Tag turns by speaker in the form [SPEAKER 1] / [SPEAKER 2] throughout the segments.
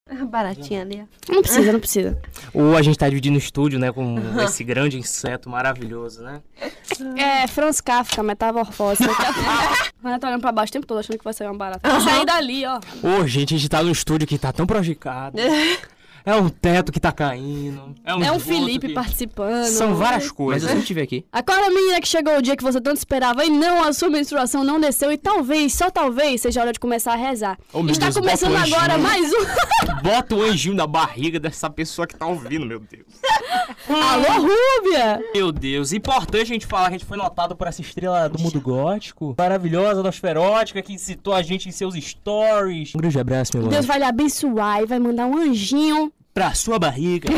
[SPEAKER 1] baratinha ali. ó.
[SPEAKER 2] Não precisa, não precisa.
[SPEAKER 3] Ou a gente tá dividindo o estúdio, né? Com esse grande inseto maravilhoso, né?
[SPEAKER 2] É, Franz Kafka, metamorfose. Mas eu tô olhando pra baixo o tempo todo, achando que vai sair uma barata. Vou sair dali, ó.
[SPEAKER 3] Ô, gente, a gente tá num estúdio que tá tão prejudicado. é um teto que tá caindo. É um,
[SPEAKER 2] É um
[SPEAKER 3] esgoto
[SPEAKER 2] Felipe
[SPEAKER 3] que-
[SPEAKER 2] participando.
[SPEAKER 3] São várias
[SPEAKER 4] Mas eu
[SPEAKER 3] coisas.
[SPEAKER 4] sempre tive aqui.
[SPEAKER 2] Acorda, menina, que chegou o dia que você tanto esperava e não, a sua menstruação não desceu e talvez, só talvez, seja a hora de começar a rezar.
[SPEAKER 3] Oh, meu
[SPEAKER 2] Está
[SPEAKER 3] Deus,
[SPEAKER 2] começando
[SPEAKER 3] bota o
[SPEAKER 2] agora
[SPEAKER 3] anjinho.
[SPEAKER 2] mais um...
[SPEAKER 3] Bota o anjinho na barriga dessa pessoa que tá ouvindo, meu Deus.
[SPEAKER 2] Alô, Rúbia!
[SPEAKER 3] Meu Deus, importante a gente falar que a gente foi notado por essa estrela do mundo gótico, maravilhosa, nosferótica, que citou a gente em seus stories. Um grande abraço, meu
[SPEAKER 2] Deus
[SPEAKER 3] anjo.
[SPEAKER 2] vai lhe abençoar e vai mandar um anjinho.
[SPEAKER 3] Pra sua barriga.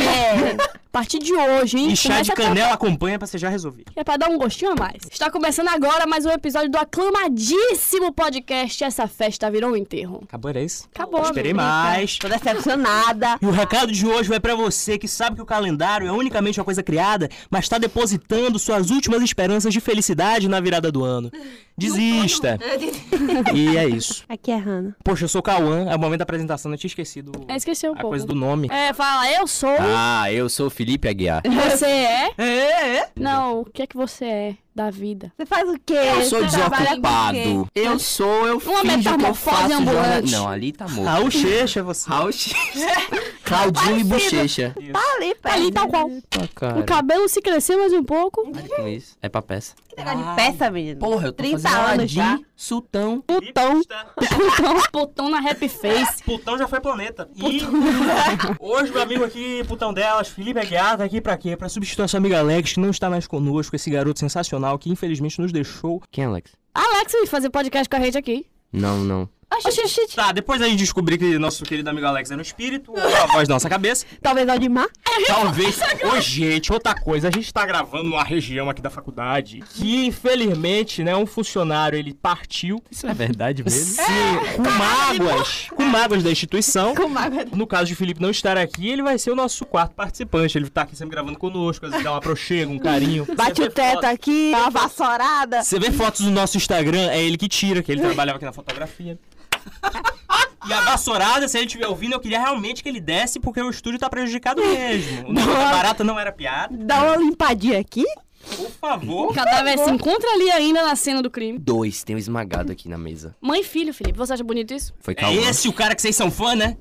[SPEAKER 2] A partir de hoje, hein?
[SPEAKER 3] E chá de
[SPEAKER 2] Começa pra-
[SPEAKER 3] canela acompanha pra você já resolver.
[SPEAKER 2] É pra dar um gostinho a mais. Está começando agora mais um episódio do aclamadíssimo podcast Essa Festa Virou um Enterro.
[SPEAKER 3] Acabou, era isso?
[SPEAKER 2] Acabou,
[SPEAKER 3] Esperei
[SPEAKER 2] amigo.
[SPEAKER 3] mais.
[SPEAKER 1] Tô decepcionada.
[SPEAKER 3] E o recado de hoje vai pra você que sabe que o calendário é unicamente uma coisa criada, mas tá depositando suas últimas esperanças de felicidade na virada do ano. Desista.
[SPEAKER 2] É.
[SPEAKER 3] E é isso.
[SPEAKER 1] Aqui é Hannah.
[SPEAKER 3] Poxa, eu sou o Cauã, é o momento da apresentação, eu tinha esquecido
[SPEAKER 2] É, esqueci um
[SPEAKER 3] a
[SPEAKER 2] pouco.
[SPEAKER 3] coisa do nome.
[SPEAKER 2] É, fala, eu sou.
[SPEAKER 4] Ah, eu sou o Felipe Aguiar.
[SPEAKER 2] Você é?
[SPEAKER 3] É, é, é.
[SPEAKER 2] Não, o que é que você é da vida?
[SPEAKER 1] Você faz o quê?
[SPEAKER 4] Eu sou
[SPEAKER 1] Você trabalha com o quê?
[SPEAKER 4] desocupado. Eu sou, eu
[SPEAKER 2] Uma
[SPEAKER 4] finjo que eu
[SPEAKER 2] metamorfose
[SPEAKER 4] faço jorna-
[SPEAKER 2] ambulante.
[SPEAKER 4] Não, ali tá morto.
[SPEAKER 3] Raul Checha, você.
[SPEAKER 4] Raul X. Claudinho e Bochecha.
[SPEAKER 1] Tá ali, pé.
[SPEAKER 2] Ali, tal É, então qual.
[SPEAKER 4] Pô, cara.
[SPEAKER 2] O cabelo se crescer mais um pouco.
[SPEAKER 4] Pare com isso. É pra peça.
[SPEAKER 1] Que negócio de peça, menino.
[SPEAKER 4] Porra, eu tô
[SPEAKER 1] 30
[SPEAKER 4] fazendo
[SPEAKER 1] anos já.
[SPEAKER 4] Aladdin, Sultão.
[SPEAKER 2] Putão. Putão. Putão na rap face.
[SPEAKER 3] Putão já foi planeta. E hoje meu amigo aqui, putão delas, Felipe Aguiar, tá aqui pra quê? Pra substituir a sua amiga Alex, que não está mais conosco, esse garoto sensacional que infelizmente nos deixou.
[SPEAKER 4] Quem é Alex?
[SPEAKER 2] Alex veio fazer podcast com a gente aqui.
[SPEAKER 4] Não, não.
[SPEAKER 2] Oxi, oxi, oxi.
[SPEAKER 3] Tá, depois a gente descobriu que nosso querido amigo Alex era um espírito, a voz da nossa cabeça.
[SPEAKER 1] Talvez Aldimar.
[SPEAKER 3] Talvez.
[SPEAKER 1] Tá
[SPEAKER 3] Ô, gente, outra coisa. A gente tá gravando numa região aqui da faculdade que, infelizmente, né, um funcionário ele partiu.
[SPEAKER 4] Isso é verdade
[SPEAKER 3] Sim,
[SPEAKER 1] É,
[SPEAKER 3] com mágoas. Com mágoas da instituição.
[SPEAKER 1] tá Com mágoa.
[SPEAKER 3] No caso de Felipe não estar aqui, ele vai ser o nosso quarto participante. Ele tá aqui sempre gravando conosco, às vezes dá um aprochego, um carinho.
[SPEAKER 1] Bate o teto aqui, dá uma vassourada.
[SPEAKER 3] Você vê fotos do nosso Instagram, é ele que tira, que ele trabalhava aqui na fotografia. E a vassourada, se ele estiver ouvindo, eu queria realmente que ele desse, porque o estúdio tá prejudicado mesmo. O nome da barata não era piada.
[SPEAKER 1] Dá uma limpadinha aqui.
[SPEAKER 3] Por favor.
[SPEAKER 2] Cada vez se encontra ali ainda na cena do crime.
[SPEAKER 4] Dois, tem um esmagado aqui na mesa.
[SPEAKER 2] Mãe e filho, Felipe. Você acha bonito isso?
[SPEAKER 4] Foi
[SPEAKER 3] É
[SPEAKER 4] Cauã.
[SPEAKER 3] esse o cara que vocês são fã, né?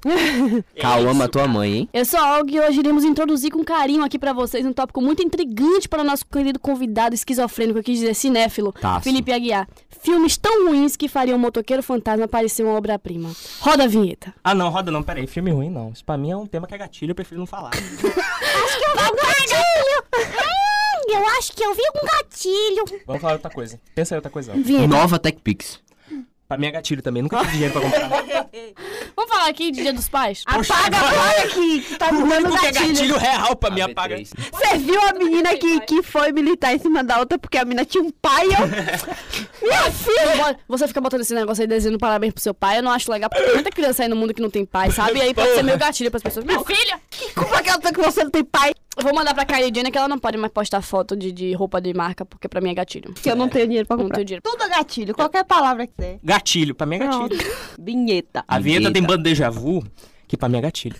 [SPEAKER 4] Cauã matou a mãe, hein?
[SPEAKER 2] Eu sou a Og e hoje iremos introduzir com carinho aqui pra vocês um tópico muito intrigante para o nosso querido convidado esquizofrênico, eu quis dizer cinéfilo,
[SPEAKER 4] Tasso.
[SPEAKER 2] Felipe Aguiar. Filmes tão ruins que fariam o motoqueiro fantasma parecer uma obra-prima. Roda a vinheta.
[SPEAKER 3] Ah, não, roda não, peraí, filme ruim não. Isso pra mim é um tema que é gatilho, eu prefiro não falar.
[SPEAKER 2] Eu acho que eu vi um gatilho.
[SPEAKER 3] Vamos falar outra coisa. Pensa em outra coisa.
[SPEAKER 2] Vinheta.
[SPEAKER 4] Nova TechPix.
[SPEAKER 3] Pra mim é gatilho também, nunca tive dinheiro pra comprar.
[SPEAKER 2] Vamos falar aqui de Dia dos Pais?
[SPEAKER 3] Poxa,
[SPEAKER 1] Apaga a
[SPEAKER 3] agora-
[SPEAKER 1] glória aqui, que tá me dando
[SPEAKER 3] Porque é
[SPEAKER 1] gatilho.
[SPEAKER 3] gatilho real pra mim, apaga.
[SPEAKER 1] Você viu a menina que, que foi militar em cima da outra porque a menina tinha um pai e eu... Minha filha!
[SPEAKER 2] Bo- Você fica botando esse negócio aí desenhando parabéns pro seu pai, eu não acho legal, porque tem muita criança aí no mundo que não tem pai, sabe? E aí pode ser meio gatilho pras pessoas. Minha filha!
[SPEAKER 1] Que culpa que ela tem que você não tem pai?
[SPEAKER 2] Eu vou mandar pra Kylie Jenner que ela não pode mais postar foto de, de roupa de marca, porque pra mim é gatilho.
[SPEAKER 1] Que eu não tenho dinheiro pra
[SPEAKER 2] Não
[SPEAKER 1] comprar.
[SPEAKER 2] tenho dinheiro.
[SPEAKER 1] Tudo é gatilho, qualquer palavra que der.
[SPEAKER 3] Gatilho, pra mim é gatilho.
[SPEAKER 1] Pronto. Vinheta.
[SPEAKER 3] A vinheta tem
[SPEAKER 4] Vinheta.
[SPEAKER 3] banda déjà vu, que pra mim é gatilho.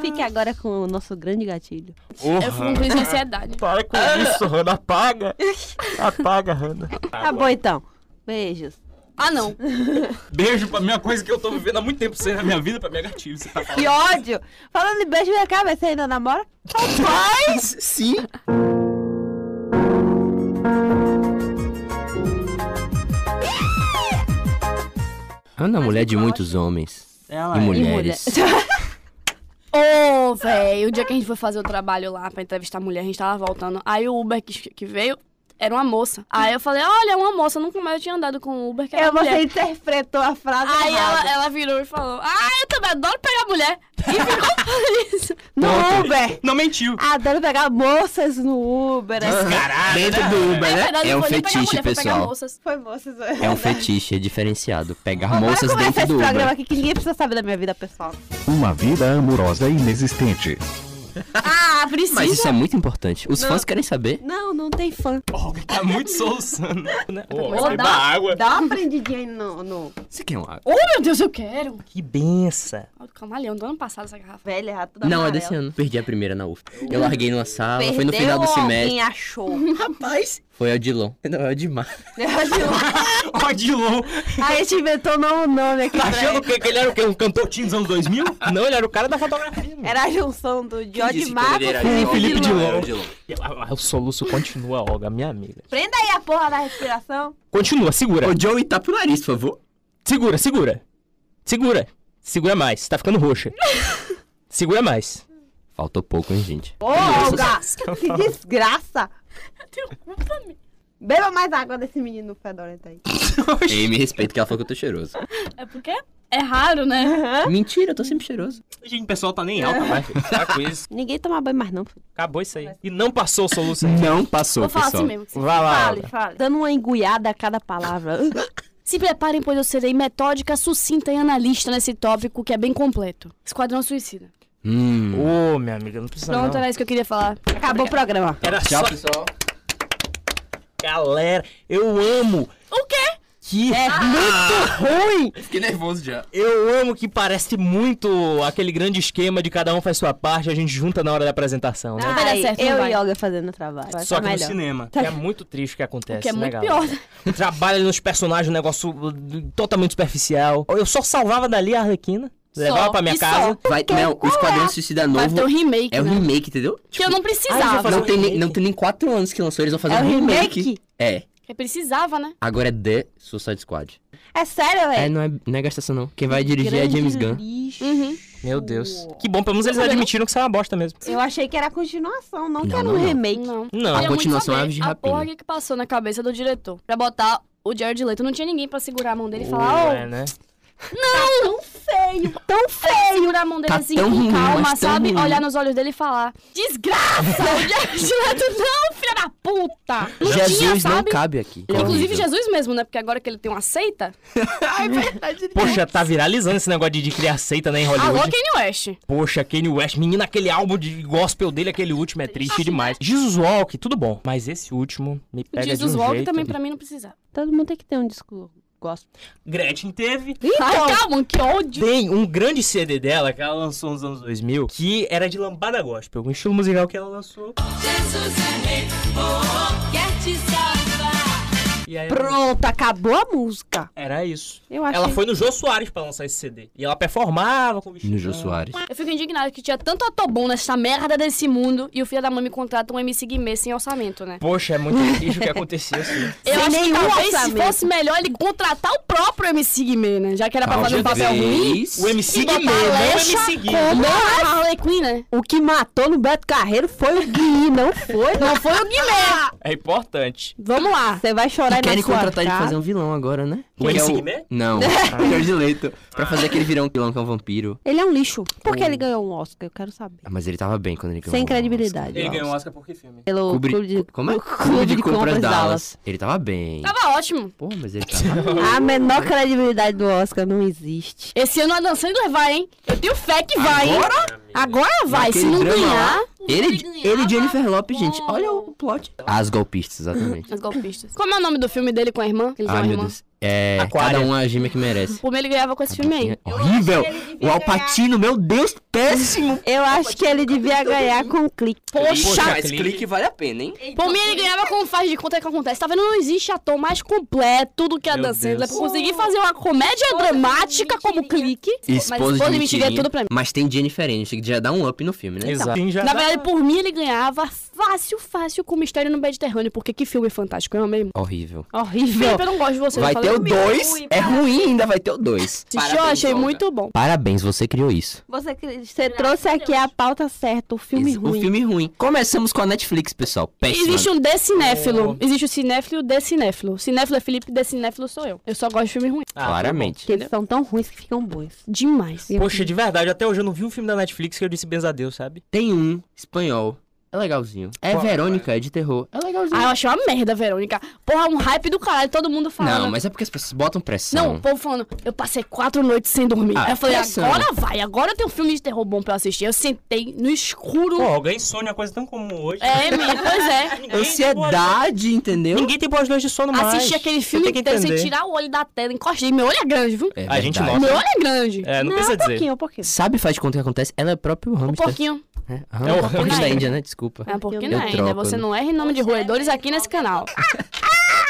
[SPEAKER 1] Fique agora com o nosso grande gatilho.
[SPEAKER 2] Eu fico com um crise de ansiedade.
[SPEAKER 3] Para com
[SPEAKER 1] Ah.
[SPEAKER 3] isso, Hanna, apaga. Apaga, Hanna.
[SPEAKER 1] Tá bom então. Beijos.
[SPEAKER 2] Ah, não.
[SPEAKER 3] Beijo pra mim é uma coisa que eu tô vivendo há muito tempo sem na minha vida, pra mim é gatilho. Você tá
[SPEAKER 1] Que
[SPEAKER 3] falando.
[SPEAKER 1] ódio! Falando em beijo, minha cabeça você ainda namora?
[SPEAKER 4] Mas, sim. Ana, Ah, mulher de muitos homens.
[SPEAKER 3] Ela
[SPEAKER 4] E
[SPEAKER 3] é.
[SPEAKER 4] mulheres.
[SPEAKER 2] Ô, velho, o dia que a gente foi fazer o trabalho lá pra entrevistar a mulher, a gente tava voltando. Aí o Uber que, que veio era uma moça. Aí eu falei, olha, é uma moça, nunca mais eu tinha andado com o Uber, que era
[SPEAKER 1] Eu,
[SPEAKER 2] mulher.
[SPEAKER 1] você interpretou a frase
[SPEAKER 2] Aí
[SPEAKER 1] errada.
[SPEAKER 2] ela, ela virou e falou, ah, eu também adoro pegar mulher. E ficou isso.
[SPEAKER 1] No Uber!
[SPEAKER 3] Não mentiu.
[SPEAKER 1] Adoro pegar moças no Uber. assim.
[SPEAKER 3] Caralho.
[SPEAKER 4] Dentro do Uber,
[SPEAKER 2] Na
[SPEAKER 4] né?
[SPEAKER 2] verdade,
[SPEAKER 4] É
[SPEAKER 2] não
[SPEAKER 4] um
[SPEAKER 2] foi nem pegar
[SPEAKER 4] fetiche,
[SPEAKER 2] mulher, foi pegar
[SPEAKER 4] pessoal.
[SPEAKER 2] moças.
[SPEAKER 1] Foi moças.
[SPEAKER 4] É um fetiche, é diferenciado. Pegar
[SPEAKER 1] Bora
[SPEAKER 4] moças
[SPEAKER 1] começar
[SPEAKER 4] dentro
[SPEAKER 1] esse
[SPEAKER 4] do
[SPEAKER 1] programa
[SPEAKER 4] Uber.
[SPEAKER 1] aqui que ninguém precisa saber da minha vida pessoal.
[SPEAKER 5] Uma vida amorosa inexistente.
[SPEAKER 2] Ah, precisa.
[SPEAKER 4] Mas isso é muito importante. Os
[SPEAKER 1] Não.
[SPEAKER 4] fãs querem saber.
[SPEAKER 1] Não, não tem fã.
[SPEAKER 3] Olga tá muito soluçando, né? Ô,
[SPEAKER 2] Ô,
[SPEAKER 3] beba
[SPEAKER 2] dá-
[SPEAKER 3] água.
[SPEAKER 1] Dá uma prendidinha Um aí no, no...
[SPEAKER 4] Você quer um água?
[SPEAKER 2] Oh, meu Deus, eu quero.
[SPEAKER 3] Que benção.
[SPEAKER 2] Olha o Camaleão, do ano passado essa garrafa.
[SPEAKER 1] Velha, rato da
[SPEAKER 4] Não, é
[SPEAKER 1] amarela.
[SPEAKER 4] desse ano. Perdi a primeira na UF. Eu larguei numa sala,
[SPEAKER 1] Perdeu
[SPEAKER 4] foi no final do
[SPEAKER 1] ou
[SPEAKER 4] semestre.
[SPEAKER 1] alguém achou?
[SPEAKER 4] Rapaz! Foi o Dilon. Não, é o Dimar.
[SPEAKER 3] Ó, Dilon.
[SPEAKER 1] Aí a gente inventou um novo nome aqui. né?
[SPEAKER 4] Tá
[SPEAKER 1] pra
[SPEAKER 4] achando o
[SPEAKER 1] ele.
[SPEAKER 4] quê? que ele era o quê? Um cantor teen dos anos 2000? Não, ele era o cara da
[SPEAKER 3] Fotografia, meu.
[SPEAKER 1] Era a junção do George
[SPEAKER 4] Quem disse quando
[SPEAKER 1] Marco
[SPEAKER 4] ele era
[SPEAKER 1] com o
[SPEAKER 4] jovem?
[SPEAKER 1] Felipe
[SPEAKER 4] Não,
[SPEAKER 1] Dilon.
[SPEAKER 4] era É o Dilon.
[SPEAKER 3] Ah, O soluço continua, Olga, minha amiga.
[SPEAKER 1] Prenda aí a porra da respiração.
[SPEAKER 3] Continua, segura.
[SPEAKER 4] Ô, Joey, tá pro nariz, por favor.
[SPEAKER 3] Segura, segura. Segura. Segura mais. Tá ficando roxa. Segura mais.
[SPEAKER 4] Faltou pouco, hein, gente?
[SPEAKER 1] Ô, Olga! Que desgraça!
[SPEAKER 2] um
[SPEAKER 1] Beba mais água desse menino fedorento aí.
[SPEAKER 4] Ei, me respeita que ela falou que eu tô cheiroso.
[SPEAKER 2] É porque é raro, né?
[SPEAKER 4] Mentira, eu tô sempre cheiroso.
[SPEAKER 3] Gente, o pessoal tá nem alto mais.
[SPEAKER 4] né?
[SPEAKER 3] filho. Tá com isso.
[SPEAKER 1] Ninguém toma banho mais não, filho.
[SPEAKER 3] Acabou isso aí. E não passou o soluço aí.
[SPEAKER 4] Não passou,
[SPEAKER 2] Vou falar
[SPEAKER 4] pessoal.
[SPEAKER 2] assim mesmo. que se-
[SPEAKER 3] Vai lá,
[SPEAKER 2] Fale,
[SPEAKER 3] Olga.
[SPEAKER 2] fale.
[SPEAKER 1] Dando uma engulhada a cada palavra.
[SPEAKER 2] Se preparem, pois eu serei metódica, sucinta e analista nesse tópico que é bem completo. Esquadrão Suicida.
[SPEAKER 4] Hum.
[SPEAKER 3] Ô, minha amiga, não precisa
[SPEAKER 2] Pronto, né?
[SPEAKER 3] não.
[SPEAKER 2] era isso que eu queria falar.
[SPEAKER 1] Acabou o programa.
[SPEAKER 3] Era
[SPEAKER 4] Tchau,
[SPEAKER 3] só...
[SPEAKER 4] pessoal.
[SPEAKER 3] Galera, eu amo
[SPEAKER 2] O quê?
[SPEAKER 3] que...
[SPEAKER 1] É muito ruim!
[SPEAKER 4] Fiquei nervoso já.
[SPEAKER 3] Eu amo que parece muito aquele grande esquema de cada um faz sua parte, a gente junta na hora da apresentação, né?
[SPEAKER 2] vai dar
[SPEAKER 1] Ai,
[SPEAKER 2] certo, não
[SPEAKER 1] eu
[SPEAKER 2] vai.
[SPEAKER 1] e Olga fazendo trabalho. Vai
[SPEAKER 3] Só
[SPEAKER 1] ficar
[SPEAKER 3] que no
[SPEAKER 1] melhor.
[SPEAKER 3] cinema, que é muito triste o que acontece,
[SPEAKER 2] tá Que é
[SPEAKER 3] né,
[SPEAKER 2] muito
[SPEAKER 3] galera?
[SPEAKER 2] pior, né?
[SPEAKER 3] Trabalha nos personagens, um negócio uh, totalmente superficial. Eu só salvava dali a Arlequina,
[SPEAKER 2] Só,
[SPEAKER 3] levava pra minha
[SPEAKER 2] e
[SPEAKER 3] casa.
[SPEAKER 4] Vai, não, o Esquadrão Suicida
[SPEAKER 2] Vai ter um
[SPEAKER 4] Novo
[SPEAKER 2] remake,
[SPEAKER 4] é o
[SPEAKER 2] né?
[SPEAKER 4] remake, entendeu?
[SPEAKER 2] Que eu não
[SPEAKER 3] Ai, já
[SPEAKER 2] precisava.
[SPEAKER 3] fazer falei.
[SPEAKER 4] Não
[SPEAKER 3] um
[SPEAKER 4] tem, nem,
[SPEAKER 3] remake.
[SPEAKER 4] não tem nem quatro anos que lançou, eles vão fazer
[SPEAKER 1] É
[SPEAKER 4] um
[SPEAKER 1] o
[SPEAKER 4] remake.
[SPEAKER 1] remake?
[SPEAKER 4] É.
[SPEAKER 2] Eu precisava, né?
[SPEAKER 4] Agora é The Suicide Squad.
[SPEAKER 1] É sério,
[SPEAKER 4] É,
[SPEAKER 1] velho?
[SPEAKER 4] não é, não é gastação, não. Quem vai dirigir é James Gunn.
[SPEAKER 2] Uhum.
[SPEAKER 3] Meu Deus. Que bom, pelo menos eles admitiram que isso é uma bosta mesmo.
[SPEAKER 1] Eu achei que era continuação, não, que
[SPEAKER 4] Não,
[SPEAKER 1] era um
[SPEAKER 4] não, não.
[SPEAKER 1] remake.
[SPEAKER 2] Não.
[SPEAKER 3] Não.
[SPEAKER 4] A
[SPEAKER 2] Queria muito
[SPEAKER 4] continuação é
[SPEAKER 2] saber
[SPEAKER 4] Aves de
[SPEAKER 2] A
[SPEAKER 4] Rapina.
[SPEAKER 2] porra que que passou na cabeça do diretor pra botar o Jared Leto. Não tinha ninguém pra segurar a mão dele e falar, ô,
[SPEAKER 3] Ué, né?
[SPEAKER 1] Tão feio, tão feio.
[SPEAKER 2] Ei, segurar a mão dele
[SPEAKER 4] Tá
[SPEAKER 2] assim
[SPEAKER 4] tão
[SPEAKER 2] com
[SPEAKER 4] ruim,
[SPEAKER 2] calma,
[SPEAKER 4] mas tão
[SPEAKER 2] sabe?
[SPEAKER 4] ruim.
[SPEAKER 2] Olhar nos olhos dele e falar: Desgraça! o Jared Leto, não, filha da puta! Não tinha,
[SPEAKER 4] Jesus não
[SPEAKER 2] sabe?
[SPEAKER 4] cabe aqui.
[SPEAKER 2] Inclusive
[SPEAKER 4] Horrível.
[SPEAKER 2] Jesus mesmo, né? Porque agora que ele tem uma seita.
[SPEAKER 3] Ah, é Poxa, tá viralizando esse negócio de, de criar seita, né, em Hollywood.
[SPEAKER 2] Alô, Kanye West.
[SPEAKER 3] Poxa, Kanye West, menina, aquele álbum de gospel dele, aquele último, é triste demais. Jesus Walk, tudo bom. Mas esse último me
[SPEAKER 2] O
[SPEAKER 3] pega
[SPEAKER 2] Jesus
[SPEAKER 3] de um
[SPEAKER 2] Walk
[SPEAKER 3] jeito.
[SPEAKER 2] também pra mim não precisava.
[SPEAKER 1] Todo mundo tem que ter um disco gosto.
[SPEAKER 3] Gretchen teve.
[SPEAKER 1] Tá
[SPEAKER 2] Ai, calma, que ódio.
[SPEAKER 3] Tem um grande CD dela que ela lançou nos anos 2000, que era de lambada gospel, um estilo musical que ela lançou. E aí,
[SPEAKER 1] Pronto, acabou a música.
[SPEAKER 3] era isso.
[SPEAKER 1] Eu achei.
[SPEAKER 3] Ela foi no Jô Soares pra lançar esse CD. E ela performava com o vestido.
[SPEAKER 4] No Jô Soares.
[SPEAKER 2] Eu fico indignado que tinha tanto atobom nessa merda desse mundo e o filho da mãe me contrata um MC Guimê sem orçamento, né?
[SPEAKER 3] Poxa, é muito triste o que aconteceu assim.
[SPEAKER 1] Sem
[SPEAKER 2] Eu acho que
[SPEAKER 1] nenhum
[SPEAKER 2] talvez se
[SPEAKER 1] orçamento.
[SPEAKER 2] fosse melhor ele contratar o próprio MC Guimê, né? Já que era pra
[SPEAKER 4] Ah,
[SPEAKER 2] fazer um papel ruim.
[SPEAKER 3] O MC
[SPEAKER 2] E botar
[SPEAKER 3] Guimê, não o
[SPEAKER 2] Alexa
[SPEAKER 3] MC Guimê.
[SPEAKER 1] um
[SPEAKER 2] Como a Harley Quinn, né?
[SPEAKER 1] O que matou no Beto Carreiro foi o Gui, não foi? Não foi o Guilherme.
[SPEAKER 3] É importante.
[SPEAKER 2] Vamos lá.
[SPEAKER 1] Você vai chorar é na
[SPEAKER 4] Querem
[SPEAKER 1] sua
[SPEAKER 4] contratar ele pra
[SPEAKER 1] cara.
[SPEAKER 4] fazer um vilão agora, né?
[SPEAKER 3] O
[SPEAKER 4] Que é
[SPEAKER 3] MC Guimê?
[SPEAKER 4] Não, o Jorge Leito. Pra fazer aquele virão vilão que é um vampiro.
[SPEAKER 1] Ele é um lixo. Por que ele ganhou um Oscar? Eu quero saber.
[SPEAKER 4] Ah, Mas ele tava bem quando ele ganhou.
[SPEAKER 1] Sem
[SPEAKER 4] o Oscar.
[SPEAKER 1] credibilidade.
[SPEAKER 3] Ele
[SPEAKER 1] ó.
[SPEAKER 3] ganhou um Oscar por que filme?
[SPEAKER 1] Pelo
[SPEAKER 4] Clube,
[SPEAKER 1] clube de...
[SPEAKER 4] como é?
[SPEAKER 1] o Clube de, Compras Dallas.
[SPEAKER 4] Ele tava bem.
[SPEAKER 2] Tava ótimo.
[SPEAKER 4] Pô, mas ele tava...
[SPEAKER 1] A menor credibilidade do Oscar não existe.
[SPEAKER 2] Esse ano a dançando vai, hein? Eu tenho fé que vai, hein? Agora vai. Se
[SPEAKER 4] Aquele
[SPEAKER 2] não
[SPEAKER 4] drama
[SPEAKER 2] ganhar.
[SPEAKER 4] lá, Ele, ele e Jennifer Lopes, gente. Olha o plot. As golpistas, exatamente.
[SPEAKER 2] Os golpistas. Como é o nome do filme dele com a irmã? Que eles
[SPEAKER 4] Ai,
[SPEAKER 2] são
[SPEAKER 4] meu
[SPEAKER 2] irmã.
[SPEAKER 4] Deus. É,
[SPEAKER 3] Aquária.
[SPEAKER 4] cada um a gêmea que merece. É
[SPEAKER 2] Como ele ganhava com esse filme aí.
[SPEAKER 4] Horrível! O Alpatino, meu Deus, péssimo!
[SPEAKER 1] Eu acho que ele devia ganhar com um clique.
[SPEAKER 2] Poxa!
[SPEAKER 3] esse clique
[SPEAKER 4] vale a pena, hein?
[SPEAKER 2] Por mim, ele ganhava com faz de conta que acontece. Tá vendo? Não existe ator mais completo do que a
[SPEAKER 3] Meu
[SPEAKER 2] Dan Sandler.
[SPEAKER 3] Deus.
[SPEAKER 2] Pra conseguir fazer uma comédia dramática como clique. mas
[SPEAKER 4] Esposa de
[SPEAKER 2] mentirinha é
[SPEAKER 4] mentirinha,
[SPEAKER 2] tudo pra mim.
[SPEAKER 4] Mas tem Jenny diferente, que já dá um up no filme, né?
[SPEAKER 3] Exato. Sim, já
[SPEAKER 2] Na
[SPEAKER 3] dá-
[SPEAKER 2] verdade, por mim, ele ganhava fácil, fácil com Mistério no Mediterrâneo. Porque que filme fantástico, eu amei. muito.
[SPEAKER 4] Horrível.
[SPEAKER 1] Horrível.
[SPEAKER 2] Felipe, eu não gosto de você.
[SPEAKER 4] vai
[SPEAKER 2] eu
[SPEAKER 4] ter
[SPEAKER 2] falei,
[SPEAKER 4] o dois é ruim ainda, vai ter o dois
[SPEAKER 2] Assistiu, eu achei muito bom.
[SPEAKER 4] Parabéns, você criou isso.
[SPEAKER 1] Você, você trouxe aqui a pauta certa, o filme
[SPEAKER 4] Isso,
[SPEAKER 1] ruim.
[SPEAKER 4] O filme ruim. Começamos com a Netflix, pessoal. Péssimo.
[SPEAKER 2] Existe um decinéfilo. Existe o cinéfilo e o decinéfilo. Cinéfilo é Felipe, decinéfilo sou eu. Eu só gosto de filme ruim.
[SPEAKER 3] Ah,
[SPEAKER 4] Claramente.
[SPEAKER 1] Que
[SPEAKER 2] tá
[SPEAKER 1] eles são tão ruins que ficam bons.
[SPEAKER 2] Demais.
[SPEAKER 3] Poxa, de verdade, até hoje eu não vi um filme da Netflix que eu disse benza a Deus, sabe?
[SPEAKER 4] Tem um espanhol É legalzinho. É
[SPEAKER 3] Qual,
[SPEAKER 4] Verônica, é de terror. É legalzinho.
[SPEAKER 2] Ah, eu achei uma merda, Verônica. Porra, um hype do caralho, todo mundo falando.
[SPEAKER 4] Não, mas é porque as pessoas botam pressão.
[SPEAKER 2] Não, o povo falando, eu passei quatro noites sem dormir.
[SPEAKER 4] Ah,
[SPEAKER 2] Aí eu falei,
[SPEAKER 4] pressão.
[SPEAKER 2] agora vai, agora tem um filme de terror bom pra eu assistir. Eu sentei no escuro.
[SPEAKER 3] Pô, alguém sonha uma coisa tão comum hoje.
[SPEAKER 2] É, menino, pois é.
[SPEAKER 3] Ninguém tem boas
[SPEAKER 4] Ansiedade, entendeu?
[SPEAKER 3] noites- Ninguém tem boas noites de sono mais.
[SPEAKER 2] Assisti aquele
[SPEAKER 3] Você
[SPEAKER 2] filme
[SPEAKER 3] tem que
[SPEAKER 2] inteiro sem
[SPEAKER 3] entender.
[SPEAKER 2] tirar o olho da tela, encostei. Meu olho é grande, viu?
[SPEAKER 4] É
[SPEAKER 3] A gente
[SPEAKER 4] verdade.
[SPEAKER 3] nota.
[SPEAKER 2] Meu olho é grande.
[SPEAKER 3] É, não,
[SPEAKER 1] Não,
[SPEAKER 3] precisa
[SPEAKER 1] um pouquinho,
[SPEAKER 3] dizer.
[SPEAKER 1] um pouquinho.
[SPEAKER 4] Sabe, faz de conta que acontece? Ela é o próprio
[SPEAKER 2] Um
[SPEAKER 4] hamster.
[SPEAKER 2] pouquinho. um
[SPEAKER 3] É
[SPEAKER 4] É,
[SPEAKER 3] o
[SPEAKER 4] o hamster da
[SPEAKER 2] hamster.
[SPEAKER 4] Índia, né? Desculpa.
[SPEAKER 2] É um pouquinho
[SPEAKER 1] Eu
[SPEAKER 2] ainda.
[SPEAKER 4] troco,
[SPEAKER 2] Você
[SPEAKER 4] né?
[SPEAKER 2] não erra em nome de roedores aqui nesse canal.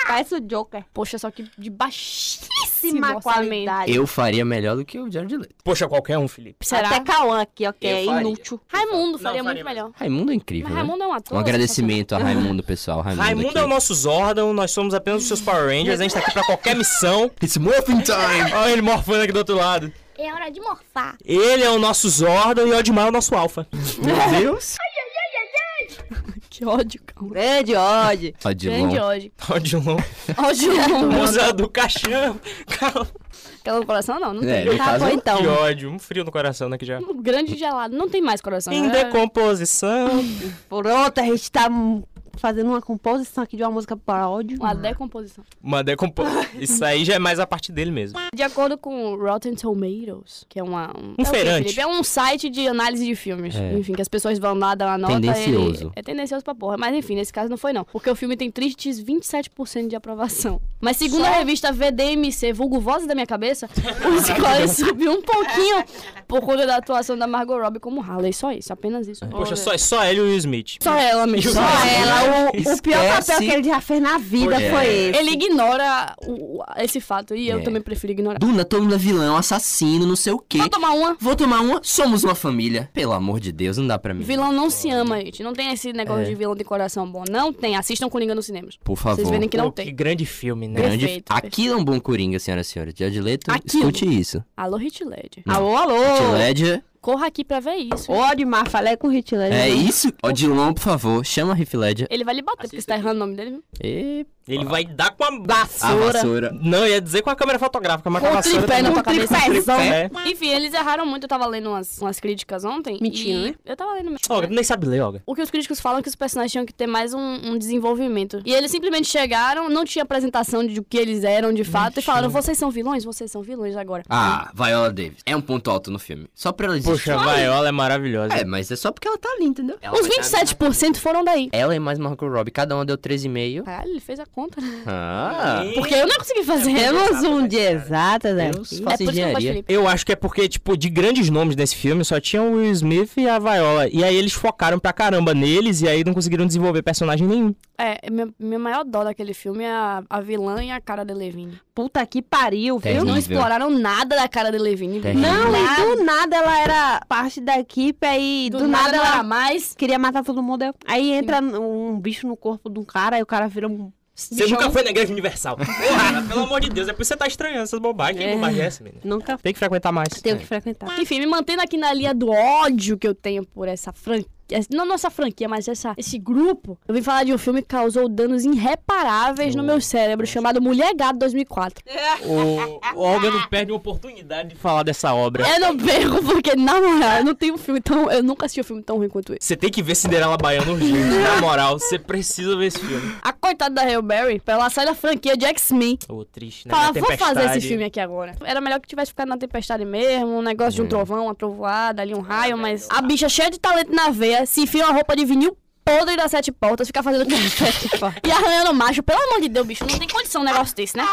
[SPEAKER 1] Parece o Joker.
[SPEAKER 2] Poxa, só que de baixíssima
[SPEAKER 1] Péssima
[SPEAKER 2] qualidade.
[SPEAKER 1] qualidade.
[SPEAKER 4] Eu faria melhor do que o Jared Leto.
[SPEAKER 3] Poxa, qualquer um, Felipe.
[SPEAKER 2] Será?
[SPEAKER 1] Até Cauã aqui, ok? é
[SPEAKER 4] Eu faria.
[SPEAKER 1] Inútil.
[SPEAKER 2] Raimundo faria
[SPEAKER 3] Não,
[SPEAKER 2] muito
[SPEAKER 3] faria
[SPEAKER 2] melhor.
[SPEAKER 4] Raimundo é incrível,
[SPEAKER 2] Mas
[SPEAKER 4] né?
[SPEAKER 2] Raimundo é um ator.
[SPEAKER 4] Um agradecimento a Raimundo, pessoal. Raimundo,
[SPEAKER 3] Raimundo
[SPEAKER 4] Tá aqui.
[SPEAKER 3] é o nosso Zordon, nós somos apenas os seus Power Rangers, a gente tá aqui pra qualquer missão.
[SPEAKER 4] It's morphing time!
[SPEAKER 3] Olha ele morfando aqui do outro lado.
[SPEAKER 5] É hora de morfar.
[SPEAKER 3] Ele é o nosso Zordon e o Odmar é o nosso Alpha.
[SPEAKER 4] Meu Deus!
[SPEAKER 2] Que ódio, calma.
[SPEAKER 1] Grande É, ódio.
[SPEAKER 4] Só Tá de
[SPEAKER 2] Grande
[SPEAKER 4] longe.
[SPEAKER 2] ódio.
[SPEAKER 3] Odilon.
[SPEAKER 2] Ódio não.
[SPEAKER 3] Musa do caixão. Calma.
[SPEAKER 2] Aquela do coração não, não
[SPEAKER 4] É,
[SPEAKER 2] tem.
[SPEAKER 4] no
[SPEAKER 1] Tá
[SPEAKER 4] caso,
[SPEAKER 1] bom então.
[SPEAKER 3] Que ódio, um frio no coração daqui já.
[SPEAKER 2] Um grande gelado. Não tem mais coração.
[SPEAKER 3] Em
[SPEAKER 2] É-
[SPEAKER 3] decomposição.
[SPEAKER 1] Pronto, a gente tá hum, fazendo uma composição aqui de uma música para ódio.
[SPEAKER 2] Uma decomposição.
[SPEAKER 3] Uma decomposição. Isso aí já é mais a parte dele mesmo.
[SPEAKER 2] De acordo com o Rotten Tomatoes, que é uma, um,
[SPEAKER 3] Um
[SPEAKER 2] é o quê,
[SPEAKER 3] feirante.
[SPEAKER 2] Felipe? É um site de análise de filmes.
[SPEAKER 4] É.
[SPEAKER 2] Enfim, que as pessoas vão lá dar uma nota.
[SPEAKER 4] Tendencioso.
[SPEAKER 2] ele- é tendencioso pra porra. Mas enfim, nesse caso não foi não. Porque o filme tem tristes 27% de aprovação. Mas segundo a revista VDMC, vulgo Vozes da Minha Cabeça, o score subiu um pouquinho por conta da atuação da Margot Robbie como Harley. Só isso, apenas
[SPEAKER 4] É.
[SPEAKER 2] isso.
[SPEAKER 3] Poxa, só, só ele e o Will Smith.
[SPEAKER 2] Só ela mesmo.
[SPEAKER 1] Só ela, o, o pior
[SPEAKER 4] Esquece.
[SPEAKER 1] papel que ele já fez na vida
[SPEAKER 4] Pois é.
[SPEAKER 1] foi esse.
[SPEAKER 2] Ele ignora o- o- esse fato e eu
[SPEAKER 4] É.
[SPEAKER 2] também prefiro ignorar.
[SPEAKER 4] Duna, todo mundo é vilão, assassino, não sei o quê.
[SPEAKER 2] Vou tomar uma.
[SPEAKER 4] Vou tomar uma, somos uma família. Pelo amor de Deus, não dá pra mim.
[SPEAKER 2] Vilão não se ama, gente. Não tem esse negócio de vilão de coração bom. Não tem. Assistam Coringa nos cinemas.
[SPEAKER 4] Por
[SPEAKER 2] Pra
[SPEAKER 4] favor.
[SPEAKER 2] vocês verem que não
[SPEAKER 3] Pô, Que
[SPEAKER 2] tem.
[SPEAKER 3] grande filme, né?
[SPEAKER 4] Grande...
[SPEAKER 2] Perfeito, é um
[SPEAKER 4] Aquilo é um bom coringa, senhoras e senhores. Jared Leto,
[SPEAKER 2] Aquilo.
[SPEAKER 4] escute isso.
[SPEAKER 2] Alô, Hit Ledger.
[SPEAKER 1] Alô, alô.
[SPEAKER 2] Oh.
[SPEAKER 4] Heath Hum. Ledger,
[SPEAKER 2] Corra aqui pra ver isso.
[SPEAKER 1] Ô, Odmar, falei com o Hit Ledger. né?
[SPEAKER 4] é
[SPEAKER 2] um
[SPEAKER 4] isso? Odilon, por favor, chama Heath Ledger.
[SPEAKER 2] Ele vai lhe bater, porque você tá errando o nome dele. viu?
[SPEAKER 4] E...
[SPEAKER 3] Ele vai dar com a...
[SPEAKER 4] A
[SPEAKER 1] Vassoura.
[SPEAKER 4] Ah, vassoura.
[SPEAKER 3] Não, ia dizer com a câmera fotográfica, mas com a
[SPEAKER 2] Com o
[SPEAKER 3] vassoura
[SPEAKER 2] tripé na
[SPEAKER 3] também.
[SPEAKER 2] tua cabeça.
[SPEAKER 3] É.
[SPEAKER 2] Enfim, eles erraram muito. Eu tava lendo umas, umas críticas ontem.
[SPEAKER 1] Mentira,
[SPEAKER 2] e
[SPEAKER 1] né?
[SPEAKER 2] Eu tava lendo mesmo.
[SPEAKER 3] Olga, tu nem sabe ler, Olga.
[SPEAKER 2] O que os críticos falam é que os personagens tinham que ter mais um, um desenvolvimento. E eles simplesmente chegaram, não tinha apresentação de o que eles eram de fato, e falaram: vocês são vilões? Vocês são vilões agora.
[SPEAKER 4] Ah, Viola Davis. É um ponto alto no filme. Só pra ela existir.
[SPEAKER 3] Poxa, a Viola é maravilhosa.
[SPEAKER 4] É, mas é só porque ela tá ali, entendeu? Ela
[SPEAKER 2] Os
[SPEAKER 4] vai dar-
[SPEAKER 2] 27% foram daí.
[SPEAKER 4] Ela e mais Margot Robbie, cada uma deu 3,5.
[SPEAKER 2] Caralho, ele fez a conta, né?
[SPEAKER 4] Ah,
[SPEAKER 3] É.
[SPEAKER 2] Porque eu não consegui fazer.
[SPEAKER 1] Temos um de exatas né?
[SPEAKER 4] Deus,
[SPEAKER 2] É
[SPEAKER 4] faça
[SPEAKER 2] por isso que eu não gosto de
[SPEAKER 4] engenharia.
[SPEAKER 2] Felipe.
[SPEAKER 3] Eu acho que é porque, tipo, de grandes nomes desse filme, só tinha o Will Smith e a Viola. E aí eles focaram pra caramba neles e aí não conseguiram desenvolver personagem nenhum.
[SPEAKER 2] É, minha, minha maior dó daquele filme é a, a vilã e a cara de Levine.
[SPEAKER 1] Puta que pariu,
[SPEAKER 4] Tem.
[SPEAKER 1] viu?
[SPEAKER 2] Eles não
[SPEAKER 4] Terrível.
[SPEAKER 2] exploraram nada da cara de Levine.
[SPEAKER 4] Terrível.
[SPEAKER 1] Não,
[SPEAKER 2] nada.
[SPEAKER 1] e do nada ela era parte da equipe, aí do, nada,
[SPEAKER 2] não
[SPEAKER 1] ela
[SPEAKER 2] era mais.
[SPEAKER 1] queria matar todo mundo. aí- Aí entra um bicho no corpo de um cara, aí o cara vira um.
[SPEAKER 3] Você
[SPEAKER 2] é
[SPEAKER 3] nunca foi na Igreja Universal. Porra, pelo amor de Deus, é por isso que você tá estranhando essas bobagens. Que bobagem é essa, menina?
[SPEAKER 1] Nunca
[SPEAKER 3] Tem que frequentar mais.
[SPEAKER 1] tenho
[SPEAKER 4] É.
[SPEAKER 1] que frequentar.
[SPEAKER 2] Enfim, me mantendo aqui na linha do ódio que eu tenho por essa franquia. Não nossa franquia, mas essa, esse grupo. Eu vim falar de um filme que causou danos irreparáveis no meu cérebro, chamado Mulher Gato 2004.
[SPEAKER 3] O, o Olga não perde a oportunidade de falar dessa obra.
[SPEAKER 2] Eu não perco, porque, na moral, eu não tenho um filme tão. Eu nunca assisti um filme tão ruim quanto esse.
[SPEAKER 3] Você tem que ver Cinderela Baiana urgente, na moral. Você precisa ver esse filme.
[SPEAKER 2] A coitada da Hail Berry, pra ela sair da franquia de X-Men.
[SPEAKER 3] Ô, triste, né?
[SPEAKER 2] Fala,
[SPEAKER 3] Na
[SPEAKER 2] vou fazer esse
[SPEAKER 3] tempestade.
[SPEAKER 2] filme aqui agora. Era melhor que tivesse ficado na tempestade mesmo, um negócio de
[SPEAKER 3] Uhum.
[SPEAKER 2] um trovão, uma trovoada, ali um raio, mas a bicha cheia de talento na veia, se enfia uma roupa de vinil podre das sete portas, fica fazendo e arranhando macho. Pelo amor de Deus, bicho, não tem condição um negócio desse, né?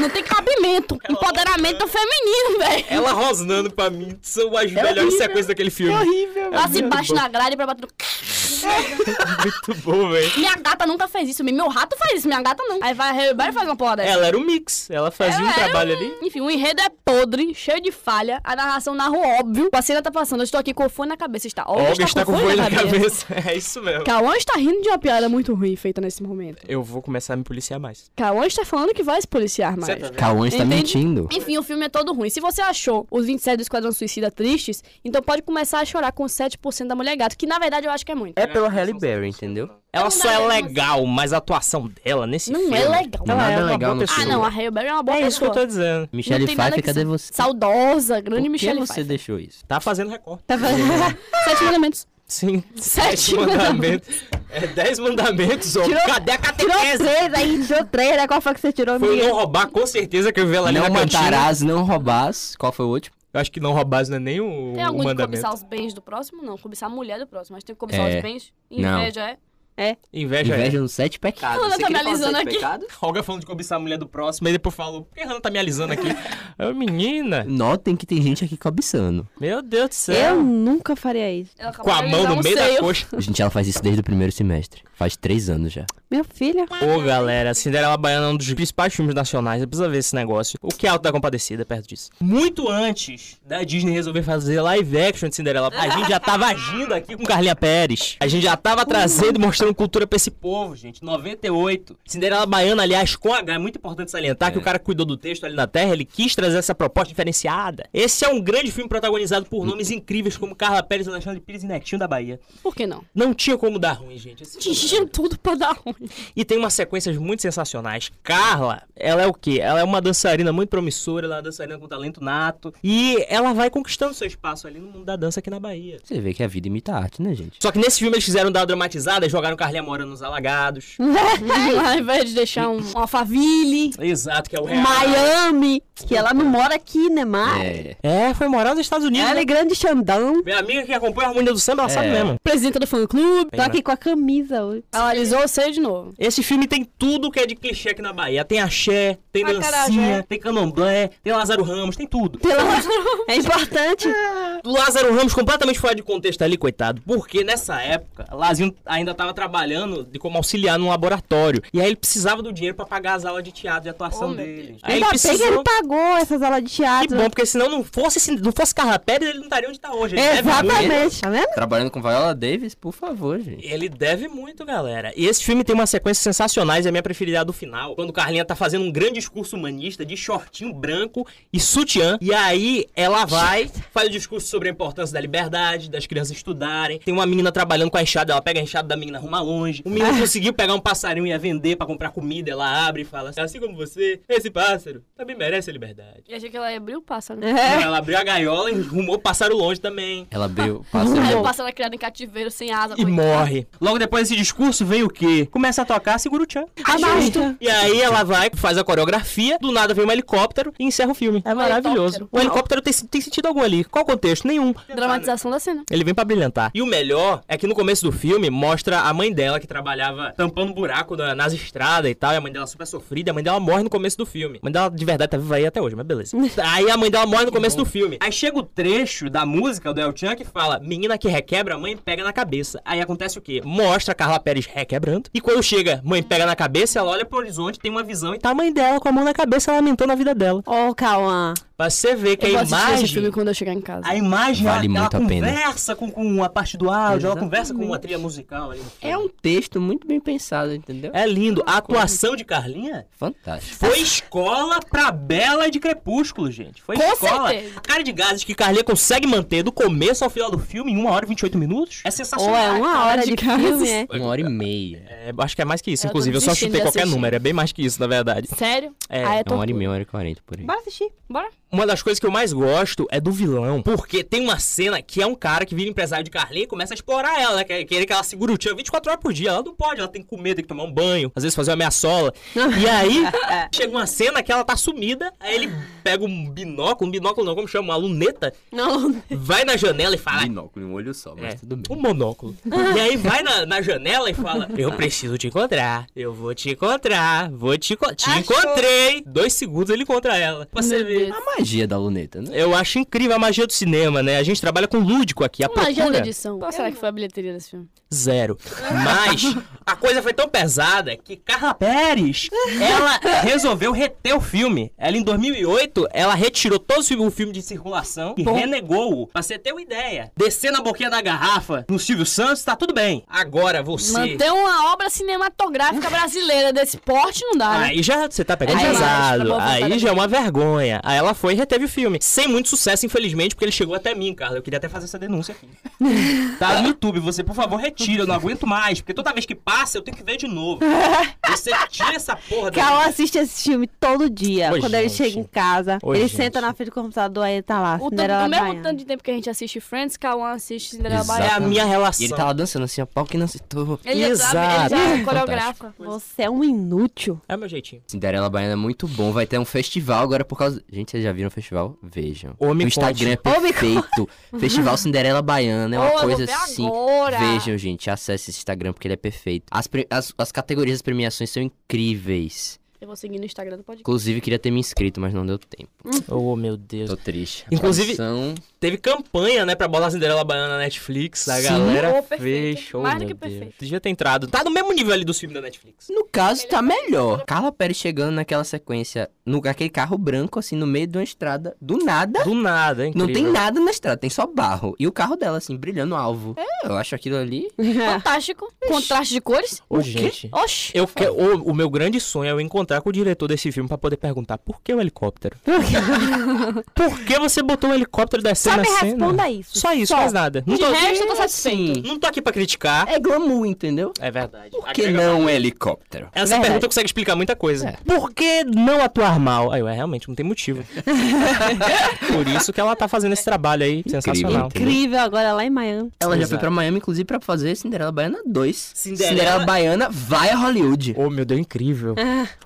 [SPEAKER 2] Não tem cabimento, empoderamento feminino, velho.
[SPEAKER 3] Ela rosnando pra mim são as
[SPEAKER 2] É
[SPEAKER 3] melhores sequências daquele filme. É
[SPEAKER 1] Horrível.
[SPEAKER 2] Ela se bate na grade pra bater no...
[SPEAKER 3] Muito bom, velho.
[SPEAKER 2] Minha gata nunca fez isso, meu rato faz isso, minha gata não. Aí vai, vai fazer uma porra dessa.
[SPEAKER 3] Ela era um mix. Ela fazia um
[SPEAKER 2] É. Ela era
[SPEAKER 3] trabalho
[SPEAKER 2] um-
[SPEAKER 3] ali.
[SPEAKER 2] Enfim, o enredo é podre, cheio de falha. A narração narra o óbvio. A cena tá passando. Eu estou aqui com o fone na cabeça. Está, Olga,
[SPEAKER 3] Olga está com o fone na cabeça. É isso mesmo.
[SPEAKER 2] Cauã está rindo de uma piada muito ruim feita nesse momento.
[SPEAKER 3] Eu vou começar a me policiar mais.
[SPEAKER 2] Cauã está falando que vai se policiar mais.
[SPEAKER 3] tá
[SPEAKER 4] Cauã está
[SPEAKER 2] Entendi.
[SPEAKER 4] mentindo.
[SPEAKER 2] Enfim, o filme é todo ruim. Se você achou os 27 do Esquadrão Suicida tristes, então pode começar a chorar com 7% da Mulher Gato, que na verdade eu acho que é muito.
[SPEAKER 4] É pela Halle Berry, entendeu?
[SPEAKER 3] Ela
[SPEAKER 2] Não
[SPEAKER 3] só
[SPEAKER 2] dá
[SPEAKER 3] é
[SPEAKER 2] mesmo
[SPEAKER 3] legal, mas a atuação dela nesse
[SPEAKER 2] Não
[SPEAKER 3] filme...
[SPEAKER 2] é legal.
[SPEAKER 3] Ela
[SPEAKER 4] Nada
[SPEAKER 3] é uma
[SPEAKER 4] legal
[SPEAKER 3] boa
[SPEAKER 4] no
[SPEAKER 3] pessoa.
[SPEAKER 2] Ah, não, a Hail Berry é uma boa
[SPEAKER 3] É isso que
[SPEAKER 2] pessoa.
[SPEAKER 3] eu tô dizendo.
[SPEAKER 4] Michelle
[SPEAKER 2] Não tem nada
[SPEAKER 4] Pfeiffer,
[SPEAKER 2] que
[SPEAKER 4] cadê
[SPEAKER 2] ser.
[SPEAKER 4] você?
[SPEAKER 2] Saudosa, grande
[SPEAKER 4] Por que
[SPEAKER 2] Michelle
[SPEAKER 4] você
[SPEAKER 2] Pfeiffer.
[SPEAKER 4] deixou isso?
[SPEAKER 3] Tá fazendo recorte.
[SPEAKER 1] Tá fazendo-
[SPEAKER 2] Sete elementos.
[SPEAKER 3] Sim.
[SPEAKER 2] Sete
[SPEAKER 3] Dez
[SPEAKER 2] mandamentos.
[SPEAKER 3] É dez mandamentos, homem.
[SPEAKER 1] Tirou-
[SPEAKER 3] Cadê a
[SPEAKER 1] Tirou
[SPEAKER 3] catequese?
[SPEAKER 1] três aí, tirou três, né? Qual foi que você tirou,
[SPEAKER 3] Foi
[SPEAKER 1] Miguel?
[SPEAKER 3] não roubar, com certeza, que eu vi ela é ali
[SPEAKER 4] Não
[SPEAKER 3] na cantina.
[SPEAKER 4] matarás, não roubás. Qual foi o último?
[SPEAKER 3] Eu acho que não roubar não é nem o,
[SPEAKER 2] Tem
[SPEAKER 3] o
[SPEAKER 2] algum de
[SPEAKER 3] mandamento.
[SPEAKER 2] cobiçar os bens do próximo? Não, cobiçar a mulher do próximo. Mas tem que cobiçar
[SPEAKER 4] É.
[SPEAKER 2] os bens.
[SPEAKER 4] Não.
[SPEAKER 2] Inveja é.
[SPEAKER 3] Inveja,
[SPEAKER 4] Inveja nos sete pecados.
[SPEAKER 5] Pecado.
[SPEAKER 2] Ela
[SPEAKER 5] Você
[SPEAKER 2] tá me
[SPEAKER 5] queria falar
[SPEAKER 2] alisando
[SPEAKER 5] sete
[SPEAKER 2] aqui.
[SPEAKER 5] pecados?
[SPEAKER 3] é. Olga falando de cobiçar a mulher do próximo, aí depois falou, por que a Hannah tá me alisando aqui? Eu, menina,
[SPEAKER 4] Notem que tem gente aqui cobiçando.
[SPEAKER 3] meu Deus do céu.
[SPEAKER 1] Eu nunca faria isso.
[SPEAKER 2] Ela acabou
[SPEAKER 3] Com a
[SPEAKER 2] de
[SPEAKER 3] mão
[SPEAKER 2] alisar
[SPEAKER 3] no
[SPEAKER 2] um
[SPEAKER 3] meio da
[SPEAKER 2] seio.
[SPEAKER 3] coxa.
[SPEAKER 4] Gente, ela faz isso desde o primeiro semestre. Faz três anos já.
[SPEAKER 1] Minha filha.
[SPEAKER 3] Ô, galera, Cinderela Baiana é um dos principais filmes nacionais. Você precisa ver esse negócio. O que é Alto da Compadecida perto disso? Muito antes da Disney resolver fazer live action de Cinderela, a gente já tava agindo aqui com Carlinha Pérez. A gente já tava trazendo e mostrando cultura pra esse povo, gente. 98. Cinderela Baiana, aliás, com H. É muito importante salientar que o cara que cuidou do texto ali na Terra. Ele quis trazer essa proposta diferenciada. Esse é um grande filme protagonizado por nomes incríveis como Carla Pérez, Alexandre Pires e Netinho da Bahia.
[SPEAKER 2] Por que não?
[SPEAKER 3] Não tinha como dar ruim, gente. Esse filme-
[SPEAKER 2] Tinha tudo pra dar um, ruim.
[SPEAKER 3] e tem umas sequências muito sensacionais. Carla, ela é o quê? Ela é uma dançarina muito promissora, ela é uma dançarina com talento nato. E ela vai conquistando seu espaço ali no mundo da dança aqui na Bahia.
[SPEAKER 4] Você vê que a vida imita a arte, né, gente?
[SPEAKER 3] Só que nesse filme eles quiseram dar uma dramatizada, jogaram Carlinha Mora nos alagados.
[SPEAKER 1] Hum.
[SPEAKER 2] Ao invés de deixar um, um alfaville,
[SPEAKER 3] Exato, que é o real.
[SPEAKER 1] Miami. Que ela não mora aqui, né, Mari?
[SPEAKER 4] É.
[SPEAKER 3] É, foi morar nos Estados Unidos.
[SPEAKER 1] Ela
[SPEAKER 3] né?
[SPEAKER 1] é grande Xandão.
[SPEAKER 3] Minha amiga que acompanha a harmonia do samba, ela
[SPEAKER 4] É.
[SPEAKER 3] sabe mesmo.
[SPEAKER 2] presidenta do fã-clube.
[SPEAKER 3] É.
[SPEAKER 1] Tô aqui com a camisa hoje.
[SPEAKER 2] Ela alisou o seio de novo.
[SPEAKER 3] Esse filme tem tudo que é de clichê aqui na Bahia. Tem axé, tem
[SPEAKER 2] Acarajé.
[SPEAKER 3] dancinha, tem candomblé, tem Lázaro Ramos, tem tudo.
[SPEAKER 1] Pelo amor de Deus. É importante.
[SPEAKER 3] Lázaro Ramos completamente fora de contexto ali, coitado. Porque nessa época, Lazinho ainda tava trabalhando de como auxiliar num laboratório. E aí ele precisava do dinheiro pra pagar as aulas de teatro de atuação
[SPEAKER 2] Oh, meu
[SPEAKER 3] dele.
[SPEAKER 2] Deus.
[SPEAKER 3] Aí ele
[SPEAKER 1] Ainda bem que ele tá
[SPEAKER 3] precisou...
[SPEAKER 1] pagou essas aulas de
[SPEAKER 3] Que
[SPEAKER 1] teatro.
[SPEAKER 3] bom, porque senão não fosse, esse- não fosse Carla Pérez, ele não estaria onde tá hoje. Ele
[SPEAKER 1] É,
[SPEAKER 3] Deve muito.
[SPEAKER 1] Exatamente, tá vendo?
[SPEAKER 4] Trabalhando com Viola Davis, por favor, gente.
[SPEAKER 3] Ele deve muito, galera. E esse filme tem umas sequências sensacionais, e a minha preferida é a do final. Quando Carlinha tá fazendo um grande discurso humanista de shortinho branco e sutiã. E aí ela vai, faz o discurso sobre a importância da liberdade, das crianças estudarem. Tem uma menina trabalhando com a enxada, ela pega a enxada da menina, arruma longe. O menino conseguiu pegar um passarinho e ia vender pra comprar comida. Ela abre e fala assim, assim como você, esse pássaro também merece a liberdade.
[SPEAKER 2] E achei que ela abriu o pássaro. né?
[SPEAKER 1] É.
[SPEAKER 3] Ela abriu a gaiola e arrumou o pássaro longe também.
[SPEAKER 4] Ela abriu.
[SPEAKER 2] Aí
[SPEAKER 4] Passou
[SPEAKER 2] o pássaro é criado em cativeiro, sem asa.
[SPEAKER 3] E
[SPEAKER 2] coitado.
[SPEAKER 3] morre. Logo depois desse discurso vem o quê? Começa a tocar, segura o tchan.
[SPEAKER 1] Ajusta.
[SPEAKER 3] E aí ela vai, faz a coreografia, do nada vem um helicóptero e encerra o filme. É maravilhoso.
[SPEAKER 2] maravilhoso.
[SPEAKER 3] O helicóptero tem, tem sentido algum ali. Qual contexto? Nenhum.
[SPEAKER 2] Dramatização da cena.
[SPEAKER 3] Ele vem pra brilhantar. E o melhor é que no começo do filme mostra a mãe dela que trabalhava tampando buraco na- nas estradas e tal. E a mãe dela super sofrida. A mãe dela morre no começo do filme. A mãe dela de verdade tá viva aí até hoje, mas beleza. aí a mãe dela morre no começo do filme. Aí chega o trecho da música do El Chan que fala: Menina que requebra, a mãe pega na cabeça. Aí acontece o quê? Mostra a Carla Pérez requebrando. E quando chega, mãe pega na cabeça, ela olha pro horizonte, tem uma visão e tá a mãe dela com a mão na cabeça lamentando a vida dela.
[SPEAKER 1] Ô, Cauã.
[SPEAKER 3] Pra você ver que
[SPEAKER 2] Eu vou
[SPEAKER 3] a
[SPEAKER 2] assistir esse
[SPEAKER 3] imagem.
[SPEAKER 2] filme quando eu chegar em casa.
[SPEAKER 3] A imagem,
[SPEAKER 4] Vale
[SPEAKER 3] ela,
[SPEAKER 4] muito
[SPEAKER 3] ela
[SPEAKER 4] a pena.
[SPEAKER 3] conversa com, com a parte do áudio, ela conversa com uma trilha musical. ali.
[SPEAKER 4] É um texto muito bem pensado, entendeu?
[SPEAKER 3] É lindo. A atuação de Carlinha
[SPEAKER 4] fantástico.
[SPEAKER 3] foi escola pra Bela de Crepúsculo, gente. Foi
[SPEAKER 2] Com
[SPEAKER 3] escola.
[SPEAKER 2] certeza.
[SPEAKER 3] A cara de gases que Carlinha consegue manter do começo ao final do filme em 1 hora e 28 minutos é
[SPEAKER 1] Ou
[SPEAKER 3] sensacional.
[SPEAKER 1] é uma hora de
[SPEAKER 2] de
[SPEAKER 1] filme, é.
[SPEAKER 4] Uma hora e meia.
[SPEAKER 3] É, acho que é mais que isso,
[SPEAKER 2] Eu tô
[SPEAKER 3] inclusive. Eu só
[SPEAKER 2] desistindo
[SPEAKER 3] chutei
[SPEAKER 2] de
[SPEAKER 3] qualquer
[SPEAKER 2] assistir.
[SPEAKER 3] número, é bem mais que isso, na verdade.
[SPEAKER 2] Sério?
[SPEAKER 3] É,
[SPEAKER 2] Ah, é
[SPEAKER 4] É uma hora e
[SPEAKER 2] tortura.
[SPEAKER 4] meia, uma hora e quarenta, por aí.
[SPEAKER 1] Bora assistir.
[SPEAKER 3] Tá
[SPEAKER 2] Bora.
[SPEAKER 3] Uma das coisas que eu mais gosto é do vilão. Porque tem uma cena que é um cara que vira empresário de Carlinha e começa a explorar ela, né? Quer- Querer que ela segure o tchan 24 horas por dia. Ela não pode, ela tem que comer, tem que tomar um banho, às vezes fazer uma meia-sola. E aí, chega uma cena que ela tá sumida, aí ele pega um binóculo, um binóculo não, como chama? Uma luneta,
[SPEAKER 1] Não,
[SPEAKER 3] vai na janela e fala.
[SPEAKER 4] Binóculo em um olho só, mas
[SPEAKER 3] É.
[SPEAKER 4] tudo bem.
[SPEAKER 3] Um monóculo. E aí vai na, na janela e fala: Eu preciso te encontrar. Eu vou te encontrar. Vou te encontrar. Te
[SPEAKER 1] Achou.
[SPEAKER 3] encontrei! Dois segundos ele encontra ela. Você
[SPEAKER 2] Meu Deus.
[SPEAKER 3] vê.
[SPEAKER 4] A magia da luneta, né?
[SPEAKER 3] Eu acho incrível a magia do cinema, né? A gente trabalha com lúdico aqui, a
[SPEAKER 2] Magia da
[SPEAKER 3] procura
[SPEAKER 2] edição. Qual será que foi a bilheteria desse filme?
[SPEAKER 3] zero. Mas a coisa foi tão pesada que Carla Pérez, ela resolveu reter o filme. Ela em 2008, ela retirou todo o filme, o filme de circulação e renegou. Pra você ter uma ideia, descer na boquinha da garrafa no Silvio Santos, tá tudo bem. Agora você...
[SPEAKER 2] Manter uma obra cinematográfica brasileira desse porte não dá, né?
[SPEAKER 3] Aí já você tá pegando
[SPEAKER 2] Aí já-
[SPEAKER 3] pesado.
[SPEAKER 2] tá bom, tá
[SPEAKER 3] Aí
[SPEAKER 2] bom.
[SPEAKER 3] já é uma vergonha. Aí ela foi e reteve o filme. Sem muito sucesso, infelizmente, porque ele chegou até mim, Carla. Eu queria até fazer essa denúncia aqui. tá no YouTube, você, por favor, retira, eu não aguento mais. Porque toda vez que passa, eu tenho que ver de novo. Você tira essa porra da
[SPEAKER 1] Cal assiste esse filme todo dia.
[SPEAKER 3] Ô,
[SPEAKER 1] quando ele
[SPEAKER 3] gente.
[SPEAKER 1] chega em casa,
[SPEAKER 4] Ô,
[SPEAKER 1] ele
[SPEAKER 4] gente.
[SPEAKER 1] senta na frente do computador, aí ele tá lá,
[SPEAKER 2] O,
[SPEAKER 1] Cinderela
[SPEAKER 2] tanto- o mesmo
[SPEAKER 1] Baiana.
[SPEAKER 2] tanto de tempo que a gente assiste Friends, Cauã assiste Cinderela
[SPEAKER 4] Exato.
[SPEAKER 3] É
[SPEAKER 2] Baiana.
[SPEAKER 3] a minha
[SPEAKER 4] E
[SPEAKER 3] relação.
[SPEAKER 4] ele tá lá dançando assim, ó, pau que não se toa.
[SPEAKER 2] Ele já é sabe, ele já coreografa.
[SPEAKER 1] Você é um inútil.
[SPEAKER 3] É o meu jeitinho.
[SPEAKER 4] Cinderela Baiana é muito bom. Vai ter um festival agora por causa. Gente, vocês já viram o festival? Vejam.
[SPEAKER 3] Ô, me
[SPEAKER 4] o Instagram é
[SPEAKER 1] conte. Ô, me
[SPEAKER 4] perfeito. festival Cinderela Baiana é
[SPEAKER 2] Ô,
[SPEAKER 4] uma
[SPEAKER 2] eu vou
[SPEAKER 4] coisa
[SPEAKER 2] ver
[SPEAKER 4] assim.
[SPEAKER 2] agora.
[SPEAKER 4] Vejam, gente. Acesse esse Instagram porque ele é perfeito. As, pre- as, as categorias das premiações são incríveis.
[SPEAKER 2] Eu vou seguir no Instagram do podcast.
[SPEAKER 4] Inclusive, queria ter me inscrito, mas não deu tempo.
[SPEAKER 3] Oh, meu Deus.
[SPEAKER 4] Tô triste.
[SPEAKER 3] Inclusive-
[SPEAKER 4] São...
[SPEAKER 3] Teve campanha, né, pra bola Cinderela Baiana na Netflix. A
[SPEAKER 4] Sim.
[SPEAKER 3] galera
[SPEAKER 2] Oh, perfeito.
[SPEAKER 3] fez. Oh,
[SPEAKER 2] Mais do
[SPEAKER 3] meu
[SPEAKER 2] que
[SPEAKER 3] Deus.
[SPEAKER 2] perfeito.
[SPEAKER 3] Devia ter entrado. Tá no mesmo nível ali do filme da Netflix.
[SPEAKER 4] No caso, tá melhor. Carla Pérez chegando naquela sequência, no aquele carro branco, assim, no meio de uma estrada, do nada.
[SPEAKER 3] Do nada, é hein?
[SPEAKER 4] Não tem nada na estrada, tem só barro. E o carro dela, assim, brilhando no alvo. É, eu acho aquilo ali.
[SPEAKER 1] É.
[SPEAKER 2] Fantástico. Contraste de cores.
[SPEAKER 3] Ô, gente.
[SPEAKER 2] Oxi.
[SPEAKER 3] Eu que- o, o meu grande sonho é eu encontrar com o diretor desse filme pra poder perguntar por que o helicóptero? por que você botou o helicóptero da
[SPEAKER 1] Só
[SPEAKER 3] cena
[SPEAKER 1] me
[SPEAKER 3] na cena?
[SPEAKER 1] responda isso.
[SPEAKER 3] Só isso, mais nada. Não
[SPEAKER 2] De
[SPEAKER 3] tô,
[SPEAKER 2] resto, eu tô
[SPEAKER 4] É
[SPEAKER 2] satisfeito.
[SPEAKER 4] assim,
[SPEAKER 3] não tô aqui pra criticar.
[SPEAKER 4] É glamour, entendeu?
[SPEAKER 3] É verdade.
[SPEAKER 4] Por que não um helicóptero?
[SPEAKER 3] Essa
[SPEAKER 1] Verdade.
[SPEAKER 3] pergunta consegue explicar muita coisa. Por que não atuar mal? Aí, ué, realmente, não tem motivo. Por isso que ela tá fazendo esse trabalho aí sensacional.
[SPEAKER 4] incrível.
[SPEAKER 1] Incrível agora lá em Miami.
[SPEAKER 4] Ela já
[SPEAKER 3] Exato.
[SPEAKER 4] foi pra Miami, inclusive, pra fazer Cinderela Baiana 2.
[SPEAKER 3] Cinderela-
[SPEAKER 4] Baiana vai a Hollywood.
[SPEAKER 3] Ô, meu Deus, incrível.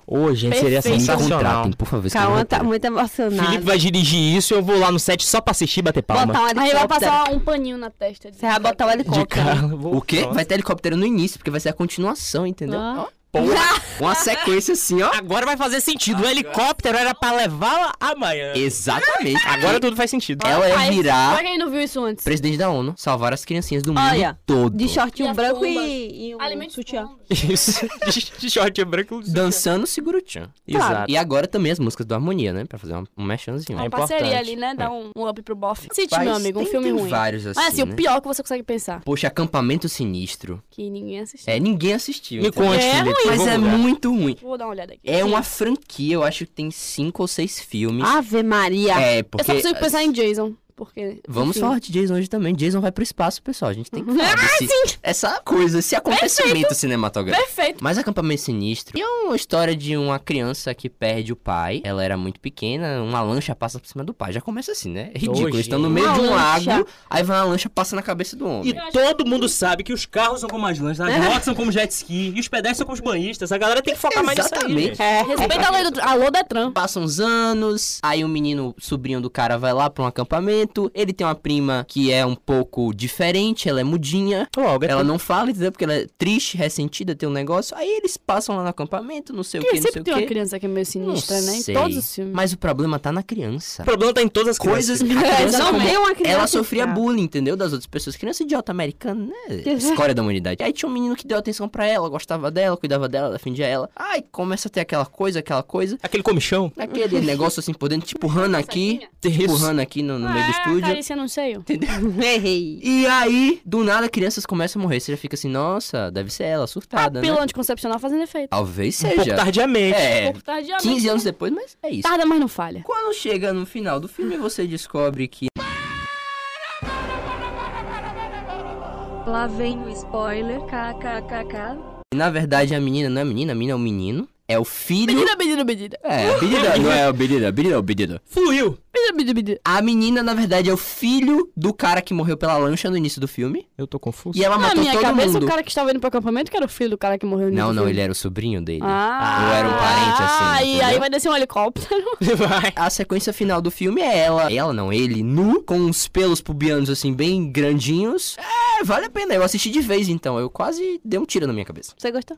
[SPEAKER 3] Ô, gente, seria
[SPEAKER 2] Perfeito.
[SPEAKER 3] sensacional.
[SPEAKER 4] assim, Contratem, por favor. escreva um
[SPEAKER 1] Cauã tá
[SPEAKER 4] roteiro.
[SPEAKER 1] muito emocionado.
[SPEAKER 3] Felipe vai dirigir isso e eu vou lá no set só pra assistir e bater palma.
[SPEAKER 1] Botar um
[SPEAKER 2] Aí vai
[SPEAKER 1] helicóptero.
[SPEAKER 2] passar um paninho na testa.
[SPEAKER 1] Você vai botar o
[SPEAKER 3] De
[SPEAKER 1] helicóptero.
[SPEAKER 3] carro. Vou-
[SPEAKER 4] O quê?
[SPEAKER 3] Nossa.
[SPEAKER 4] Vai ter helicóptero no início, porque vai ser a continuação, entendeu?
[SPEAKER 1] Ah.
[SPEAKER 4] Ó, Uma sequência assim, ó.
[SPEAKER 3] Agora vai fazer sentido. O helicóptero era pra levá-la a Miami. É.
[SPEAKER 4] Exatamente.
[SPEAKER 3] Agora tudo faz sentido.
[SPEAKER 4] Ela ia
[SPEAKER 2] Aí,
[SPEAKER 4] virar-
[SPEAKER 2] Pra quem não viu isso antes.
[SPEAKER 4] Presidente da ONU, salvar as criancinhas do mundo
[SPEAKER 1] Olha,
[SPEAKER 4] todo.
[SPEAKER 1] De
[SPEAKER 2] E
[SPEAKER 1] shortinho
[SPEAKER 2] as
[SPEAKER 1] branco
[SPEAKER 2] pombas.
[SPEAKER 1] e, e um
[SPEAKER 2] Alimento
[SPEAKER 1] sutiã.
[SPEAKER 3] Isso. De- De short branco.
[SPEAKER 4] Dançando, segura o tchan.
[SPEAKER 3] Exato.
[SPEAKER 4] E agora também as músicas do Harmonia, né? Pra fazer um, um mechanzinho.
[SPEAKER 3] É
[SPEAKER 2] Uma
[SPEAKER 3] importante.
[SPEAKER 2] parceria ali, né? Dá um, um up pro bofe. Cite,
[SPEAKER 4] Rapaz,
[SPEAKER 2] meu amigo, um
[SPEAKER 4] tem-
[SPEAKER 2] filme
[SPEAKER 4] tem
[SPEAKER 2] ruim.
[SPEAKER 4] vários assim,
[SPEAKER 2] Mas assim,
[SPEAKER 4] né?
[SPEAKER 2] o pior que você consegue pensar.
[SPEAKER 4] Poxa, Acampamento Sinistro.
[SPEAKER 2] Que ninguém assistiu.
[SPEAKER 4] É, ninguém assistiu.
[SPEAKER 3] Me
[SPEAKER 4] entendeu?
[SPEAKER 3] conte,
[SPEAKER 2] É
[SPEAKER 3] Felipe.
[SPEAKER 4] Mas
[SPEAKER 3] vou
[SPEAKER 4] é
[SPEAKER 3] mudar.
[SPEAKER 4] muito ruim.
[SPEAKER 2] Vou dar uma olhada aqui.
[SPEAKER 4] É
[SPEAKER 2] Sim.
[SPEAKER 4] uma franquia, eu acho que tem cinco ou seis filmes.
[SPEAKER 1] Ave Maria.
[SPEAKER 4] é,
[SPEAKER 2] Eu
[SPEAKER 4] porque...
[SPEAKER 2] só consigo pensar em Jason. Porque.
[SPEAKER 4] Vamos
[SPEAKER 2] enfim.
[SPEAKER 4] falar de Jason hoje também. Jason vai pro espaço, pessoal. A gente tem que falar desse, essa coisa, esse acontecimento cinematográfico.
[SPEAKER 2] Perfeito.
[SPEAKER 4] Mas Acampamento Sinistro é uma história de uma criança que perde o pai. Ela era muito pequena, uma lancha passa por cima do pai. Já começa assim, né? É ridículo.
[SPEAKER 3] Hoje,
[SPEAKER 4] Eles estão no
[SPEAKER 3] hein?
[SPEAKER 4] meio
[SPEAKER 1] Uma
[SPEAKER 4] de um
[SPEAKER 1] lancha.
[SPEAKER 4] lago, aí vai uma lancha passa na cabeça do homem.
[SPEAKER 3] E todo mundo sabe que os carros são como as lãs, as motos são como jet ski, e os pedestres são como os banhistas. A galera tem que focar mais nisso aí.
[SPEAKER 4] Exatamente.
[SPEAKER 3] gente.
[SPEAKER 1] É.
[SPEAKER 2] Respeita a lei do. Alô, Detran.
[SPEAKER 4] Passam uns anos, aí o menino sobrinho do cara vai lá pra um acampamento. Ele tem uma prima que é um pouco diferente, ela é mudinha.
[SPEAKER 3] Ô, Olga,
[SPEAKER 4] Ela não fala, entendeu? Porque ela é triste, ressentida, tem um negócio. Aí eles passam lá no acampamento, não sei o
[SPEAKER 2] Porque
[SPEAKER 4] que, não sei
[SPEAKER 2] sempre
[SPEAKER 4] o
[SPEAKER 2] tem uma
[SPEAKER 4] que.
[SPEAKER 2] criança que é meio sinistra, né? Em
[SPEAKER 4] sei.
[SPEAKER 2] todos os filmes.
[SPEAKER 4] Mas o problema tá na criança.
[SPEAKER 3] o problema tá em todas as
[SPEAKER 4] Coisas.
[SPEAKER 3] crianças.
[SPEAKER 4] a criança
[SPEAKER 1] Não
[SPEAKER 4] como-
[SPEAKER 1] tem uma criança
[SPEAKER 4] Ela sofria
[SPEAKER 1] que-
[SPEAKER 4] bullying, entendeu? Das outras pessoas. Criança idiota americana, né? Escória da humanidade. Aí tinha um menino que deu atenção pra ela, gostava dela, cuidava dela, defendia ela. Aí começa a ter aquela coisa, aquela coisa.
[SPEAKER 3] Aquele comichão.
[SPEAKER 4] Aquele negócio assim por dentro, te empurrando aqui, te
[SPEAKER 3] Isso.
[SPEAKER 4] empurrando aqui no, no meio do
[SPEAKER 2] Ah,
[SPEAKER 4] estúdio.
[SPEAKER 2] Carícia, não sei eu.
[SPEAKER 1] Errei.
[SPEAKER 4] E aí, do nada, crianças começam a morrer. Você já fica assim, nossa, deve ser ela, surtada, né?
[SPEAKER 2] Pílula anticoncepcional fazendo efeito.
[SPEAKER 4] Talvez
[SPEAKER 3] Um pouco
[SPEAKER 4] seja.
[SPEAKER 3] tardiamente.
[SPEAKER 4] É,
[SPEAKER 2] Pouco tardiamente.
[SPEAKER 4] 15 anos depois, mas é isso.
[SPEAKER 2] Tarda, mas não falha.
[SPEAKER 4] Quando chega no final do filme, você descobre que
[SPEAKER 5] Lá vem o spoiler, kkkk.
[SPEAKER 4] Na verdade, a menina não é menina, a menina é um menino. É o filho.
[SPEAKER 2] Medida, medida, medida.
[SPEAKER 4] É, menina não é o menino, a menina é o menino.
[SPEAKER 3] Fluiu.
[SPEAKER 2] Medida, medida, medida.
[SPEAKER 4] A menina, na verdade, é o filho do cara que morreu pela lancha no início do filme.
[SPEAKER 3] Eu tô confuso.
[SPEAKER 4] E ela
[SPEAKER 2] Na
[SPEAKER 4] matou
[SPEAKER 2] minha
[SPEAKER 4] todo
[SPEAKER 2] cabeça,
[SPEAKER 4] mundo.
[SPEAKER 2] o cara que estava indo pro acampamento que era o filho do cara que morreu no
[SPEAKER 4] Não,
[SPEAKER 2] início do
[SPEAKER 4] não,
[SPEAKER 2] filme.
[SPEAKER 4] ele era o sobrinho dele.
[SPEAKER 2] Ah,
[SPEAKER 4] Ou era um parente, assim,
[SPEAKER 2] Aí, aí
[SPEAKER 4] entendeu?
[SPEAKER 2] vai descer um helicóptero.
[SPEAKER 3] Vai.
[SPEAKER 4] A sequência final do filme é ela. Ela não, ele, nu, com uns pelos pubianos assim, bem grandinhos. É, vale a pena. Eu assisti de vez então. Eu quase dei um tiro na minha cabeça.
[SPEAKER 1] Você gostou?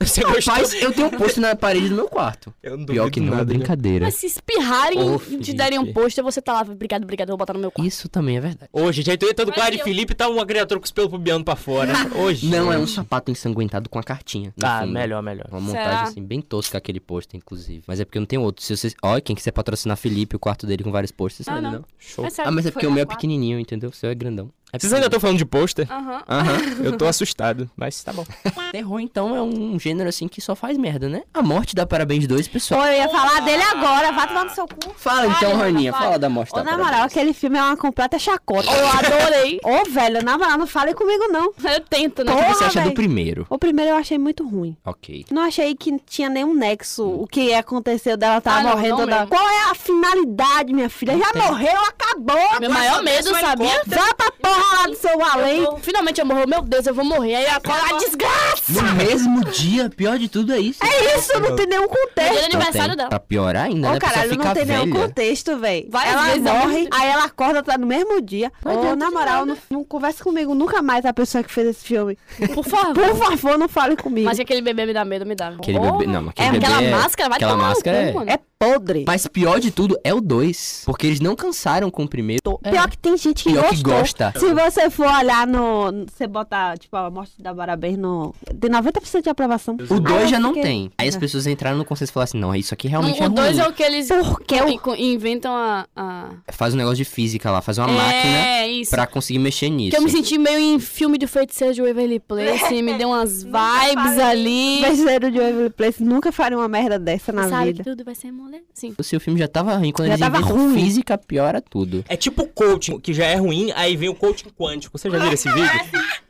[SPEAKER 3] Você gostou?
[SPEAKER 4] Rapaz, eu tenho um posto na parede do meu quarto.
[SPEAKER 3] Eu não
[SPEAKER 4] Pior
[SPEAKER 3] duvido
[SPEAKER 4] que não é
[SPEAKER 3] nada, né?
[SPEAKER 4] brincadeira.
[SPEAKER 2] Mas se espirrarem
[SPEAKER 4] Ô,
[SPEAKER 2] e te derem um
[SPEAKER 4] Felipe.
[SPEAKER 2] pôster, você tá lá, obrigado, obrigado, eu vou botar no meu quarto.
[SPEAKER 4] Isso também é verdade.
[SPEAKER 3] Ô, gente, aí todo
[SPEAKER 2] Mas
[SPEAKER 3] cara de
[SPEAKER 2] eu-
[SPEAKER 3] Felipe tá uma criatura com os pelos pubiando pra fora. Hoje.
[SPEAKER 4] Não, é um sapato ensanguentado com a cartinha. no
[SPEAKER 3] Tá,
[SPEAKER 4] fundo.
[SPEAKER 3] melhor, melhor.
[SPEAKER 4] Uma
[SPEAKER 2] Será?
[SPEAKER 4] montagem assim, bem tosca aquele pôster, inclusive. Mas é porque não tem outro. Se vocês. Ó, quem quiser patrocinar Felipe, o quarto dele com vários posters,
[SPEAKER 2] Ah,
[SPEAKER 4] sabe,
[SPEAKER 2] não.
[SPEAKER 4] não.
[SPEAKER 3] Show.
[SPEAKER 2] É sério,
[SPEAKER 4] Ah, mas é
[SPEAKER 2] foi
[SPEAKER 4] porque o meu é
[SPEAKER 2] lá quatro.
[SPEAKER 4] pequenininho, entendeu? O seu é grandão.
[SPEAKER 6] Vocês ainda estão falando de pôster?
[SPEAKER 2] Aham.
[SPEAKER 6] Aham. Eu tô assustado, mas tá bom.
[SPEAKER 4] Terror, então, é um gênero assim que só faz merda, né? A morte dá parabéns dois,
[SPEAKER 1] Pô,
[SPEAKER 4] pessoal.
[SPEAKER 1] eu ia falar dele agora, vai tomar no seu cu.
[SPEAKER 4] Fala então,
[SPEAKER 2] Fala,
[SPEAKER 4] Roninha,
[SPEAKER 2] fala.
[SPEAKER 4] fala da morte
[SPEAKER 1] Ô,
[SPEAKER 3] tá
[SPEAKER 4] dá
[SPEAKER 1] na
[SPEAKER 4] parabéns.
[SPEAKER 1] moral, aquele filme é uma completa chacota.
[SPEAKER 2] Eu adorei.
[SPEAKER 1] Ô, velho, na moral, não fale comigo, não.
[SPEAKER 2] Eu tento, né?
[SPEAKER 1] Porra,
[SPEAKER 4] O que você acha
[SPEAKER 1] velho.
[SPEAKER 4] do primeiro?
[SPEAKER 1] O primeiro eu achei muito ruim.
[SPEAKER 4] Ok.
[SPEAKER 1] Não achei que tinha nenhum nexo o que aconteceu dela tava
[SPEAKER 2] Ah, não,
[SPEAKER 1] morrendo
[SPEAKER 2] não
[SPEAKER 1] toda.
[SPEAKER 2] mesmo.
[SPEAKER 1] Qual é a finalidade, minha filha? Já morreu, acabou.
[SPEAKER 2] Meu maior medo, sabia?
[SPEAKER 1] Vai pra porra lá do seu além.
[SPEAKER 2] Eu tô- finalmente eu morro. Meu Deus, eu vou morrer. Aí
[SPEAKER 1] é
[SPEAKER 2] acorda a desgraça.
[SPEAKER 4] No mesmo dia, pior de tudo é isso.
[SPEAKER 1] É isso, não tem nenhum
[SPEAKER 4] é
[SPEAKER 2] No dia
[SPEAKER 1] contexto.
[SPEAKER 2] do aniversário
[SPEAKER 4] tem.
[SPEAKER 2] dela.
[SPEAKER 4] Pra piorar
[SPEAKER 2] é,
[SPEAKER 4] ainda, né?
[SPEAKER 1] Ô,
[SPEAKER 4] A pessoa
[SPEAKER 1] caralho, não
[SPEAKER 4] fica
[SPEAKER 1] tem nenhum
[SPEAKER 4] velha.
[SPEAKER 1] contexto, velho.
[SPEAKER 2] Várias
[SPEAKER 1] Ela
[SPEAKER 2] vezes eu
[SPEAKER 1] morre,
[SPEAKER 2] morri.
[SPEAKER 1] aí ela acorda tá no mesmo dia.
[SPEAKER 4] Não adianta
[SPEAKER 1] Ô, na
[SPEAKER 4] de
[SPEAKER 1] moral,
[SPEAKER 2] né?
[SPEAKER 1] não, não conversa comigo nunca mais a pessoa que fez esse filme.
[SPEAKER 2] Por favor.
[SPEAKER 1] Por favor, não fale comigo.
[SPEAKER 2] Mas que aquele bebê me dá medo, me dá.
[SPEAKER 4] Aquele
[SPEAKER 2] Porra.
[SPEAKER 4] bebê, não, aquele
[SPEAKER 2] é,
[SPEAKER 4] bebê
[SPEAKER 2] aquela
[SPEAKER 4] é-
[SPEAKER 2] máscara, vai
[SPEAKER 4] aquela
[SPEAKER 2] tomar no
[SPEAKER 4] máscara
[SPEAKER 2] cu,
[SPEAKER 4] é-
[SPEAKER 2] mano.
[SPEAKER 1] É podre.
[SPEAKER 4] Mas pior de tudo é o dois. Porque eles não cansaram com o primeiro.
[SPEAKER 2] é.
[SPEAKER 1] Pior que tem gente que,
[SPEAKER 4] Pior que
[SPEAKER 1] gostou.
[SPEAKER 4] gosta.
[SPEAKER 1] Se você for olhar no. Você botar, tipo, a morte da parabéns no. Tem 90% de aprovação.
[SPEAKER 4] O
[SPEAKER 1] Aí eu
[SPEAKER 4] dois já não
[SPEAKER 1] fiquei-
[SPEAKER 4] tem. Aí as pessoas entraram no consenso e falaram assim, não, isso aqui realmente
[SPEAKER 2] Não,
[SPEAKER 4] é
[SPEAKER 2] o dois
[SPEAKER 4] ruim.
[SPEAKER 2] é o que eles
[SPEAKER 1] Por que o-
[SPEAKER 2] in- inventam a. a-
[SPEAKER 4] Faz um negócio de física lá, faz uma máquina
[SPEAKER 2] É, isso.
[SPEAKER 4] pra conseguir mexer nisso.
[SPEAKER 2] Que eu me senti meio em filme do feiticeiro de Waverly Place, me deu umas vibes ali.
[SPEAKER 1] Besteiro de Waverly Place nunca faria uma merda dessa na
[SPEAKER 2] Sabe
[SPEAKER 1] vida.
[SPEAKER 2] que tudo vai ser mole? Sim.
[SPEAKER 4] O seu filme já tava ruim. Quando
[SPEAKER 1] Já
[SPEAKER 4] eles
[SPEAKER 1] tava
[SPEAKER 4] inventam
[SPEAKER 1] ruim.
[SPEAKER 4] física, piora tudo.
[SPEAKER 3] É tipo coaching, que já é ruim, aí vem o coaching quântico. Você já viu esse vídeo?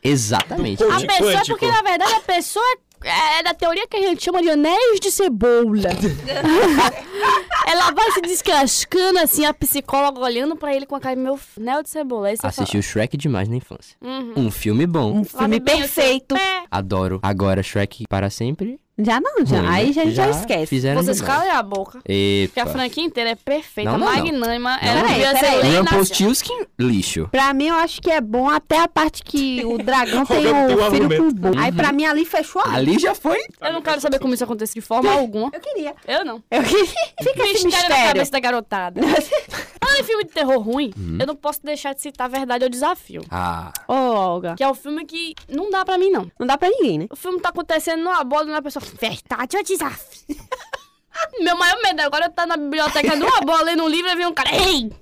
[SPEAKER 4] Exatamente.
[SPEAKER 3] Do
[SPEAKER 2] A
[SPEAKER 3] Coach
[SPEAKER 2] pessoa,
[SPEAKER 3] quântico.
[SPEAKER 2] porque na verdade a pessoa é da teoria que a gente chama de anéis de cebola. Ela vai se descascando assim, a psicóloga olhando pra ele com a cara, meu anel de cebola. Aí você
[SPEAKER 4] Assisti o Shrek demais na infância.
[SPEAKER 2] fala, "Uhum."
[SPEAKER 4] Um filme bom.
[SPEAKER 1] Um filme
[SPEAKER 2] bem o
[SPEAKER 1] perfeito.
[SPEAKER 4] É. Adoro. Agora, Shrek para sempre.
[SPEAKER 1] Já não, já.
[SPEAKER 4] ruim, né?
[SPEAKER 1] Aí já, já esquece.
[SPEAKER 4] Fizeram
[SPEAKER 2] Vocês
[SPEAKER 4] demais.
[SPEAKER 2] calem a boca. Porque a
[SPEAKER 4] Epa.
[SPEAKER 2] franquia inteira é perfeita,
[SPEAKER 4] Tá. Não, não, não.
[SPEAKER 2] magnânima.
[SPEAKER 4] Não,
[SPEAKER 2] Ela
[SPEAKER 4] não. é
[SPEAKER 2] devia
[SPEAKER 1] Peraí,
[SPEAKER 2] ser lei nacional.
[SPEAKER 4] Frankenstein lixo.
[SPEAKER 1] Pra mim, eu acho que é bom até a parte que o dragão tem
[SPEAKER 6] Roberto tem um
[SPEAKER 1] o filho com o
[SPEAKER 6] argumento.
[SPEAKER 1] Boo. Aí pra mim ali fechou a
[SPEAKER 4] Ali já foi.
[SPEAKER 2] Eu não quero saber como isso acontece de forma alguma.
[SPEAKER 1] Eu queria.
[SPEAKER 2] Eu não.
[SPEAKER 1] Eu queria. Fica esse
[SPEAKER 2] na
[SPEAKER 1] mistério.
[SPEAKER 2] cabeça da garotada. Falando em filme de terror ruim,
[SPEAKER 4] Uhum.
[SPEAKER 2] eu não posso deixar de citar Verdade ou Desafio.
[SPEAKER 4] Ah,
[SPEAKER 1] Ô, Olga.
[SPEAKER 2] Que é o filme que não dá pra mim, não.
[SPEAKER 1] Não dá pra ninguém, né?
[SPEAKER 2] O filme tá acontecendo numa bola e uma pessoa... Verdade ou Desafio? Meu maior medo agora é estar na biblioteca numa bola lendo um livro e vem um cara... Ei!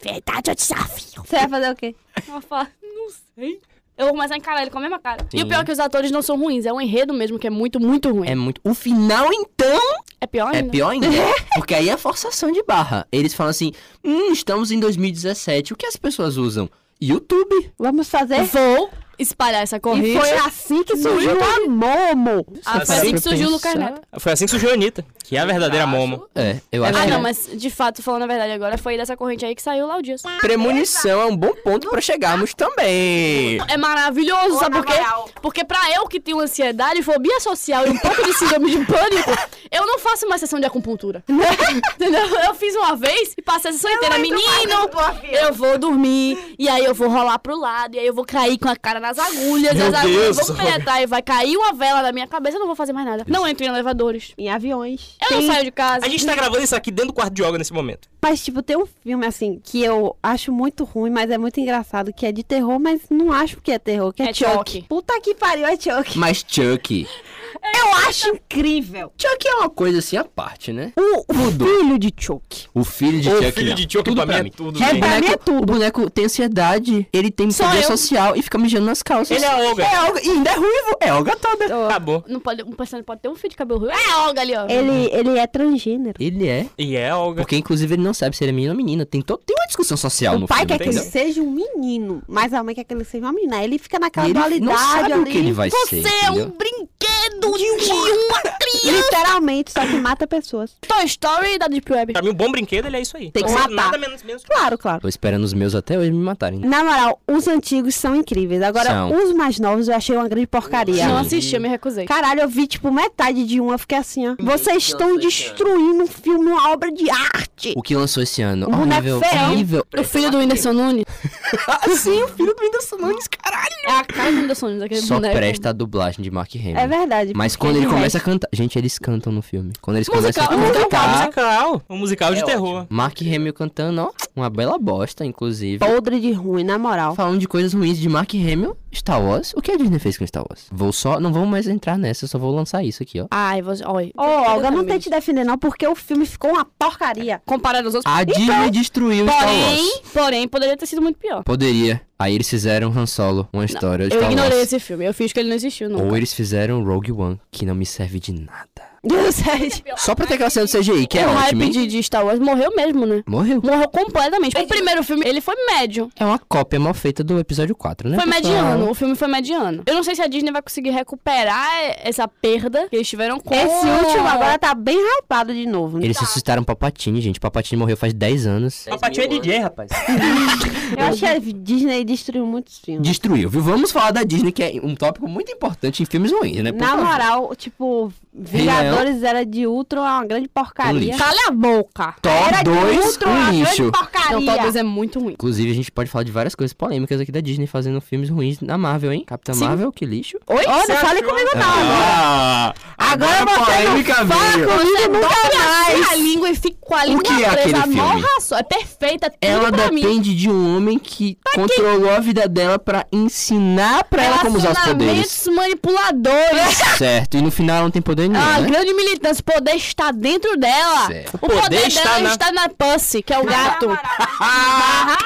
[SPEAKER 2] Verdade ou Desafio?
[SPEAKER 1] Você vai fazer o quê?
[SPEAKER 2] Eu falo, não sei. Eu vou começar a encarar ele com a mesma cara. E
[SPEAKER 4] Sim.
[SPEAKER 2] o pior é que os atores não são ruins, é um enredo mesmo que é muito, muito ruim.
[SPEAKER 4] é muito. O final, então,
[SPEAKER 2] É pior
[SPEAKER 4] é
[SPEAKER 2] ainda?
[SPEAKER 4] pior ainda. Porque aí é forçação de barra. Eles falam assim: hum, estamos em 2017. O que as pessoas usam? YouTube.
[SPEAKER 1] Vamos fazer?
[SPEAKER 2] Vou espalhar essa
[SPEAKER 1] E
[SPEAKER 2] corrida.
[SPEAKER 1] foi assim que surgiu o Momo.
[SPEAKER 2] Ah, foi assim
[SPEAKER 6] Para
[SPEAKER 2] que surgiu o
[SPEAKER 6] pensar-
[SPEAKER 2] Lucas Neto.
[SPEAKER 6] Foi assim que surgiu a Anitta, que é a verdadeira Momo.
[SPEAKER 4] É, eu acho
[SPEAKER 2] Ah,
[SPEAKER 4] que
[SPEAKER 2] não, mas de fato, falando a verdade agora, foi dessa corrente aí que saiu lá o Dias.
[SPEAKER 4] premonição é um bom ponto pra chegarmos também.
[SPEAKER 2] É maravilhoso, sabe por quê? Porque pra eu que tenho ansiedade, fobia social e um pouco de síndrome de pânico, eu não faço mais sessão de acupuntura.
[SPEAKER 6] Né?
[SPEAKER 2] Entendeu? Eu fiz uma vez e passei a sessão inteira. Menino, eu vou dormir, e aí eu vou rolar pro lado, e aí eu vou cair com a cara nas agulhas,
[SPEAKER 6] Meu
[SPEAKER 2] e as agulhas
[SPEAKER 6] Deus,
[SPEAKER 2] vão penetrar, e vai cair uma vela na minha cabeça, eu não vou fazer mais nada. Não entro em elevadores.
[SPEAKER 1] Em aviões.
[SPEAKER 2] Eu
[SPEAKER 1] Tem-
[SPEAKER 2] não saio de casa.
[SPEAKER 6] A gente tá gravando isso aqui dentro do quarto de yoga nesse momento.
[SPEAKER 1] Mas, tipo, tem um filme, assim, que eu acho muito ruim, mas é muito engraçado, que é de terror, mas não acho que é terror, que é,
[SPEAKER 2] É
[SPEAKER 1] Chuck.
[SPEAKER 2] Chuck.
[SPEAKER 1] Puta que pariu, é Chuck.
[SPEAKER 4] Mas Chuck.
[SPEAKER 1] Eu acho incrível. um
[SPEAKER 4] Chuck é uma coisa assim à parte, né?
[SPEAKER 1] O, o filho de Chuck.
[SPEAKER 4] O filho de
[SPEAKER 6] O
[SPEAKER 4] Chuck.
[SPEAKER 6] filho
[SPEAKER 4] não.
[SPEAKER 6] de Chuck
[SPEAKER 4] tudo
[SPEAKER 6] pra
[SPEAKER 4] pra
[SPEAKER 6] mim é tudo,
[SPEAKER 4] O
[SPEAKER 6] gente.
[SPEAKER 1] Pra mim é
[SPEAKER 4] boneco, o boneco tem ansiedade, ele tem
[SPEAKER 2] Sou
[SPEAKER 4] poder
[SPEAKER 2] eu.
[SPEAKER 4] social e fica mijando nas calças.
[SPEAKER 6] Ele é Olga.
[SPEAKER 4] É Olga. E ainda é ruivo. É Olga toda.
[SPEAKER 6] Acabou.
[SPEAKER 2] Não pode, um personagem pode ter um fio de cabelo ruim. É a Olga ali, ó.
[SPEAKER 1] Ele, ele é transgênero.
[SPEAKER 4] Ele é.
[SPEAKER 6] E é Olga.
[SPEAKER 4] Porque, inclusive, ele não sabe se ele é menino ou menina. Tem, todo, tem uma discussão social Então, no
[SPEAKER 1] O pai
[SPEAKER 4] filme,
[SPEAKER 1] quer que ele
[SPEAKER 4] entendeu?
[SPEAKER 1] seja um menino, mas a mãe quer que ele seja uma menina. Aí Ele fica naquela
[SPEAKER 4] E ele
[SPEAKER 1] dualidade
[SPEAKER 4] não sabe
[SPEAKER 1] ali.
[SPEAKER 4] o que ele vai
[SPEAKER 2] Você
[SPEAKER 4] ser,
[SPEAKER 2] é um
[SPEAKER 4] entendeu?
[SPEAKER 2] brinquedo de uma criança.
[SPEAKER 1] Literalmente, só que mata pessoas.
[SPEAKER 2] Toy Story da Deep Web.
[SPEAKER 6] Pra mim, um bom brinquedo, ele é isso aí.
[SPEAKER 1] Tem que
[SPEAKER 6] Não é
[SPEAKER 1] matar.
[SPEAKER 6] Nada menos, menos que
[SPEAKER 1] Claro, claro.
[SPEAKER 4] Tô esperando os meus até hoje me matarem.
[SPEAKER 1] Na moral, os antigos são incríveis. Agora,
[SPEAKER 4] São.
[SPEAKER 1] os mais novos eu achei uma grande porcaria.
[SPEAKER 2] Não assisti, eu me recusei.
[SPEAKER 1] Caralho, eu vi tipo metade de um, eu fiquei assim, ó. Vocês estão destruindo um filme, uma obra de arte.
[SPEAKER 4] O que lançou esse ano?
[SPEAKER 1] Um boneco
[SPEAKER 4] horrível,
[SPEAKER 1] feio.
[SPEAKER 4] horrível.
[SPEAKER 2] O filho do Whindersson Nunes.
[SPEAKER 4] Sim, o filho do Whindersson
[SPEAKER 6] Ah,
[SPEAKER 4] Nunes, caralho.
[SPEAKER 2] É a cara do Whindersson Nunes, aquele
[SPEAKER 4] Só
[SPEAKER 2] boneco.
[SPEAKER 4] presta a dublagem de Mark Hamill.
[SPEAKER 1] É verdade.
[SPEAKER 4] Mas
[SPEAKER 1] porque é
[SPEAKER 4] quando ele
[SPEAKER 1] mexe.
[SPEAKER 4] começa a cantar... Gente, eles cantam no filme. Quando eles
[SPEAKER 2] Musical,
[SPEAKER 4] começam a
[SPEAKER 2] musical,
[SPEAKER 4] cantar...
[SPEAKER 6] musical. Um musical de
[SPEAKER 4] É
[SPEAKER 6] terror.
[SPEAKER 4] ótimo. Mark Hamill cantando, ó. Uma bela bosta, inclusive.
[SPEAKER 1] Podre de ruim, na moral.
[SPEAKER 4] Falando de coisas ruins de Mark Hamill, Star Wars? O que a Disney fez com Star Wars? Vou só. Não vou mais entrar nessa, eu só vou lançar isso aqui, ó.
[SPEAKER 2] Ai, você. Olha.
[SPEAKER 1] Ô, Olga, não tente defender não, porque o filme ficou uma porcaria.
[SPEAKER 2] Comparado aos outros.
[SPEAKER 4] A Disney destruiu Star Wars.
[SPEAKER 2] Então, Porém, porém, poderia ter sido muito pior.
[SPEAKER 4] Poderia. Aí eles fizeram Han Solo, uma história de
[SPEAKER 2] Eu
[SPEAKER 4] Star
[SPEAKER 2] ignorei
[SPEAKER 4] Wars.
[SPEAKER 2] esse filme. Eu fiz que ele não existiu, não.
[SPEAKER 4] Ou eles fizeram Rogue One, que não me serve de nada.
[SPEAKER 1] Deus, é Sérgio.
[SPEAKER 4] Só pra ter aquela cena do CGI, que é
[SPEAKER 2] o um
[SPEAKER 4] ótimo.
[SPEAKER 2] hype
[SPEAKER 4] hein?
[SPEAKER 2] de, de Star Wars morreu mesmo, né?
[SPEAKER 4] Morreu.
[SPEAKER 2] Morreu completamente. O primeiro filme, ele foi médio.
[SPEAKER 4] É uma cópia mal feita do episódio 4, né?
[SPEAKER 2] Foi
[SPEAKER 4] pessoal?
[SPEAKER 2] mediano, o filme foi mediano. Eu não sei se a Disney vai conseguir recuperar essa perda que eles tiveram com
[SPEAKER 1] Esse último agora tá bem hypado de novo. né?
[SPEAKER 4] Eles ressuscitaram Papatini, gente. Papatini morreu faz 10 anos.
[SPEAKER 3] Papatinho é DJ, rapaz.
[SPEAKER 1] Eu acho que a Disney destruiu muitos filmes.
[SPEAKER 4] Destruiu, viu? Vamos falar da Disney, que é um tópico muito importante em filmes ruins, né? Por
[SPEAKER 1] Na
[SPEAKER 4] favor.
[SPEAKER 1] moral, tipo,
[SPEAKER 4] Rei Leão.
[SPEAKER 1] Vingadores era de Ultron, é uma grande porcaria.
[SPEAKER 4] lixo.
[SPEAKER 2] Cala a boca!
[SPEAKER 4] Top
[SPEAKER 1] Era de
[SPEAKER 4] 2,
[SPEAKER 1] Ultron, uma
[SPEAKER 4] um lixo.
[SPEAKER 1] grande porcaria.
[SPEAKER 2] Não, talvez é muito ruim.
[SPEAKER 4] Inclusive, a gente pode falar de várias coisas polêmicas aqui da Disney fazendo filmes ruins na Marvel, hein? Capitã Marvel, que lixo.
[SPEAKER 1] Oi? Ô, não fale comigo não,
[SPEAKER 4] Ah.
[SPEAKER 1] agora. Agora
[SPEAKER 4] a
[SPEAKER 1] você não
[SPEAKER 4] polêmica
[SPEAKER 1] Fala
[SPEAKER 4] veio.
[SPEAKER 1] comigo nunca mais.
[SPEAKER 2] A língua e fica com a língua
[SPEAKER 4] que é aquele
[SPEAKER 2] presa,
[SPEAKER 4] filme?
[SPEAKER 2] morra só. É perfeita, tudo
[SPEAKER 4] Ela
[SPEAKER 2] pra mim.
[SPEAKER 4] depende de um homem que controlou a vida dela pra ensinar pra ela como usar os poderes.
[SPEAKER 2] Relacionamentos manipuladores.
[SPEAKER 4] certo. E no final ela não tem poder nenhum,
[SPEAKER 2] A
[SPEAKER 1] Ah,
[SPEAKER 4] né?
[SPEAKER 2] grande militância, o poder está dentro dela.
[SPEAKER 4] Certo.
[SPEAKER 2] O poder,
[SPEAKER 6] poder está
[SPEAKER 2] dela
[SPEAKER 6] na-
[SPEAKER 2] está na Pussy, que é o gato.
[SPEAKER 6] Ah,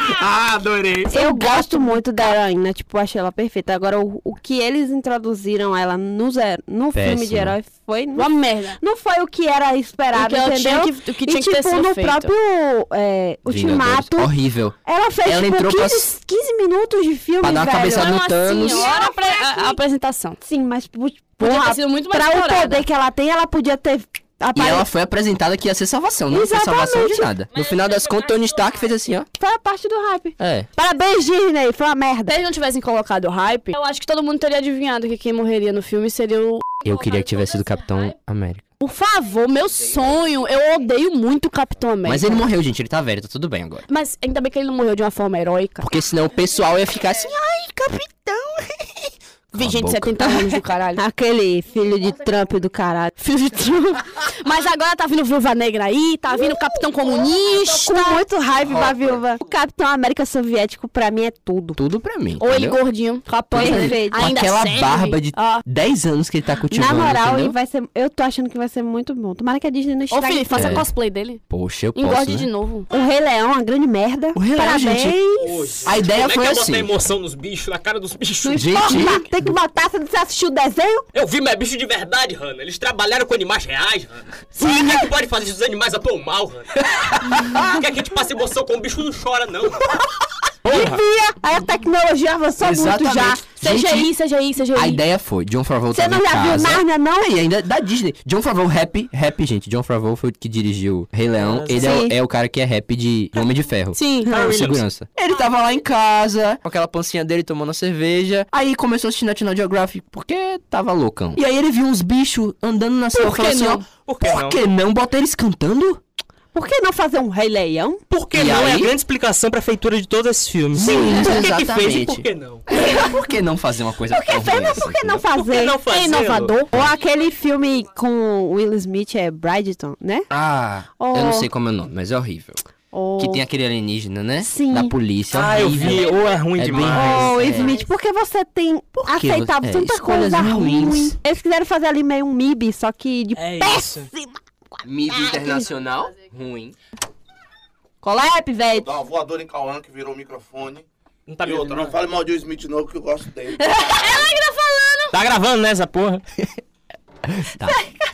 [SPEAKER 6] adorei.
[SPEAKER 1] Eu gosto muito da heroína, tipo, achei ela perfeita. Agora, o, o que eles introduziram ela no, zero, no filme de
[SPEAKER 4] Péssimo.
[SPEAKER 1] herói foi...
[SPEAKER 2] Uma merda.
[SPEAKER 1] Não foi o que era esperado,
[SPEAKER 2] O que ela
[SPEAKER 1] entendeu?
[SPEAKER 2] tinha que- o que
[SPEAKER 1] e,
[SPEAKER 2] tinha que
[SPEAKER 1] tipo,
[SPEAKER 2] ter sido
[SPEAKER 1] no
[SPEAKER 2] feito.
[SPEAKER 1] próprio é,
[SPEAKER 4] Vingadores.
[SPEAKER 1] Ultimato,
[SPEAKER 4] Horrível.
[SPEAKER 1] ela fez
[SPEAKER 4] Ela
[SPEAKER 1] tipo,
[SPEAKER 4] entrou pra-
[SPEAKER 1] 15, 15 minutos de filme,
[SPEAKER 4] Pra dar uma
[SPEAKER 1] velho.
[SPEAKER 4] cabeçada
[SPEAKER 2] Foi
[SPEAKER 4] no
[SPEAKER 2] uma
[SPEAKER 4] Thanos.
[SPEAKER 2] senhora assim, pra- a- a apresentação.
[SPEAKER 1] Sim, mas pu-
[SPEAKER 2] Podia ter
[SPEAKER 1] porra,
[SPEAKER 2] sido muito mais
[SPEAKER 1] pra o
[SPEAKER 2] explorada.
[SPEAKER 1] poder que ela tem, ela podia ter
[SPEAKER 4] E ela
[SPEAKER 1] aparecido.
[SPEAKER 4] foi apresentada que ia ser salvação, não foi
[SPEAKER 1] Exatamente.
[SPEAKER 4] salvação de nada. No final das contas, Tony Stark fez assim, ó.
[SPEAKER 1] Foi a parte do hype.
[SPEAKER 4] É.
[SPEAKER 1] Parabéns, Disney, foi uma merda.
[SPEAKER 2] Se eles não tivessem colocado o hype, eu acho que todo mundo teria adivinhado que quem morreria no filme seria o.
[SPEAKER 4] Eu queria que tivesse sido Capitão América.
[SPEAKER 2] Por favor, meu sonho. Eu odeio muito o Capitão América.
[SPEAKER 4] Mas ele morreu, gente. Ele tá velho, tá tudo bem agora.
[SPEAKER 2] Mas ainda bem que ele não morreu de uma forma heróica.
[SPEAKER 4] Porque senão o pessoal ia ficar assim, ai, capitão. é
[SPEAKER 2] Vi gente de
[SPEAKER 4] boca.
[SPEAKER 2] 70 anos do caralho.
[SPEAKER 1] Aquele filho de Trump do caralho.
[SPEAKER 2] Filho de Trump. Mas agora tá vindo Viúva Negra aí, tá vindo Capitão Comunista.
[SPEAKER 1] Com muito hype pra viúva. O Capitão América Soviético pra mim é tudo.
[SPEAKER 4] Tudo pra mim.
[SPEAKER 2] Ou ele
[SPEAKER 4] entendeu?
[SPEAKER 2] gordinho, com a pança
[SPEAKER 1] Perfeito.
[SPEAKER 2] dele.
[SPEAKER 4] Com
[SPEAKER 2] Ainda
[SPEAKER 4] aquela
[SPEAKER 2] serve.
[SPEAKER 4] barba de
[SPEAKER 2] Ó.
[SPEAKER 4] 10 anos que ele tá
[SPEAKER 1] Na
[SPEAKER 4] cultivando,
[SPEAKER 1] moral, e
[SPEAKER 4] entendeu?
[SPEAKER 1] vai ser, eu tô achando que vai ser muito bom. Tomara que a Disney não
[SPEAKER 2] Ô,
[SPEAKER 1] estrague.
[SPEAKER 2] Felipe, faça
[SPEAKER 4] É.
[SPEAKER 2] cosplay dele.
[SPEAKER 4] Poxa, eu posso,
[SPEAKER 2] Engorde
[SPEAKER 4] né?
[SPEAKER 2] de novo.
[SPEAKER 1] O Rei Leão, é uma grande merda.
[SPEAKER 4] O Rei Leão,
[SPEAKER 1] Parabéns.
[SPEAKER 4] gente. A ideia
[SPEAKER 6] Como é que
[SPEAKER 4] foi
[SPEAKER 6] eu
[SPEAKER 4] assim.
[SPEAKER 6] botei emoção nos bichos, na cara dos bichos?
[SPEAKER 1] Não importa,
[SPEAKER 4] Gente.
[SPEAKER 1] tem que botar, você não precisa assistir o desenho.
[SPEAKER 6] Eu vi, mas é bicho de verdade, Hanna. Eles trabalharam com animais reais, Hanna. Como é que pode fazer esses animais a tão mal, Hanna? Quer que a gente passe emoção com o bicho não chora, não.
[SPEAKER 1] Porra. Aí a tecnologia avançou muito já.
[SPEAKER 4] Exatamente.
[SPEAKER 2] Seja
[SPEAKER 4] Gente,
[SPEAKER 2] aí, seja aí, seja
[SPEAKER 4] A
[SPEAKER 2] aí.
[SPEAKER 4] ideia foi, John Favreau
[SPEAKER 1] Você
[SPEAKER 4] tava
[SPEAKER 1] não
[SPEAKER 4] em
[SPEAKER 1] já viu
[SPEAKER 4] casa.
[SPEAKER 1] Narnia, não?
[SPEAKER 4] E ainda é da Disney. John Favreau, rap, rap, gente. John Favreau foi o que dirigiu Rei Leão. Ele é o,
[SPEAKER 1] Sim.
[SPEAKER 4] é o cara que é rap de Homem de Ferro.
[SPEAKER 2] Sim.
[SPEAKER 4] O
[SPEAKER 6] Williams.
[SPEAKER 4] segurança. Ele tava lá em casa, com aquela pancinha dele tomando a cerveja. Aí começou a assistir National Geographic, porque tava loucão. E aí ele viu uns bichos andando na sala e
[SPEAKER 2] que
[SPEAKER 4] falou assim, ó.
[SPEAKER 2] não?
[SPEAKER 6] Por que
[SPEAKER 4] Por
[SPEAKER 6] não?
[SPEAKER 4] que não bota eles cantando?
[SPEAKER 1] Por que não fazer um Rei Leão?
[SPEAKER 6] Por que
[SPEAKER 4] E
[SPEAKER 6] não? É a
[SPEAKER 4] aí?
[SPEAKER 6] grande explicação pra feitura de todos esses filmes.
[SPEAKER 4] Sim,
[SPEAKER 6] Por que que fez e
[SPEAKER 4] exatamente.
[SPEAKER 6] por que não?
[SPEAKER 4] Por que não é fazer uma coisa
[SPEAKER 1] Por que fez, mas por que não fazer?
[SPEAKER 6] Por que não fazer?
[SPEAKER 2] É inovador.
[SPEAKER 1] Ou aquele filme com Will Smith, é Bridgeton, né?
[SPEAKER 4] Ah, eu não sei como é o nome, mas é horrível.
[SPEAKER 1] Ou...
[SPEAKER 4] Que tem aquele alienígena, né?
[SPEAKER 1] Sim.
[SPEAKER 4] Da polícia.
[SPEAKER 6] Ah, eu
[SPEAKER 4] horrível.
[SPEAKER 6] vi. Ou é ruim
[SPEAKER 4] É bem
[SPEAKER 6] demais.
[SPEAKER 1] Oh, Smith, por que você tem
[SPEAKER 4] que
[SPEAKER 1] aceitado
[SPEAKER 4] você- é,
[SPEAKER 1] tanta
[SPEAKER 4] escolhas
[SPEAKER 1] coisa ruim?
[SPEAKER 4] ruins.
[SPEAKER 1] Eles quiseram fazer ali meio um MIB, só que de
[SPEAKER 6] É isso.
[SPEAKER 1] péssima.
[SPEAKER 4] Mídia internacional, ruim.
[SPEAKER 1] Collab, velho.
[SPEAKER 7] Dá uma voadora em Cauã que virou o microfone.
[SPEAKER 6] Não tá
[SPEAKER 7] e
[SPEAKER 6] me
[SPEAKER 7] outra,
[SPEAKER 6] ouvindo,
[SPEAKER 7] não fale mal de Will Smith novo que eu gosto dele.
[SPEAKER 6] Tá gravando, né, essa porra?
[SPEAKER 4] Tá.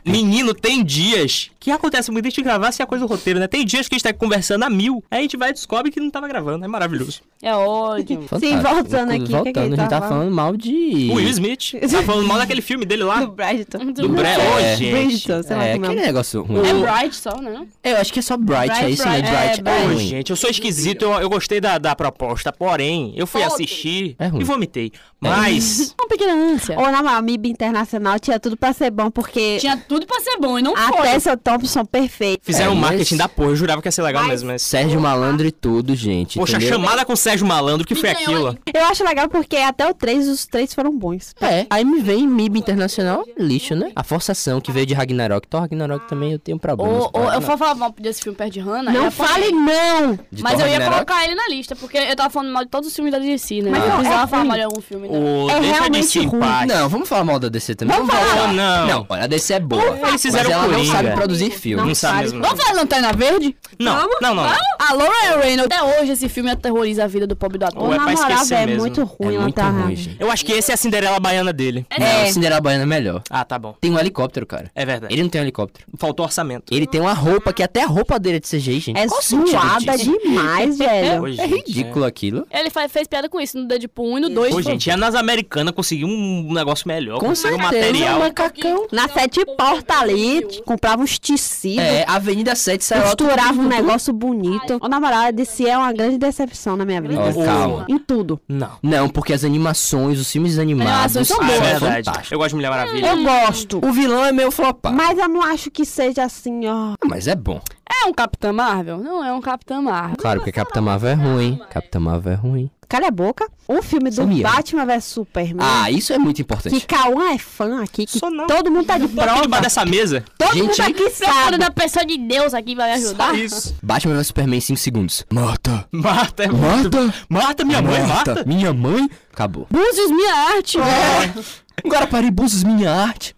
[SPEAKER 6] Menino, tem dias que acontece muito desde gravar se é coisa do roteiro, né? Tem dias que a gente tá conversando a mil, aí a gente vai e descobre que não tava gravando. É maravilhoso.
[SPEAKER 2] É ódio.
[SPEAKER 4] Fantástico.
[SPEAKER 1] voltando aqui, o que é que
[SPEAKER 4] Voltando,
[SPEAKER 1] ele
[SPEAKER 4] a gente tá
[SPEAKER 1] tava
[SPEAKER 4] falando mal de...
[SPEAKER 6] O Will Smith tá falando mal daquele filme dele lá.
[SPEAKER 1] Do Bridgeton.
[SPEAKER 6] Do Bré,
[SPEAKER 4] É.
[SPEAKER 6] hoje.
[SPEAKER 1] Bridgeton, sei lá
[SPEAKER 4] É,
[SPEAKER 1] como
[SPEAKER 4] aquele
[SPEAKER 1] é.
[SPEAKER 4] negócio ruim.
[SPEAKER 2] É Bright só, né?
[SPEAKER 4] Eu acho que é só Bright,
[SPEAKER 1] Bright,
[SPEAKER 4] é isso, né?
[SPEAKER 1] Bright.
[SPEAKER 4] Bright.
[SPEAKER 1] É,
[SPEAKER 4] É,
[SPEAKER 1] Bright.
[SPEAKER 4] ruim.
[SPEAKER 6] gente, eu sou esquisito, eu, eu gostei da, da proposta, porém, eu fui assistir
[SPEAKER 4] É ruim.
[SPEAKER 6] e vomitei. Mas,
[SPEAKER 2] Uma pequena ânsia.
[SPEAKER 1] Ou na moral, MIB Internacional tinha tudo pra ser bom, porque
[SPEAKER 2] Tinha tudo pra ser bom e não
[SPEAKER 1] a
[SPEAKER 2] foi.
[SPEAKER 1] Tessa top são perfeitos.
[SPEAKER 3] Fizeram
[SPEAKER 4] É,
[SPEAKER 3] um
[SPEAKER 4] mas-
[SPEAKER 3] marketing da porra, eu jurava que ia ser legal mesmo, mas...
[SPEAKER 4] Sérgio Malandro e tudo, gente.
[SPEAKER 3] Poxa,
[SPEAKER 4] entendeu?
[SPEAKER 3] chamada com o Sérgio Malandro, que foi aquilo?
[SPEAKER 1] Eu acho legal porque até o 3, os três foram bons.
[SPEAKER 4] É, aí me vem MIB Internacional, lixo, né? A forçação que veio de Ragnarok. Thor Ragnarok também eu tenho problemas.
[SPEAKER 2] Ô,
[SPEAKER 4] com
[SPEAKER 2] ô, eu
[SPEAKER 4] Ragnarok.
[SPEAKER 2] vou falar mal desse filme perto de Hannah. eu
[SPEAKER 1] Não
[SPEAKER 2] ia falar-
[SPEAKER 1] fale não!
[SPEAKER 4] De
[SPEAKER 2] Mas
[SPEAKER 4] Thor
[SPEAKER 2] eu ia
[SPEAKER 4] Ragnarok.
[SPEAKER 2] colocar ele na lista, porque eu tava falando mal de todos os filmes da DC, né?
[SPEAKER 1] Mas
[SPEAKER 2] eu
[SPEAKER 1] não, é
[SPEAKER 2] precisava falar
[SPEAKER 1] ruim.
[SPEAKER 2] mal de algum filme, né?
[SPEAKER 3] Ô,
[SPEAKER 1] É
[SPEAKER 3] deixa de
[SPEAKER 1] realmente
[SPEAKER 3] ser
[SPEAKER 1] ruim.
[SPEAKER 3] empate.
[SPEAKER 4] Não, vamos falar mal da DC também.
[SPEAKER 1] Vamos
[SPEAKER 3] falar. Não.
[SPEAKER 4] Não, olha, a DC é boa. É
[SPEAKER 3] Eles
[SPEAKER 4] mas
[SPEAKER 3] fizeram
[SPEAKER 4] ela não
[SPEAKER 3] Coringa.
[SPEAKER 4] sabe produzir filme.
[SPEAKER 3] Não sabe mesmo.
[SPEAKER 2] Vamos falar Lanterna Verde?
[SPEAKER 3] Não, não, não.
[SPEAKER 2] Alô, Ryan Reynolds. Até hoje esse filme aterroriza a vida do pobre do ator.
[SPEAKER 3] Ou é
[SPEAKER 1] Na
[SPEAKER 3] pra
[SPEAKER 1] moral,
[SPEAKER 3] esquecer
[SPEAKER 1] velho, é
[SPEAKER 3] mesmo.
[SPEAKER 1] muito
[SPEAKER 4] É
[SPEAKER 1] ruim,
[SPEAKER 4] muito
[SPEAKER 1] Lanterna.
[SPEAKER 4] ruim, gente.
[SPEAKER 3] Eu acho que esse é a Cinderela Baiana dele.
[SPEAKER 4] Não, Cinderela Baiana é melhor.
[SPEAKER 3] Ah, tá bom.
[SPEAKER 4] Tem um helicóptero, cara.
[SPEAKER 3] É verdade.
[SPEAKER 4] Ele não tem um helicóptero.
[SPEAKER 3] Faltou orçamento.
[SPEAKER 4] Ele tem uma roupa que até a roupa dele é de CGI, gente.
[SPEAKER 1] É
[SPEAKER 4] Qual o sentido
[SPEAKER 1] zoada
[SPEAKER 4] disso?
[SPEAKER 1] demais, velho.
[SPEAKER 3] Ô,
[SPEAKER 4] É
[SPEAKER 3] gente,
[SPEAKER 1] né?
[SPEAKER 4] ridículo aquilo.
[SPEAKER 2] Ele fa- fez piada com isso no Deadpool 1 e no 2.
[SPEAKER 3] Pô, gente, é nas americanas conseguiu um negócio melhor,
[SPEAKER 4] Com
[SPEAKER 3] conseguiu
[SPEAKER 4] certeza,
[SPEAKER 3] material.
[SPEAKER 4] macacão.
[SPEAKER 1] Na sete porta ali, t- comprava uns tecidos.
[SPEAKER 4] É, Avenida 7 saiu
[SPEAKER 1] Costurava um negócio bonito. Ô, na moral, a DC é uma grande decepção na minha vida.
[SPEAKER 4] Ó, calma.
[SPEAKER 1] Em tudo.
[SPEAKER 3] Não.
[SPEAKER 4] Não, porque as animações, os filmes animados...
[SPEAKER 2] Animações são
[SPEAKER 3] Ah,
[SPEAKER 2] boas.
[SPEAKER 3] é
[SPEAKER 4] são
[SPEAKER 3] verdade.
[SPEAKER 4] fantásticos.
[SPEAKER 3] Eu gosto de Mulher Maravilha.
[SPEAKER 1] Eu gosto.
[SPEAKER 4] O vilão é meio flopado.
[SPEAKER 1] Mas eu não acho que seja assim, ó.
[SPEAKER 4] Mas é bom.
[SPEAKER 2] É um Capitã Marvel? Não é um Capitã Marvel.
[SPEAKER 4] Claro, porque Capitã Marvel é ruim. Capitã Marvel é ruim.
[SPEAKER 1] Cala a boca. O filme do
[SPEAKER 4] Samira.
[SPEAKER 1] Batman vs Superman.
[SPEAKER 4] Ah, isso é muito
[SPEAKER 1] Né? que
[SPEAKER 4] importante.
[SPEAKER 1] Cauã é fã aqui, que
[SPEAKER 3] Sou não.
[SPEAKER 1] todo mundo tá de
[SPEAKER 3] Tô aqui
[SPEAKER 1] prova.
[SPEAKER 3] debaixo dessa mesa.
[SPEAKER 1] Todo
[SPEAKER 4] Gente,
[SPEAKER 1] mundo aqui
[SPEAKER 2] Procura
[SPEAKER 1] sabe.
[SPEAKER 2] da pessoa de Deus aqui vai me ajudar.
[SPEAKER 3] Isso.
[SPEAKER 4] Batman vs Superman em 5 segundos. Mata!
[SPEAKER 3] Marta é muito...
[SPEAKER 4] Mata!
[SPEAKER 3] Marta, minha mãe, Marta.
[SPEAKER 4] Minha mãe? Acabou.
[SPEAKER 2] Búzios, minha arte, velho.
[SPEAKER 4] Guaraparibuzos, minha arte.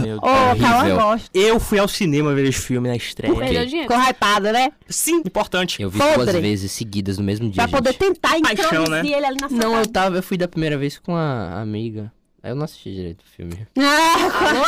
[SPEAKER 3] Oh, meu
[SPEAKER 1] Ô,
[SPEAKER 4] É
[SPEAKER 1] Cauã
[SPEAKER 4] horrível.
[SPEAKER 1] gosta.
[SPEAKER 3] Eu fui ao cinema ver esse filme na estreia.
[SPEAKER 2] Perdeu dinheiro.
[SPEAKER 1] Ficou hypado, né?
[SPEAKER 3] Sim, importante.
[SPEAKER 4] Eu vi
[SPEAKER 1] Podre.
[SPEAKER 4] duas vezes seguidas no mesmo dia.
[SPEAKER 1] Pra poder
[SPEAKER 4] gente.
[SPEAKER 1] tentar
[SPEAKER 3] Paixão,
[SPEAKER 1] introduzir
[SPEAKER 3] né?
[SPEAKER 1] ele ali na
[SPEAKER 4] Não,
[SPEAKER 1] sua
[SPEAKER 4] eu tava, eu fui da primeira vez com a amiga. Aí eu não assisti direito o filme.
[SPEAKER 1] Ah,
[SPEAKER 2] Alô,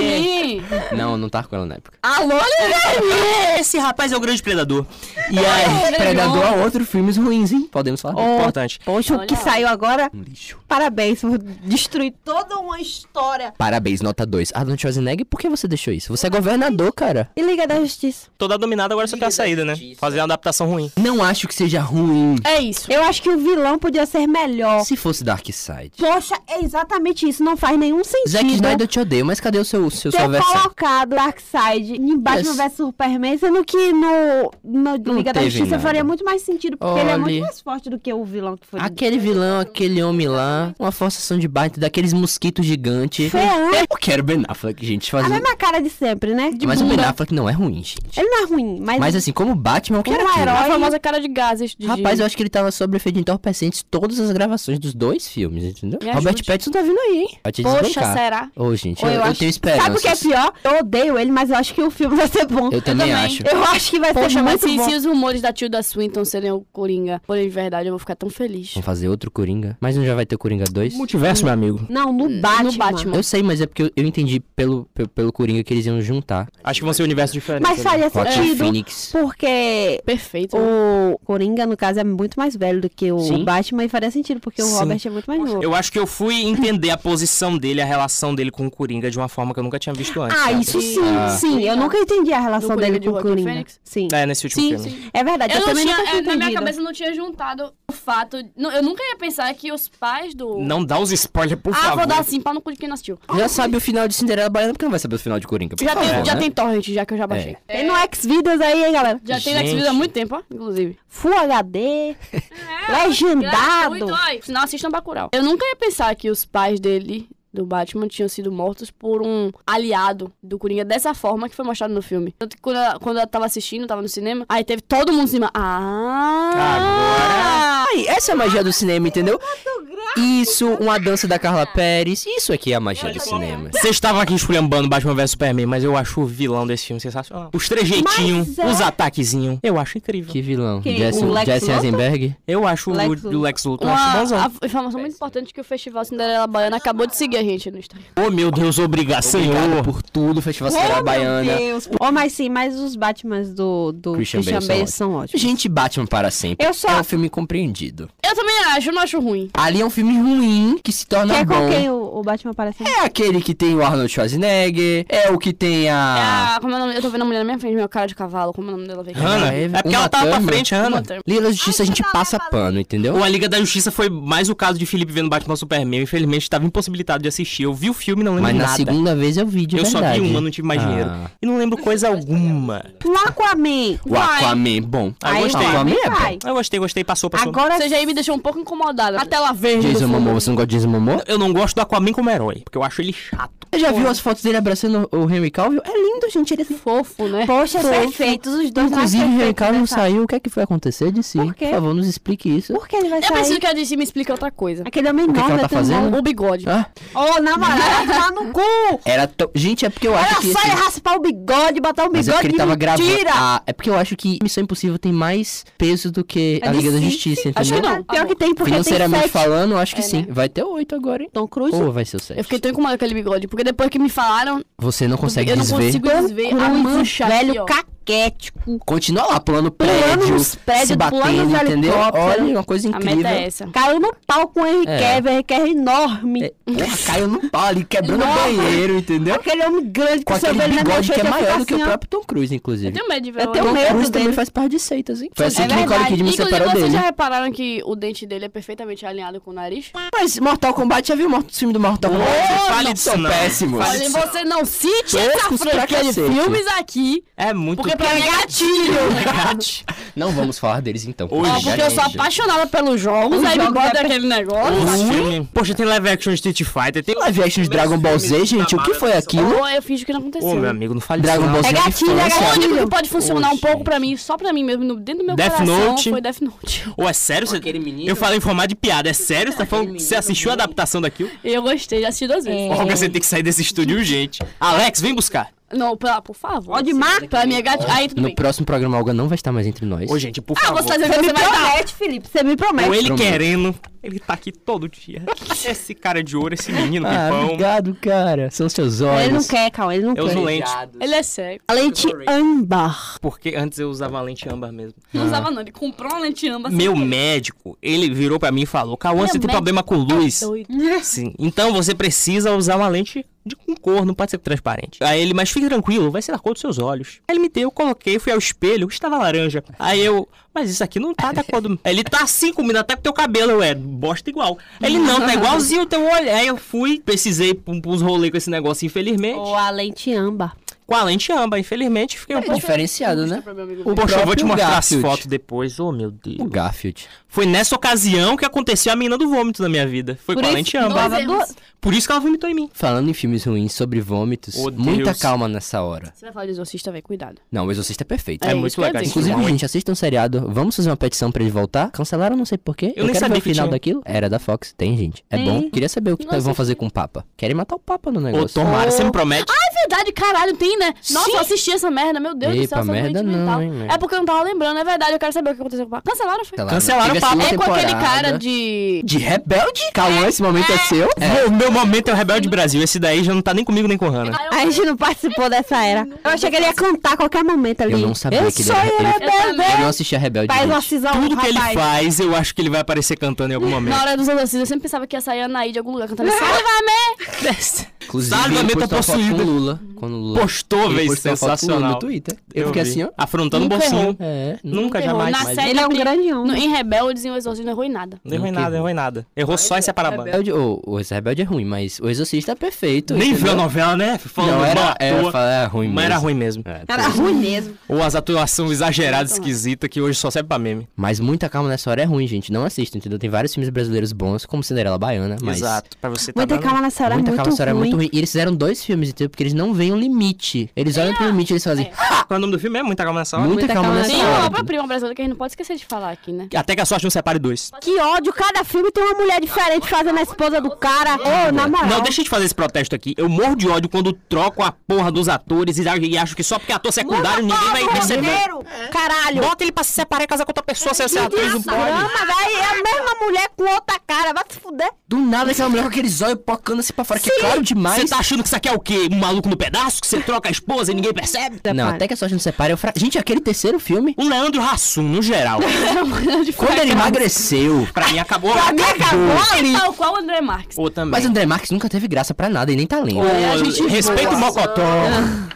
[SPEAKER 2] Lisberlin.
[SPEAKER 4] Não, eu não tava com ela na época.
[SPEAKER 2] Alô, Lisberlin.
[SPEAKER 3] Esse rapaz é o grande predador.
[SPEAKER 4] E aí, Predador é outro filmes ruins, hein? Podemos
[SPEAKER 3] Oh.
[SPEAKER 4] falar.
[SPEAKER 1] Ó.
[SPEAKER 3] Importante.
[SPEAKER 1] poxa, o que
[SPEAKER 2] Olha.
[SPEAKER 1] saiu agora,
[SPEAKER 4] Um lixo.
[SPEAKER 1] parabéns. vou Destruir toda uma história.
[SPEAKER 4] Parabéns, nota 2. Arnold Schwarzenegger, por que você deixou isso? Você é governador, cara.
[SPEAKER 1] E Liga da Justiça.
[SPEAKER 3] Toda dominada agora só tem a saída, né? Fazer uma adaptação ruim.
[SPEAKER 4] Não acho que seja ruim.
[SPEAKER 2] É isso.
[SPEAKER 1] Eu acho que o vilão podia ser melhor.
[SPEAKER 4] Se fosse Dark Side.
[SPEAKER 1] Poxa, é exatamente isso. Não faz nenhum sentido.
[SPEAKER 4] Zack Snyder, eu te odeio, mas cadê o seu, seu sua
[SPEAKER 1] ter
[SPEAKER 4] versão?
[SPEAKER 1] colocado Darkseid em Batman
[SPEAKER 4] Yes.
[SPEAKER 1] vs Superman, sendo que no, no
[SPEAKER 4] Não
[SPEAKER 1] Liga da
[SPEAKER 4] teve
[SPEAKER 1] Justiça
[SPEAKER 4] nada.
[SPEAKER 1] faria muito mais sentido, porque ele é
[SPEAKER 4] Olhe.
[SPEAKER 1] muito mais forte do que o vilão que foi.
[SPEAKER 4] Aquele vilão, aquele homem lá, uma forçação de baita daqueles mosquitos gigantes.
[SPEAKER 1] Feão.
[SPEAKER 4] Eu quero Ben Affleck, gente,
[SPEAKER 1] A
[SPEAKER 4] fazer.
[SPEAKER 1] mesma cara de sempre, né?
[SPEAKER 4] Mas o Ben Affleck não é ruim, gente.
[SPEAKER 1] Ele não é ruim, mas,
[SPEAKER 4] Mas assim, como Batman, eu quero
[SPEAKER 1] Como
[SPEAKER 4] aquilo.
[SPEAKER 1] herói.
[SPEAKER 2] É A famosa cara de gases. De
[SPEAKER 4] Rapaz, eu acho que ele tava sob efeito de entorpecentes todas as gravações dos dois filmes, entendeu?
[SPEAKER 1] É,
[SPEAKER 2] Me
[SPEAKER 4] Robert
[SPEAKER 2] ajude.
[SPEAKER 4] Pattinson tá vindo aí, hein? Vai te
[SPEAKER 2] Poxa,
[SPEAKER 4] desbancar.
[SPEAKER 2] será?
[SPEAKER 4] Ô, gente,
[SPEAKER 1] Ou
[SPEAKER 4] eu,
[SPEAKER 1] eu
[SPEAKER 4] eu
[SPEAKER 1] acho-
[SPEAKER 4] tenho esperanças.
[SPEAKER 1] sabe o que é pior? Eu odeio ele, mas eu acho que o filme vai ser bom.
[SPEAKER 4] Eu também
[SPEAKER 2] também.
[SPEAKER 4] acho.
[SPEAKER 1] Eu acho que vai ser
[SPEAKER 2] Poxa, mas
[SPEAKER 1] muito
[SPEAKER 2] assim, se,
[SPEAKER 1] bom.
[SPEAKER 2] se os rumores da Tilda Swinton serem o Coringa forem verdade, eu vou ficar tão feliz.
[SPEAKER 4] Vamos fazer outro Coringa. Mas não já vai ter o Coringa 2?
[SPEAKER 3] Multiverso, meu amigo.
[SPEAKER 1] Não, no Batman.
[SPEAKER 2] Batman.
[SPEAKER 4] Eu sei, mas é porque eu, eu entendi pelo, pelo, pelo Coringa que eles iam juntar.
[SPEAKER 3] Acho que vão ser universos diferentes.
[SPEAKER 1] Mas
[SPEAKER 3] né?
[SPEAKER 1] faria
[SPEAKER 4] Joaquin
[SPEAKER 1] sentido,
[SPEAKER 4] Phoenix.
[SPEAKER 1] porque
[SPEAKER 2] Perfeito.
[SPEAKER 1] o Coringa, no caso, é muito mais velho do que o
[SPEAKER 4] Sim.
[SPEAKER 1] Batman e faria sentido, porque
[SPEAKER 3] Sim.
[SPEAKER 1] o Robert é muito mais novo.
[SPEAKER 3] Eu acho que eu fui entender a posição dele, a relação dele com o Coringa de uma forma que eu nunca tinha visto antes.
[SPEAKER 1] Ah,
[SPEAKER 3] sabe?
[SPEAKER 1] isso sim,
[SPEAKER 4] Ah.
[SPEAKER 1] sim. Eu nunca entendi a relação
[SPEAKER 2] Do
[SPEAKER 1] dele
[SPEAKER 2] é. Coringa de
[SPEAKER 1] com o
[SPEAKER 2] Joaquin
[SPEAKER 1] Coringa.
[SPEAKER 2] Phoenix?
[SPEAKER 1] Sim.
[SPEAKER 3] É, nesse último
[SPEAKER 2] Sim,
[SPEAKER 3] filme.
[SPEAKER 2] sim.
[SPEAKER 1] É verdade, eu,
[SPEAKER 2] Eu não
[SPEAKER 1] também
[SPEAKER 2] tinha,
[SPEAKER 1] nunca
[SPEAKER 2] é,
[SPEAKER 1] tinha
[SPEAKER 2] na minha
[SPEAKER 1] entendido.
[SPEAKER 2] cabeça não tinha juntado o fato. não, eu nunca ia pensar que os pais do.
[SPEAKER 3] Não dá os spoilers, por
[SPEAKER 2] ah,
[SPEAKER 3] favor.
[SPEAKER 2] vou dar assim pra não cu de quem não assistiu.
[SPEAKER 4] Já sabe o final de Cinderela Baiana, porque não vai saber o final de Coringa. por
[SPEAKER 2] Já,
[SPEAKER 4] favor,
[SPEAKER 2] tem, já
[SPEAKER 4] né?
[SPEAKER 2] tem torrent, já que eu já baixei.
[SPEAKER 1] Tem no Xvideos aí, hein, galera?
[SPEAKER 2] Já tem
[SPEAKER 3] Gente.
[SPEAKER 2] Next Video há muito tempo, ó, inclusive.
[SPEAKER 1] Full HD,
[SPEAKER 2] É.
[SPEAKER 1] legendado.
[SPEAKER 2] Se não um assistam Bacurau. Eu nunca ia pensar que os pais dele, do Batman, tinham sido mortos por um aliado do Coringa dessa forma que foi mostrado no filme. Tanto que quando ela, quando ela tava assistindo, tava no cinema, aí teve todo mundo em cima.
[SPEAKER 3] Ah,
[SPEAKER 2] Ah!
[SPEAKER 4] Ai, essa é a magia do cinema, entendeu? Isso, uma dança da Carla Pérez. Isso aqui é a magia do cinema.
[SPEAKER 3] Você estava aqui esculhambando Batman vs Superman, mas eu acho o vilão desse filme sensacional. Os trejeitinhos,
[SPEAKER 1] Mas é.
[SPEAKER 3] os ataquezinhos. Eu acho incrível.
[SPEAKER 4] Que vilão.
[SPEAKER 1] Quem?
[SPEAKER 4] Jesse,
[SPEAKER 1] O Lex
[SPEAKER 4] Jesse
[SPEAKER 1] Luthor?
[SPEAKER 4] Eisenberg?
[SPEAKER 3] Eu acho
[SPEAKER 1] Lex
[SPEAKER 3] o do Lex Luthor. Eu acho bonzão.
[SPEAKER 2] Uma, Ah, a informação muito importante é que o Festival Cinderela Baiana acabou de seguir a gente no Instagram.
[SPEAKER 3] Oh, meu Deus, obrigado,
[SPEAKER 4] Obrigado
[SPEAKER 3] senhor.
[SPEAKER 4] por tudo, Festival Cinderela Baiana.
[SPEAKER 1] Oh, mas sim, mas os Batmans do, do
[SPEAKER 4] Christian
[SPEAKER 1] Christian,
[SPEAKER 4] Bale
[SPEAKER 1] Bale
[SPEAKER 4] são
[SPEAKER 1] são ótimos.
[SPEAKER 4] Gente, Batman um para sempre.
[SPEAKER 1] Eu só-
[SPEAKER 4] É um filme compreendido.
[SPEAKER 2] Eu também acho, eu não acho ruim.
[SPEAKER 4] Ali é um filme filme ruim que se torna
[SPEAKER 1] Que é com
[SPEAKER 4] bom.
[SPEAKER 1] quem o, o Batman aparece?
[SPEAKER 4] É aquele que tem o Arnold Schwarzenegger, é o que tem a.
[SPEAKER 2] Ah, como é o nome? Eu tô vendo a mulher na minha frente, meu cara de cavalo. Como é o nome dela? Vem
[SPEAKER 3] Hannah.
[SPEAKER 4] é,
[SPEAKER 3] É
[SPEAKER 4] uma
[SPEAKER 3] porque ela tava pra
[SPEAKER 4] Thurman.
[SPEAKER 3] frente, Hannah.
[SPEAKER 2] Uma-
[SPEAKER 4] Liga da Justiça a gente passa
[SPEAKER 1] tá
[SPEAKER 4] pano, entendeu?
[SPEAKER 3] Ou a Liga da Justiça foi mais o caso de Felipe vendo Batman Superman. Infelizmente, estava impossibilitado de assistir. Eu vi o filme e não lembro
[SPEAKER 4] Mas na
[SPEAKER 3] nada.
[SPEAKER 4] segunda vez eu vi de
[SPEAKER 3] eu só vi
[SPEAKER 4] verdade.
[SPEAKER 3] um tipo, uma, não tive mais
[SPEAKER 4] Ah.
[SPEAKER 3] dinheiro. E não lembro coisa alguma.
[SPEAKER 1] O Aquaman.
[SPEAKER 4] O Aquaman, bom.
[SPEAKER 3] Aí
[SPEAKER 4] o
[SPEAKER 3] Ah, gostei.
[SPEAKER 4] Aquaman é bom.
[SPEAKER 1] vai.
[SPEAKER 3] Eu gostei, gostei, passou, passou.
[SPEAKER 1] Agora
[SPEAKER 2] Você já me deixou um pouco incomodada. A tela verde.
[SPEAKER 4] Jason
[SPEAKER 2] do fundo.
[SPEAKER 4] Momoa, você não gosta de Jason Momoa?
[SPEAKER 3] Eu não gosto do Aquaman como herói, porque eu acho ele chato.
[SPEAKER 4] Você já viu as fotos dele abraçando o Henry Cavill? É lindo, gente, ele é
[SPEAKER 2] Fofo, né?
[SPEAKER 1] Poxa,
[SPEAKER 4] Fofo.
[SPEAKER 1] perfeitos os dois.
[SPEAKER 4] Inclusive,
[SPEAKER 1] mais
[SPEAKER 4] o Henry
[SPEAKER 1] perfeitos
[SPEAKER 4] Cavill
[SPEAKER 1] dessa-
[SPEAKER 4] saiu, o que é que foi acontecer de si?
[SPEAKER 1] né, Por quê?
[SPEAKER 4] Por favor, nos explique isso.
[SPEAKER 1] Por que ele vai
[SPEAKER 2] Eu preciso
[SPEAKER 1] sair?
[SPEAKER 2] que a DC me explique outra coisa.
[SPEAKER 1] Aquele homem
[SPEAKER 4] que
[SPEAKER 1] enorme.
[SPEAKER 4] ela tá
[SPEAKER 1] tem um
[SPEAKER 4] fazendo?
[SPEAKER 1] bom-
[SPEAKER 2] O bigode.
[SPEAKER 4] Ah,
[SPEAKER 1] Ô, na moral, tá no cu!
[SPEAKER 4] era tão... Gente, é porque eu acho
[SPEAKER 1] Era
[SPEAKER 4] que...
[SPEAKER 1] só
[SPEAKER 4] assim,
[SPEAKER 1] ele raspar o bigode, botar o
[SPEAKER 4] Mas
[SPEAKER 1] bigode
[SPEAKER 4] é porque ele
[SPEAKER 1] de
[SPEAKER 4] tava gravando...
[SPEAKER 1] mentira!
[SPEAKER 4] Ah, é porque eu acho que Missão Impossível tem mais peso do que
[SPEAKER 1] É
[SPEAKER 4] a Liga da
[SPEAKER 1] difícil.
[SPEAKER 4] Justiça, entendeu?
[SPEAKER 2] Acho que não.
[SPEAKER 1] Pior que tem, porque tem
[SPEAKER 4] Financeiramente
[SPEAKER 1] sete.
[SPEAKER 4] falando, eu acho que
[SPEAKER 2] É,
[SPEAKER 4] sim.
[SPEAKER 2] né?
[SPEAKER 4] Vai ter oito agora, hein?
[SPEAKER 1] Tom Cruise.
[SPEAKER 4] Ou vai ser o sete?
[SPEAKER 2] Eu fiquei tão incomodada com aquele bigode, porque depois que me falaram,
[SPEAKER 4] Você não consegue
[SPEAKER 2] eu não
[SPEAKER 4] desver.
[SPEAKER 2] consigo desver a
[SPEAKER 1] Cruz,
[SPEAKER 2] mancha
[SPEAKER 1] um velho
[SPEAKER 2] aqui, ó.
[SPEAKER 1] caquético.
[SPEAKER 4] Continua lá, pulando
[SPEAKER 1] Pulando
[SPEAKER 4] prédio,
[SPEAKER 1] nos prédios,
[SPEAKER 4] se
[SPEAKER 1] pulando
[SPEAKER 4] batendo,
[SPEAKER 1] nos
[SPEAKER 4] entendeu?
[SPEAKER 1] helicópteros.
[SPEAKER 4] Olha, uma coisa
[SPEAKER 2] A
[SPEAKER 4] incrível.
[SPEAKER 2] meta é essa.
[SPEAKER 1] Caiu no pau com o Henry
[SPEAKER 4] É.
[SPEAKER 1] Cavill, Henry Cavill enorme.
[SPEAKER 4] É, porra, caiu no pau ali, quebrando o banheiro, entendeu?
[SPEAKER 1] Aquele homem grande
[SPEAKER 4] Com
[SPEAKER 1] que você
[SPEAKER 4] aquele
[SPEAKER 1] vê ele na minha
[SPEAKER 4] bigode que
[SPEAKER 1] frente,
[SPEAKER 4] é
[SPEAKER 1] eu fico
[SPEAKER 4] maior do que o
[SPEAKER 1] assim, ó.
[SPEAKER 4] próprio Tom Cruise,
[SPEAKER 2] Eu
[SPEAKER 4] inclusive.
[SPEAKER 2] tenho medo de ver
[SPEAKER 1] Eu
[SPEAKER 2] o
[SPEAKER 1] tenho
[SPEAKER 2] olho.
[SPEAKER 1] medo.
[SPEAKER 4] Tom Cruise
[SPEAKER 1] dele.
[SPEAKER 4] também faz parte de seitas, hein? Foi assim
[SPEAKER 1] É
[SPEAKER 4] que Nicole
[SPEAKER 1] verdade.
[SPEAKER 4] Kidman me
[SPEAKER 2] Inclusive,
[SPEAKER 4] separou
[SPEAKER 2] vocês
[SPEAKER 4] dele.
[SPEAKER 2] já repararam que o dente dele é perfeitamente alinhado com o nariz?
[SPEAKER 4] Mas Mortal Kombat, já viu o filme do Mortal Kombat?
[SPEAKER 3] não fale
[SPEAKER 4] Não,
[SPEAKER 3] disso,
[SPEAKER 4] são
[SPEAKER 3] não.
[SPEAKER 4] péssimos.
[SPEAKER 3] Fale
[SPEAKER 2] Olha,
[SPEAKER 3] disso.
[SPEAKER 2] você não cite essa
[SPEAKER 4] Toscos pra
[SPEAKER 2] franquia de
[SPEAKER 4] cacete.
[SPEAKER 2] filmes aqui,
[SPEAKER 3] É muito
[SPEAKER 2] porque pra mim é gatilho.
[SPEAKER 4] Não vamos falar deles então.
[SPEAKER 3] Hoje,
[SPEAKER 2] Ó, porque eu sou
[SPEAKER 4] Gente.
[SPEAKER 2] apaixonada pelos jogos,
[SPEAKER 1] Os
[SPEAKER 2] aí me
[SPEAKER 1] jogos
[SPEAKER 2] bota
[SPEAKER 1] é-
[SPEAKER 2] aquele negócio.
[SPEAKER 3] Os filmes. Poxa, tem live action de Street Fighter, tem
[SPEAKER 4] Live action de Dragon Ball Z, gente, o que
[SPEAKER 3] tá
[SPEAKER 4] foi aquilo?
[SPEAKER 2] Ou eu finjo que não aconteceu.
[SPEAKER 3] Ô, meu amigo, não fale
[SPEAKER 4] Dragon
[SPEAKER 3] isso,
[SPEAKER 4] Ball
[SPEAKER 3] não.
[SPEAKER 4] Z
[SPEAKER 1] É
[SPEAKER 4] na
[SPEAKER 1] gatilho, é
[SPEAKER 4] infância.
[SPEAKER 2] O
[SPEAKER 1] gatilho.
[SPEAKER 2] único que pode funcionar um
[SPEAKER 4] Ô,
[SPEAKER 2] pouco
[SPEAKER 4] gente.
[SPEAKER 2] pra mim, só pra mim mesmo, no- dentro do meu
[SPEAKER 3] Death
[SPEAKER 2] coração,
[SPEAKER 3] Note.
[SPEAKER 2] foi Death Note.
[SPEAKER 3] Ô, é sério? Você...
[SPEAKER 4] Aquele menino-
[SPEAKER 3] Eu falei em formato de piada, é sério? Você, tá falando... você assistiu a adaptação daquilo?
[SPEAKER 2] Eu gostei, já assisti duas vezes.
[SPEAKER 3] Olga, você tem que sair desse estúdio urgente. Alex, vem buscar.
[SPEAKER 2] Não, pra, por favor.
[SPEAKER 1] Pode mar?
[SPEAKER 2] Pra mim é gatilho. Aí tudo
[SPEAKER 4] No
[SPEAKER 2] bem.
[SPEAKER 4] próximo programa, Olga não vai estar mais entre nós.
[SPEAKER 3] Ô, gente, por
[SPEAKER 2] Ah,
[SPEAKER 3] favor.
[SPEAKER 2] você tá dizendo
[SPEAKER 1] Você
[SPEAKER 2] que
[SPEAKER 1] me
[SPEAKER 2] você vai dar.
[SPEAKER 1] promete, Felipe, você me
[SPEAKER 3] Ou
[SPEAKER 1] promete.
[SPEAKER 3] ele
[SPEAKER 4] Prometo.
[SPEAKER 3] querendo. Ele tá aqui todo dia. Esse cara de ouro, esse menino
[SPEAKER 4] Ah,
[SPEAKER 3] pipão.
[SPEAKER 4] obrigado, cara. São seus olhos.
[SPEAKER 1] Ele não quer, calma, ele não
[SPEAKER 3] Eu uso
[SPEAKER 1] quer.
[SPEAKER 3] lente.
[SPEAKER 2] Ele é cego.
[SPEAKER 1] A lente âmbar.
[SPEAKER 3] Porque antes eu usava lente âmbar mesmo.
[SPEAKER 4] Ah.
[SPEAKER 2] Não usava não, ele comprou uma assim. lente âmbar.
[SPEAKER 3] Meu médico, ele virou pra mim e falou: Cauã,
[SPEAKER 2] Meu
[SPEAKER 3] você tem
[SPEAKER 2] médico
[SPEAKER 3] problema com
[SPEAKER 2] tá
[SPEAKER 3] luz.
[SPEAKER 2] doido.
[SPEAKER 3] Sim. Então você precisa usar uma lente de com cor, não pode ser transparente. Aí ele, mas fique tranquilo, vai ser da cor dos seus olhos. Aí ele me deu, coloquei, fui ao espelho, estava laranja. Aí eu, mas isso aqui não tá da cor do. Aí Ele tá assim, combina até com teu cabelo, eu é, bosta igual. Aí Ele não, tá igualzinho o teu olho. Aí eu fui, precisei pra um- pra uns rolês com esse negócio, infelizmente.
[SPEAKER 1] Ou a lente âmbar.
[SPEAKER 3] Com a lente âmbar, infelizmente, fiquei um
[SPEAKER 4] É
[SPEAKER 3] pouco.
[SPEAKER 4] diferenciado, né?
[SPEAKER 2] Mostra pra meu amigo
[SPEAKER 4] O
[SPEAKER 3] Poxa, eu vou te
[SPEAKER 4] próprio
[SPEAKER 3] mostrar as
[SPEAKER 4] Garfield.
[SPEAKER 3] fotos depois. Oh, meu Deus.
[SPEAKER 4] O Garfield.
[SPEAKER 3] Foi nessa ocasião que aconteceu a menina do vômito na minha vida. Foi
[SPEAKER 1] Por
[SPEAKER 3] com a
[SPEAKER 1] isso-
[SPEAKER 3] lente âmbar.
[SPEAKER 1] Lava
[SPEAKER 2] erros.
[SPEAKER 1] duas-
[SPEAKER 3] Por isso que ela vomitou em mim.
[SPEAKER 4] Falando em filmes ruins sobre vômitos,
[SPEAKER 3] Oh, Deus.
[SPEAKER 4] muita calma nessa hora.
[SPEAKER 2] Você vai falar de exorcista, velho, cuidado.
[SPEAKER 4] Não, o Exorcista é perfeito.
[SPEAKER 3] É,
[SPEAKER 2] isso
[SPEAKER 3] muito
[SPEAKER 2] que eu ia
[SPEAKER 3] legal.
[SPEAKER 2] dizer.
[SPEAKER 4] Inclusive,
[SPEAKER 3] Não,
[SPEAKER 4] gente, assistam um seriado. Vamos fazer uma petição pra ele voltar? Cancelaram, não sei porquê.
[SPEAKER 3] Eu nem
[SPEAKER 4] quero
[SPEAKER 3] sabia
[SPEAKER 4] ver o
[SPEAKER 3] que
[SPEAKER 4] final
[SPEAKER 3] tinha.
[SPEAKER 4] daquilo. Era da Fox. Tem, gente. É
[SPEAKER 1] Tem.
[SPEAKER 4] bom. Queria saber o que
[SPEAKER 2] Nossa,
[SPEAKER 4] vão fazer com o Papa. Querem matar o Papa no
[SPEAKER 3] Ô,
[SPEAKER 4] negócio.
[SPEAKER 3] tomara, você Ah, me promete.
[SPEAKER 2] É verdade, caralho, tem, né? Nossa, eu assisti essa merda, meu Deus do
[SPEAKER 4] Epa,
[SPEAKER 2] céu, eu sou
[SPEAKER 4] merda
[SPEAKER 2] doente
[SPEAKER 4] não,
[SPEAKER 2] mental.
[SPEAKER 4] hein, velho.
[SPEAKER 2] é porque eu não tava lembrando, é verdade, eu quero saber o que aconteceu com o papo. Cancelaram, foi?
[SPEAKER 3] Cancelaram o
[SPEAKER 4] Teve a
[SPEAKER 3] Papa.
[SPEAKER 4] segunda
[SPEAKER 2] É com aquele
[SPEAKER 4] temporada.
[SPEAKER 2] cara de...
[SPEAKER 4] De rebelde? Calma, esse momento é seu?
[SPEAKER 3] Meu, meu momento é o Rebelde Brasil. Esse daí já não tá nem comigo nem com o Hannah.
[SPEAKER 2] É um
[SPEAKER 1] A gente não participou dessa era. Eu achei que ele ia cantar a qualquer momento ali.
[SPEAKER 4] Eu não sabia
[SPEAKER 1] Eu
[SPEAKER 4] que ele
[SPEAKER 1] sou
[SPEAKER 4] era- ele-
[SPEAKER 1] rebelde.
[SPEAKER 2] É.
[SPEAKER 4] Eu não assisti a Rebelde.
[SPEAKER 1] Faz uma
[SPEAKER 4] gente.
[SPEAKER 1] cisão,
[SPEAKER 3] Tudo que ele
[SPEAKER 1] rapaz.
[SPEAKER 3] faz, eu acho que ele vai aparecer cantando em algum
[SPEAKER 2] Na
[SPEAKER 3] momento.
[SPEAKER 2] hora dos exorcistas, eu sempre pensava que ia sair a Anaí de algum lugar cantando Salva-me!
[SPEAKER 4] Inclusive,
[SPEAKER 3] Sabe,
[SPEAKER 4] ele
[SPEAKER 3] eu tô
[SPEAKER 4] postou uma foto com
[SPEAKER 3] possuída.
[SPEAKER 4] o Lula. Quando o Lula
[SPEAKER 3] Postou,
[SPEAKER 4] ele
[SPEAKER 3] velho,
[SPEAKER 4] postou uma foto com o Lula
[SPEAKER 3] sensacional.
[SPEAKER 4] no Twitter. Eu, fiquei
[SPEAKER 3] vi.
[SPEAKER 4] assim, ó.
[SPEAKER 3] Afrontando o
[SPEAKER 2] Nunca
[SPEAKER 3] bolsinho.
[SPEAKER 2] errou.
[SPEAKER 4] É, não
[SPEAKER 3] Nunca, jamais.
[SPEAKER 2] Na
[SPEAKER 3] mas-
[SPEAKER 2] série,
[SPEAKER 1] Ele é um
[SPEAKER 2] pri-
[SPEAKER 1] grande homem.
[SPEAKER 2] no- Em Rebeldes e o Exorcismo não errou em nada.
[SPEAKER 3] Não errou em
[SPEAKER 4] Nunca
[SPEAKER 3] nada, não errou em nada. Errou só em separar a banda.
[SPEAKER 4] é Rebelde, ô, ô, esse Rebelde é ruim, mas o Exorcista é perfeito.
[SPEAKER 3] Nem
[SPEAKER 4] entendeu?
[SPEAKER 3] viu a novela, né? Falando
[SPEAKER 4] Não,
[SPEAKER 3] mal à
[SPEAKER 4] era, é,
[SPEAKER 3] toa.
[SPEAKER 4] era, fala- era ruim
[SPEAKER 3] Mas
[SPEAKER 4] mesmo.
[SPEAKER 3] era ruim mesmo.
[SPEAKER 4] É,
[SPEAKER 1] Era ruim mesmo.
[SPEAKER 3] Ou as atuações exageradas, esquisitas, que hoje só serve pra meme.
[SPEAKER 4] Mas muita calma nessa hora é ruim, gente. Não assista, entendeu? Tem vários filmes brasileiros bons, como Cinderela Baiana, mas.
[SPEAKER 3] Exato. Pra você tá
[SPEAKER 1] Muita
[SPEAKER 3] dando-
[SPEAKER 1] calma nessa hora, é
[SPEAKER 4] Muita
[SPEAKER 1] muito
[SPEAKER 4] calma nessa hora é muito
[SPEAKER 1] ruim.
[SPEAKER 4] ruim. E eles fizeram dois filmes, entendeu? Porque eles não veem o limite. Eles olham
[SPEAKER 1] É.
[SPEAKER 4] pro limite e eles fazem.
[SPEAKER 3] Qual é o nome do filme? É Muita Calma Nessa Hora?
[SPEAKER 4] Muita calma nessa
[SPEAKER 2] Tem uma
[SPEAKER 4] hora.
[SPEAKER 2] obra-prima brasileira que a gente não pode esquecer de falar aqui, né?
[SPEAKER 3] Até que a sorte não separe dois.
[SPEAKER 1] Que ódio, cada filme tem uma mulher diferente fazendo a esposa do cara. Ô, na moral.
[SPEAKER 3] Não, deixa eu te fazer esse protesto aqui. Eu morro de ódio quando troco a porra dos atores e a- e acho que só porque é ator secundário ninguém vai receber.
[SPEAKER 1] Brasileiro, Caralho.
[SPEAKER 3] Bota ele pra se separar e casar com outra pessoa sem ser atriz do pode.
[SPEAKER 1] Desgrama, velho. É a mesma mulher com outra cara. Vai se fuder.
[SPEAKER 4] Do nada aquela mulher com aqueles olhos pocando assim pra fora, que é claro
[SPEAKER 3] tá
[SPEAKER 4] demais.
[SPEAKER 3] Você tá achando que isso aqui é o quê? Um maluco no pedaço que você troca a esposa e ninguém percebe?
[SPEAKER 4] Não,
[SPEAKER 1] Separa.
[SPEAKER 4] até que a sorte não separe. Eu fra... Gente, aquele terceiro filme.
[SPEAKER 3] O Leandro Hassum, no geral.
[SPEAKER 4] Quando ele emagreceu.
[SPEAKER 3] Pra mim acabou.
[SPEAKER 2] Acabou ali. Tal qual o André Marques.
[SPEAKER 3] Ou também.
[SPEAKER 4] Mas o André Marques nunca teve graça pra nada e nem talento.
[SPEAKER 3] Ô,
[SPEAKER 2] a gente
[SPEAKER 3] respeita o Mocotó.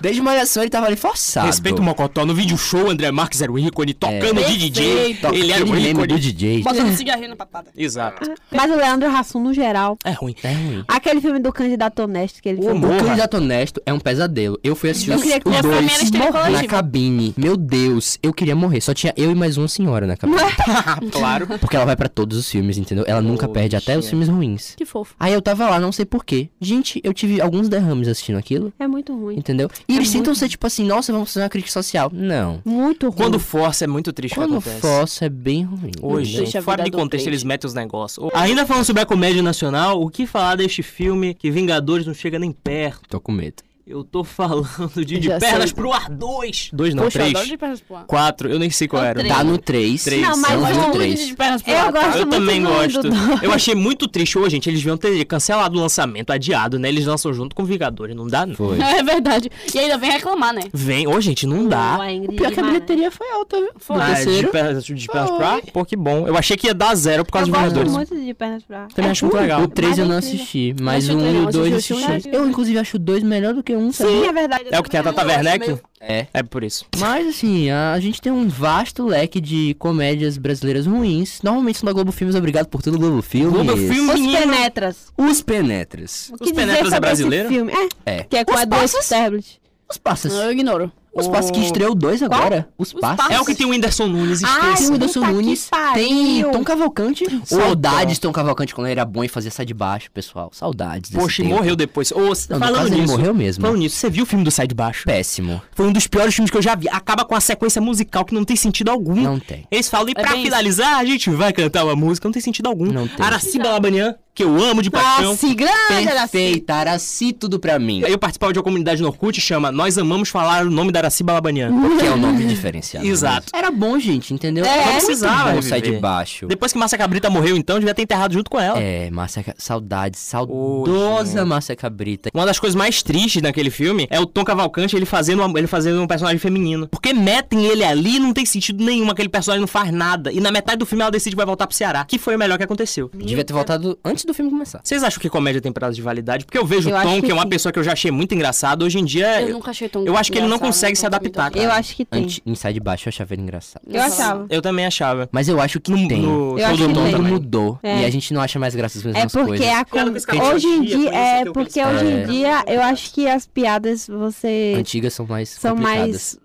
[SPEAKER 4] Desde Malhação ele tava ali forçado.
[SPEAKER 3] Respeita o Mocotó. No vídeo show, André Marques era o ícone tocando de DJ.
[SPEAKER 4] Perfeito,
[SPEAKER 3] É. Ele era o
[SPEAKER 4] aquele meme Então,
[SPEAKER 3] ícone.
[SPEAKER 4] do DJ.
[SPEAKER 2] Botando cigarrinho na papada.
[SPEAKER 3] Exato.
[SPEAKER 1] Mas o Leandro Hassum, no geral.
[SPEAKER 3] É ruim.
[SPEAKER 4] É ruim.
[SPEAKER 1] Aquele filme do candidato honesto que ele
[SPEAKER 4] O
[SPEAKER 1] fez.
[SPEAKER 3] Morra.
[SPEAKER 4] candidato honesto é um pesadelo. Eu fui assistir
[SPEAKER 1] Eu
[SPEAKER 4] os,
[SPEAKER 1] queria
[SPEAKER 4] os
[SPEAKER 1] que minha
[SPEAKER 2] família
[SPEAKER 4] dois
[SPEAKER 2] esteja
[SPEAKER 4] na
[SPEAKER 2] coletiva.
[SPEAKER 4] cabine. Meu Deus, eu queria morrer. Só tinha eu e mais uma senhora na cabine.
[SPEAKER 3] Ah, claro.
[SPEAKER 4] Porque ela vai pra todos os filmes, entendeu? Ela nunca
[SPEAKER 3] Oh,
[SPEAKER 4] perde, até os
[SPEAKER 3] shit.
[SPEAKER 4] filmes ruins.
[SPEAKER 2] Que fofo.
[SPEAKER 4] Aí eu tava lá, não sei porquê. Gente, eu tive alguns derrames assistindo aquilo,
[SPEAKER 1] É muito ruim.
[SPEAKER 4] entendeu? E eles tentam ser tipo assim, nossa, vamos fazer uma crítica social. Não.
[SPEAKER 1] Muito ruim.
[SPEAKER 8] Quando força, é muito triste o que
[SPEAKER 4] Quando
[SPEAKER 8] acontece.
[SPEAKER 4] força é bem ruim.
[SPEAKER 3] Hoje,
[SPEAKER 4] entendeu?
[SPEAKER 2] Deixa a
[SPEAKER 3] fora
[SPEAKER 2] vida
[SPEAKER 3] de
[SPEAKER 2] do
[SPEAKER 3] contexto,
[SPEAKER 2] crente.
[SPEAKER 3] eles metem os negócios. Ou- Ainda falando sobre a comédia nacional, o que falar deste filme que Vingadores não chega nem perto?
[SPEAKER 4] Tô com medo.
[SPEAKER 3] Eu tô falando de, de
[SPEAKER 2] Já sei.
[SPEAKER 3] pernas pro ar 2.
[SPEAKER 8] Dois não,
[SPEAKER 2] Poxa, eu
[SPEAKER 8] três.
[SPEAKER 2] adoro de pernas pro ar.
[SPEAKER 8] Quatro, eu nem sei qual
[SPEAKER 2] É o
[SPEAKER 8] era.
[SPEAKER 2] três.
[SPEAKER 4] Tá no 3.
[SPEAKER 3] Três. Não, mas
[SPEAKER 4] mais
[SPEAKER 2] eu
[SPEAKER 4] no
[SPEAKER 2] amo
[SPEAKER 4] 3.
[SPEAKER 2] de pernas pro
[SPEAKER 1] é um Eu
[SPEAKER 2] ar. tá?
[SPEAKER 1] gosto
[SPEAKER 3] Eu
[SPEAKER 1] muito
[SPEAKER 3] também
[SPEAKER 1] do
[SPEAKER 3] gosto.
[SPEAKER 1] do-
[SPEAKER 3] Eu achei muito triste. Ô, gente, eles deviam ter cancelado o lançamento, adiado, né? Eles lançam junto com Vingadores, não dá não.
[SPEAKER 4] Foi.
[SPEAKER 2] É verdade. E ainda vem reclamar, né?
[SPEAKER 3] Vem, ô, gente, não dá.
[SPEAKER 1] é
[SPEAKER 3] é
[SPEAKER 1] Ingrid
[SPEAKER 4] Pior que a
[SPEAKER 1] Guimarães.
[SPEAKER 4] bilheteria foi alta, viu? Foi.
[SPEAKER 3] Ah, de
[SPEAKER 4] terceiro.
[SPEAKER 3] pernas, de pernas pro ar? Pô, que bom. Eu achei que ia dar zero por causa de
[SPEAKER 1] Eu
[SPEAKER 3] Vingadores.
[SPEAKER 1] gosto muito de pernas pra. É
[SPEAKER 3] Também acho muito
[SPEAKER 4] O-
[SPEAKER 3] legal.
[SPEAKER 4] O 3 eu não
[SPEAKER 1] Mas é
[SPEAKER 4] assisti, mas
[SPEAKER 2] Acho
[SPEAKER 4] o 1 e o
[SPEAKER 2] legal,
[SPEAKER 4] 2 eu
[SPEAKER 2] assisti o filme.
[SPEAKER 4] assisti. Eu, inclusive, acho o 2 melhor do que um, o 1,
[SPEAKER 1] Sim, é verdade. eu
[SPEAKER 3] É o que tem a
[SPEAKER 1] também
[SPEAKER 3] Tata Werneck?
[SPEAKER 4] É.
[SPEAKER 3] É por isso.
[SPEAKER 4] Mas, assim, a, a gente tem um vasto leque de comédias brasileiras ruins. Normalmente são da Globo Filmes, obrigado por tudo, Globo Filmes.
[SPEAKER 3] Globo Filmes,
[SPEAKER 1] acho. Os
[SPEAKER 3] menino.
[SPEAKER 1] Penetras.
[SPEAKER 4] Os Penetras.
[SPEAKER 1] O
[SPEAKER 3] Os
[SPEAKER 1] que
[SPEAKER 3] Penetras é
[SPEAKER 1] dizer sobre esse
[SPEAKER 3] brasileiro?
[SPEAKER 1] filme? É.
[SPEAKER 4] É.
[SPEAKER 1] Que é com
[SPEAKER 4] Os
[SPEAKER 1] a dois
[SPEAKER 4] Passas?
[SPEAKER 1] tablet.
[SPEAKER 4] Os Passas.
[SPEAKER 2] Eu ignoro.
[SPEAKER 4] Os Passas que
[SPEAKER 2] O-
[SPEAKER 4] estreou dois agora. Os
[SPEAKER 2] Os
[SPEAKER 4] Passas.
[SPEAKER 2] Passas.
[SPEAKER 3] É o que tem o Whindersson Nunes,
[SPEAKER 1] Ai,
[SPEAKER 4] Tem
[SPEAKER 3] esqueça.
[SPEAKER 4] o Wilson
[SPEAKER 1] Puta que
[SPEAKER 4] Nunes, tem
[SPEAKER 1] pariu.
[SPEAKER 4] Tom Cavalcante.
[SPEAKER 3] Saudades.
[SPEAKER 4] Saudades de Tom Cavalcante quando ele era bom e fazia essa de baixo, pessoal. Saudades desse
[SPEAKER 3] Poxa, e
[SPEAKER 4] tempo.
[SPEAKER 3] morreu depois. Ô,
[SPEAKER 4] Não, no
[SPEAKER 3] falando
[SPEAKER 4] caso, ele
[SPEAKER 3] nisso,
[SPEAKER 4] morreu mesmo. É.
[SPEAKER 3] Falando nisso, você viu o filme do Sai de Baixo?
[SPEAKER 4] Péssimo.
[SPEAKER 3] Foi um dos piores filmes que eu já vi. Acaba com a sequência musical que não tem sentido algum.
[SPEAKER 4] Não tem.
[SPEAKER 3] Eles falam, e
[SPEAKER 2] É
[SPEAKER 3] pra
[SPEAKER 2] bem
[SPEAKER 3] finalizar, a gente vai cantar uma música. Não tem sentido algum.
[SPEAKER 4] Não tem.
[SPEAKER 3] Araci Balabanian, que eu amo de paixão.
[SPEAKER 1] Nossa,
[SPEAKER 4] assim.
[SPEAKER 1] grande Araci.
[SPEAKER 4] Perfeita, Araci, tudo pra mim.
[SPEAKER 3] Eu participava de uma comunidade no Orkut, chama Nós Amamos Falar o Nome da Araci Balabanian.
[SPEAKER 4] Que é o nome diferenciado.
[SPEAKER 3] Exato.
[SPEAKER 4] Mas Era bom, gente, entendeu?
[SPEAKER 3] É,
[SPEAKER 4] Era
[SPEAKER 3] não
[SPEAKER 4] muito
[SPEAKER 3] precisava
[SPEAKER 4] bom sair de
[SPEAKER 3] reviver.
[SPEAKER 4] baixo.
[SPEAKER 3] Depois que Márcia Cabrita morreu, então, devia ter enterrado junto com ela.
[SPEAKER 4] É, Márcia... Ca- Saudades, saudosa Márcia Cabrita.
[SPEAKER 3] Uma das coisas mais tristes naquele filme é o Tom Cavalcante ele fazendo, uma- ele fazendo um personagem feminino. Porque metem ele ali não tem sentido nenhum, aquele personagem não faz nada. E na metade do filme ela decide que vai voltar pro Ceará, que foi o melhor que aconteceu.
[SPEAKER 4] Devia ter voltado antes do filme começar.
[SPEAKER 3] Vocês acham que comédia tem prazo de validade? Porque eu vejo
[SPEAKER 1] Eu
[SPEAKER 3] o Tom,
[SPEAKER 1] acho
[SPEAKER 3] que,
[SPEAKER 1] que
[SPEAKER 3] é uma
[SPEAKER 1] sim.
[SPEAKER 3] pessoa que eu já achei muito engraçado, hoje em dia.
[SPEAKER 2] Eu nunca achei tão
[SPEAKER 3] É, eu acho que ele não
[SPEAKER 2] engraçado,
[SPEAKER 3] consegue
[SPEAKER 2] né?
[SPEAKER 3] se adaptar,
[SPEAKER 1] Eu acho que tem.
[SPEAKER 4] Antes, em sair de baixo eu achava ele engraçado.
[SPEAKER 1] Eu achava.
[SPEAKER 3] eu também achava.
[SPEAKER 4] Mas eu acho que
[SPEAKER 3] No,
[SPEAKER 4] tem.
[SPEAKER 1] Eu
[SPEAKER 3] no show
[SPEAKER 1] acho
[SPEAKER 3] do
[SPEAKER 1] que
[SPEAKER 3] Tom
[SPEAKER 1] tem.
[SPEAKER 4] Tudo
[SPEAKER 3] também.
[SPEAKER 4] mudou.
[SPEAKER 1] É.
[SPEAKER 4] E a gente não acha mais graça as
[SPEAKER 1] É
[SPEAKER 4] mesmas
[SPEAKER 1] porque
[SPEAKER 4] coisas.
[SPEAKER 6] Piada
[SPEAKER 1] a com...
[SPEAKER 6] com escravo.
[SPEAKER 1] hoje em
[SPEAKER 6] Por isso
[SPEAKER 1] dia
[SPEAKER 6] que
[SPEAKER 1] é
[SPEAKER 6] eu
[SPEAKER 1] porque
[SPEAKER 6] pensei.
[SPEAKER 1] hoje
[SPEAKER 4] É.
[SPEAKER 1] em dia eu acho que as piadas você
[SPEAKER 4] Antigas são mais
[SPEAKER 1] são
[SPEAKER 4] complicadas.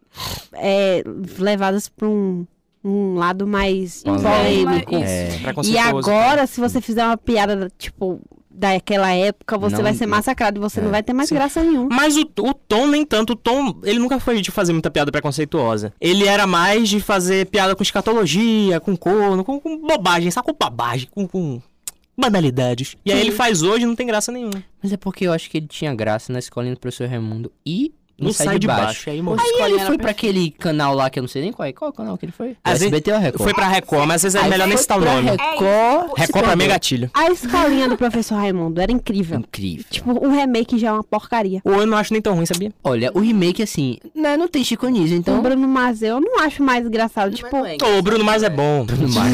[SPEAKER 1] mais é, levadas pra um, um lado mais
[SPEAKER 2] Polêmico.
[SPEAKER 1] polêmico.
[SPEAKER 4] É.
[SPEAKER 1] E
[SPEAKER 3] Preconceituoso.
[SPEAKER 1] agora, se você fizer uma piada tipo daquela época, você
[SPEAKER 4] Não-
[SPEAKER 1] vai ser
[SPEAKER 4] não-
[SPEAKER 1] massacrado e você
[SPEAKER 4] é.
[SPEAKER 1] não vai ter mais graça nenhuma.
[SPEAKER 3] Mas o, o Tom, nem tanto. O Tom, ele nunca foi de fazer muita piada preconceituosa. Ele era mais de fazer piada com escatologia, com corno, com, com bobagem, sabe? Com babagem, com, com banalidades. E aí ele faz hoje e não tem graça nenhuma.
[SPEAKER 4] Mas é porque eu acho que ele tinha graça na escolinha do professor Raimundo e
[SPEAKER 3] Não sai, de baixo. Aí morreu.
[SPEAKER 4] Aí
[SPEAKER 2] escolinha
[SPEAKER 4] ele
[SPEAKER 2] era
[SPEAKER 4] foi pra aquele canal lá que eu não sei nem qual é. Qual é o canal que ele foi? é O
[SPEAKER 3] Às vezes-
[SPEAKER 4] SBT ou Record?
[SPEAKER 3] Foi pra Record, mas às vezes é
[SPEAKER 4] Aí
[SPEAKER 3] melhor nem
[SPEAKER 4] foi
[SPEAKER 3] citar o
[SPEAKER 4] pra
[SPEAKER 3] nome.
[SPEAKER 4] Record.
[SPEAKER 1] tipo,
[SPEAKER 4] se
[SPEAKER 3] Record pra mim é
[SPEAKER 4] perdeu.
[SPEAKER 3] gatilho.
[SPEAKER 1] A escolinha do professor Raimundo era incrível.
[SPEAKER 4] Incrível.
[SPEAKER 1] Tipo, um remake já é uma porcaria.
[SPEAKER 3] Ou eu não acho nem tão ruim, sabia?
[SPEAKER 4] Olha, o remake, assim, né, não tem Chico Anísio,
[SPEAKER 1] Então,
[SPEAKER 4] então...
[SPEAKER 1] o Bruno Mazeu eu não acho mais engraçado. Tipo, aí
[SPEAKER 3] Ô, o Bruno Mars é bom.
[SPEAKER 4] Bruno Mars.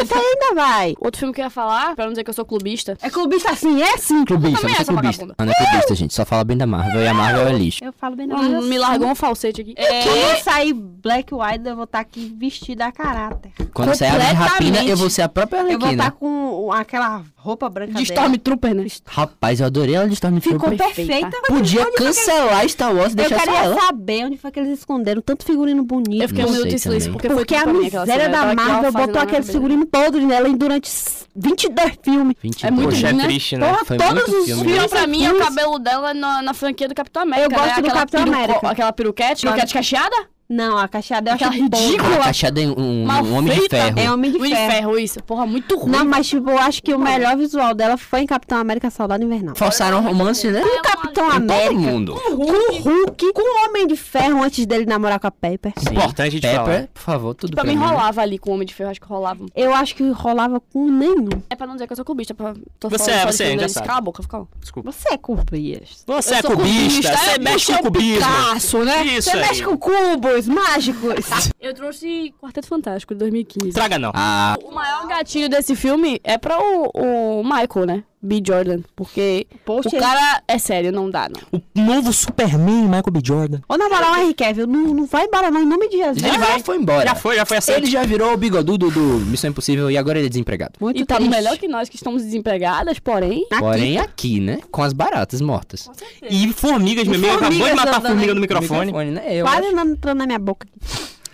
[SPEAKER 1] essa ainda vai.
[SPEAKER 2] Outro filme que eu ia falar, pra não dizer que eu sou clubista.
[SPEAKER 1] É clubista assim, é sim.
[SPEAKER 4] Clubista,
[SPEAKER 2] Também
[SPEAKER 4] não sou
[SPEAKER 2] essa
[SPEAKER 4] clubista.
[SPEAKER 2] vagabunda.
[SPEAKER 4] Ah, não é clubista, gente. Só fala bem da Marvel e a Marvel é lixo.
[SPEAKER 1] Eu falo bem assim. da
[SPEAKER 2] Hum, me largou um falsete aqui. É...
[SPEAKER 1] Quando sair Black Widow, eu vou estar aqui vestida a caráter.
[SPEAKER 4] Quando sair a de rapina,
[SPEAKER 2] Completamente.
[SPEAKER 4] eu vou ser a própria
[SPEAKER 1] Eu vou estar
[SPEAKER 4] Arlequina.
[SPEAKER 1] com aquela roupa branca
[SPEAKER 2] De
[SPEAKER 1] dela.
[SPEAKER 2] Stormtrooper, né?
[SPEAKER 4] Rapaz, eu adorei ela de
[SPEAKER 1] Ficou
[SPEAKER 4] Stormtrooper.
[SPEAKER 1] perfeita.
[SPEAKER 2] perfeita.
[SPEAKER 4] Podia cancelar Star Wars e
[SPEAKER 1] Eu É
[SPEAKER 4] deixar só
[SPEAKER 1] queria
[SPEAKER 4] ela.
[SPEAKER 1] saber onde foi que eles esconderam tanto figurino bonito.
[SPEAKER 2] Eu fiquei
[SPEAKER 4] Não
[SPEAKER 2] um
[SPEAKER 4] sei
[SPEAKER 2] minuto em silêncio,
[SPEAKER 4] também.
[SPEAKER 2] porque foi
[SPEAKER 1] Porque
[SPEAKER 2] tudo
[SPEAKER 1] a
[SPEAKER 2] pra mim aquela
[SPEAKER 1] miséria
[SPEAKER 2] cena.
[SPEAKER 1] da
[SPEAKER 2] Eu tava aqui,
[SPEAKER 1] Marvel
[SPEAKER 2] ela fazendo
[SPEAKER 1] botou
[SPEAKER 2] na
[SPEAKER 1] aquele
[SPEAKER 2] cabeça.
[SPEAKER 1] figurino podre nela em durante s- 22 filmes.
[SPEAKER 4] 22.
[SPEAKER 2] É muito
[SPEAKER 3] Poxa,
[SPEAKER 2] ruim,
[SPEAKER 3] é
[SPEAKER 2] né?
[SPEAKER 3] triste, né?
[SPEAKER 1] Porra,
[SPEAKER 4] foi
[SPEAKER 1] todos
[SPEAKER 4] muito
[SPEAKER 1] os
[SPEAKER 4] filme.
[SPEAKER 2] O pior
[SPEAKER 1] filmes
[SPEAKER 2] pra mim é o
[SPEAKER 1] incríveis.
[SPEAKER 2] cabelo dela na, na franquia do Capitão América.
[SPEAKER 1] Eu gosto
[SPEAKER 2] né?
[SPEAKER 1] do
[SPEAKER 2] Aquela
[SPEAKER 1] Capitão
[SPEAKER 2] peruco-
[SPEAKER 1] América.
[SPEAKER 2] Aquela peruquete,
[SPEAKER 1] Claro.
[SPEAKER 2] peruquete cacheada?
[SPEAKER 1] Não, a cacheada eu acho
[SPEAKER 2] Aquela
[SPEAKER 1] boa.
[SPEAKER 2] ridícula.
[SPEAKER 4] A Cachada é um, um-
[SPEAKER 2] Mal
[SPEAKER 4] um homem de
[SPEAKER 2] feita.
[SPEAKER 4] ferro.
[SPEAKER 1] É Homem de
[SPEAKER 2] Homem
[SPEAKER 1] Ferro.
[SPEAKER 2] isso. Porra, muito ruim.
[SPEAKER 1] Não, mas tipo, eu acho que o melhor visual dela foi em Capitão América Soldado Invernal.
[SPEAKER 4] Forçaram romance, né?
[SPEAKER 2] é
[SPEAKER 1] Com o Capitão
[SPEAKER 4] Em todo
[SPEAKER 1] América,
[SPEAKER 4] mundo.
[SPEAKER 1] com o Hulk, com o Homem de Ferro antes dele namorar com a Pepper.
[SPEAKER 8] Importante a gente falar.
[SPEAKER 4] Pepper, por favor, tudo
[SPEAKER 2] Pra mim
[SPEAKER 4] mim.
[SPEAKER 2] rolava ali com o Homem de Ferro, acho que rolava.
[SPEAKER 1] Eu acho que rolava com nenhum.
[SPEAKER 2] É pra não dizer que eu sou cubista, pra... tô
[SPEAKER 8] Você
[SPEAKER 2] falando
[SPEAKER 8] é,
[SPEAKER 2] só
[SPEAKER 8] você é,
[SPEAKER 2] defendendo
[SPEAKER 8] já
[SPEAKER 2] isso.
[SPEAKER 8] sabe.
[SPEAKER 2] Cala a boca, fica lá.
[SPEAKER 1] Você é cubista.
[SPEAKER 8] Você
[SPEAKER 2] Eu
[SPEAKER 8] é
[SPEAKER 2] sou
[SPEAKER 8] cubista, você
[SPEAKER 2] é,
[SPEAKER 8] mexe
[SPEAKER 2] é
[SPEAKER 8] com cubismo.
[SPEAKER 2] Picasso, né?
[SPEAKER 8] Isso
[SPEAKER 1] Você
[SPEAKER 8] aí.
[SPEAKER 1] mexe com cubos mágicos.
[SPEAKER 2] Eu trouxe Quarteto Fantástico de 2015.
[SPEAKER 8] Traga não.
[SPEAKER 4] Ah,
[SPEAKER 2] O maior gatilho um desse filme é pra o, o Michael, né? B. Jordan. Porque
[SPEAKER 1] Poxa,
[SPEAKER 2] o cara... É sério, não dá, não.
[SPEAKER 3] O novo Superman, Michael B. Jordan.
[SPEAKER 1] Ô, na moral, Henry Cavill, não, não vai embora não, em nome de Jesus.
[SPEAKER 4] ele vai, foi embora.
[SPEAKER 8] Já foi, já foi assim.
[SPEAKER 4] Ele já virou o bigodudo do Missão Impossível e agora ele é desempregado.
[SPEAKER 1] Muito
[SPEAKER 2] E tá
[SPEAKER 1] triste.
[SPEAKER 2] melhor que nós que estamos desempregadas, porém...
[SPEAKER 4] Porém, tá aqui, né? Com as baratas mortas.
[SPEAKER 3] E formigas, meu
[SPEAKER 1] E
[SPEAKER 3] amigo, acabou de
[SPEAKER 1] formigas
[SPEAKER 3] matar a
[SPEAKER 1] andando
[SPEAKER 3] formiga no
[SPEAKER 4] O
[SPEAKER 3] tá microfone.
[SPEAKER 4] né? Eu
[SPEAKER 1] Quase
[SPEAKER 4] acho.
[SPEAKER 1] não entrando na minha boca.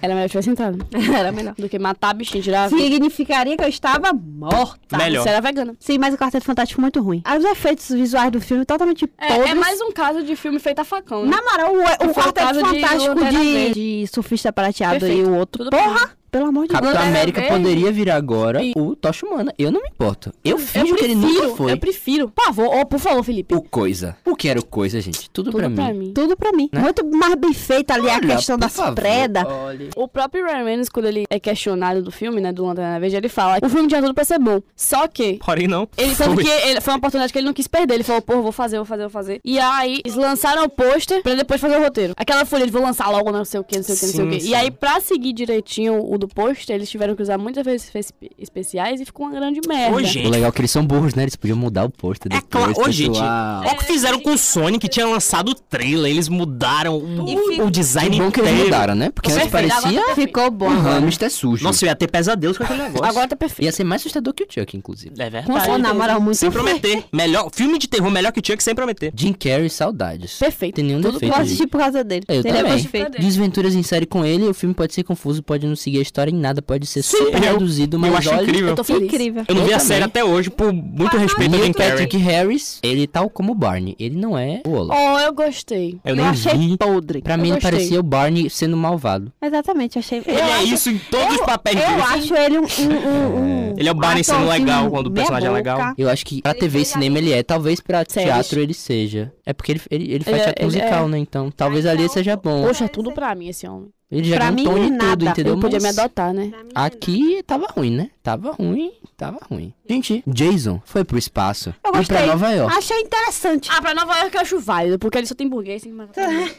[SPEAKER 2] Era melhor que tivesse entrado.
[SPEAKER 1] Era melhor.
[SPEAKER 2] Do que matar a bichinha, tirar a vida.
[SPEAKER 1] Significaria que eu estava morta.
[SPEAKER 3] Melhor.
[SPEAKER 2] Você era vegana.
[SPEAKER 1] Sim, mas o Quarteto Fantástico é muito ruim. Os efeitos visuais do filme totalmente
[SPEAKER 2] É,
[SPEAKER 1] podres.
[SPEAKER 2] é mais um caso de filme feito a facão, né?
[SPEAKER 1] Na moral, o, o
[SPEAKER 2] Foi o
[SPEAKER 1] Quarteto
[SPEAKER 2] caso de
[SPEAKER 1] Fantástico
[SPEAKER 2] Lanterna
[SPEAKER 1] de,
[SPEAKER 2] Verde.
[SPEAKER 1] de surfista prateado
[SPEAKER 2] Perfeito.
[SPEAKER 1] e o outro.
[SPEAKER 2] Tudo
[SPEAKER 1] Porra! Pelo amor de Deus.
[SPEAKER 4] Capitão
[SPEAKER 2] Lanterna
[SPEAKER 4] América
[SPEAKER 2] Verde.
[SPEAKER 4] poderia virar agora
[SPEAKER 2] E-
[SPEAKER 4] o Tocha Humana. Eu não me importo. Eu finjo que ele nunca foi.
[SPEAKER 2] Eu prefiro. Por favor, oh, por favor, Felipe.
[SPEAKER 4] O coisa. O que era o coisa, gente? Tudo,
[SPEAKER 2] Tudo
[SPEAKER 4] pra, mim.
[SPEAKER 1] Tudo pra mim.
[SPEAKER 4] Né? Ah,
[SPEAKER 1] Muito mais bem feita ali a questão das predas.
[SPEAKER 2] O próprio Ryan Reynolds, quando ele é questionado do filme, né, do Lanterna Verde, ele fala o filme tinha tudo pra ser bom. Só que...
[SPEAKER 8] Porém não.
[SPEAKER 2] Ele tanto
[SPEAKER 8] Foi.
[SPEAKER 2] que ele, foi uma oportunidade que ele não quis perder. Ele falou, pô, vou fazer, vou fazer, vou fazer. E aí, eles lançaram o pôster pra depois fazer o roteiro. Aquela folha de vou lançar logo, não sei o que, não sei o que, não sei o
[SPEAKER 8] Sim,
[SPEAKER 2] que.
[SPEAKER 8] sim.
[SPEAKER 2] E aí, pra seguir direitinho o do pôster, eles tiveram que usar muitas vezes efeitos espe- especiais e ficou uma grande merda.
[SPEAKER 3] Ô, gente.
[SPEAKER 4] O legal é que eles são burros, né? Eles podiam mudar o pôster
[SPEAKER 3] É
[SPEAKER 4] depois.
[SPEAKER 3] claro, ô gente, é
[SPEAKER 4] pessoal.
[SPEAKER 3] olha o que fizeram com o Sony, que tinha lançado o trailer, eles mudaram o, o design
[SPEAKER 4] Que bom que
[SPEAKER 3] inteiro.
[SPEAKER 4] eles mudaram, né? Porque antes
[SPEAKER 2] Perfeito, agora
[SPEAKER 4] parecia
[SPEAKER 2] tá perfeito.
[SPEAKER 1] Ficou bom.
[SPEAKER 4] um hamster sujo.
[SPEAKER 3] Nossa, eu ia ter pesadelos com aquele negócio.
[SPEAKER 2] Agora tá perfeito.
[SPEAKER 4] Ia ser mais assustador que o Chuck, inclusive.
[SPEAKER 3] É
[SPEAKER 1] Pô,
[SPEAKER 3] verdade.
[SPEAKER 1] na moral, muito
[SPEAKER 3] Sem prometer. Melhor, filme de terror melhor que tinha que sem prometer.
[SPEAKER 4] Jim Carrey, saudades.
[SPEAKER 2] Perfeito.
[SPEAKER 4] Tem nenhum
[SPEAKER 2] Tudo
[SPEAKER 1] Eu
[SPEAKER 4] defeito. ali.
[SPEAKER 1] assisti por causa dele.
[SPEAKER 4] Eu
[SPEAKER 1] Seria
[SPEAKER 4] também.
[SPEAKER 1] perfeito.
[SPEAKER 4] Desventuras em série com ele, o filme pode ser confuso, pode não seguir a história em nada, pode ser super
[SPEAKER 8] eu-
[SPEAKER 4] reduzido, mas
[SPEAKER 8] Eu acho
[SPEAKER 4] olha...
[SPEAKER 8] incrível.
[SPEAKER 2] Eu tô feliz.
[SPEAKER 1] Incrível.
[SPEAKER 3] Eu não
[SPEAKER 4] Eu
[SPEAKER 3] vi a
[SPEAKER 4] também.
[SPEAKER 3] série até hoje, por muito respeito ao
[SPEAKER 4] Neil
[SPEAKER 3] Jim Carrey.
[SPEAKER 4] Patrick Harris, ele tal como o Barney, ele não é o Olaf.
[SPEAKER 2] Oh, eu gostei.
[SPEAKER 3] Eu nem
[SPEAKER 1] achei
[SPEAKER 3] vi.
[SPEAKER 1] podre.
[SPEAKER 4] Pra mim
[SPEAKER 2] eu
[SPEAKER 4] ele
[SPEAKER 2] gostei.
[SPEAKER 4] parecia o Barney sendo malvado.
[SPEAKER 1] Exatamente, achei.
[SPEAKER 3] Ele
[SPEAKER 1] eu
[SPEAKER 3] é
[SPEAKER 1] acho-
[SPEAKER 3] isso em todos os papéis
[SPEAKER 1] Eu
[SPEAKER 3] dele.
[SPEAKER 1] acho ele um. um- um- um
[SPEAKER 3] Ele é o Barney sendo
[SPEAKER 1] atorzinho
[SPEAKER 3] legal, quando o
[SPEAKER 1] meia
[SPEAKER 3] personagem é legal.
[SPEAKER 1] boca.
[SPEAKER 4] Eu acho que pra TV e cinema ele é, talvez pra
[SPEAKER 2] Séries.
[SPEAKER 4] teatro ele seja. É porque ele, ele, ele faz
[SPEAKER 2] é-
[SPEAKER 4] teatro
[SPEAKER 2] ele
[SPEAKER 4] musical, né? Então talvez ali seja bom.
[SPEAKER 2] Poxa, é tudo pra mim esse homem.
[SPEAKER 4] Ele já
[SPEAKER 1] pra
[SPEAKER 4] ganhou um
[SPEAKER 1] mim,
[SPEAKER 4] Tony e
[SPEAKER 1] nada.
[SPEAKER 4] tudo, entendeu?
[SPEAKER 2] Ele podia me
[SPEAKER 4] Mas
[SPEAKER 2] adotar, né?
[SPEAKER 4] Aqui tava ruim, né? Tava ruim, tava ruim. Gente, Jason foi pro espaço
[SPEAKER 1] Eu
[SPEAKER 4] e pra
[SPEAKER 1] gostei.
[SPEAKER 4] Nova York.
[SPEAKER 1] Achei interessante.
[SPEAKER 2] Ah, pra Nova York eu acho válido, porque ele só tem burguês, tem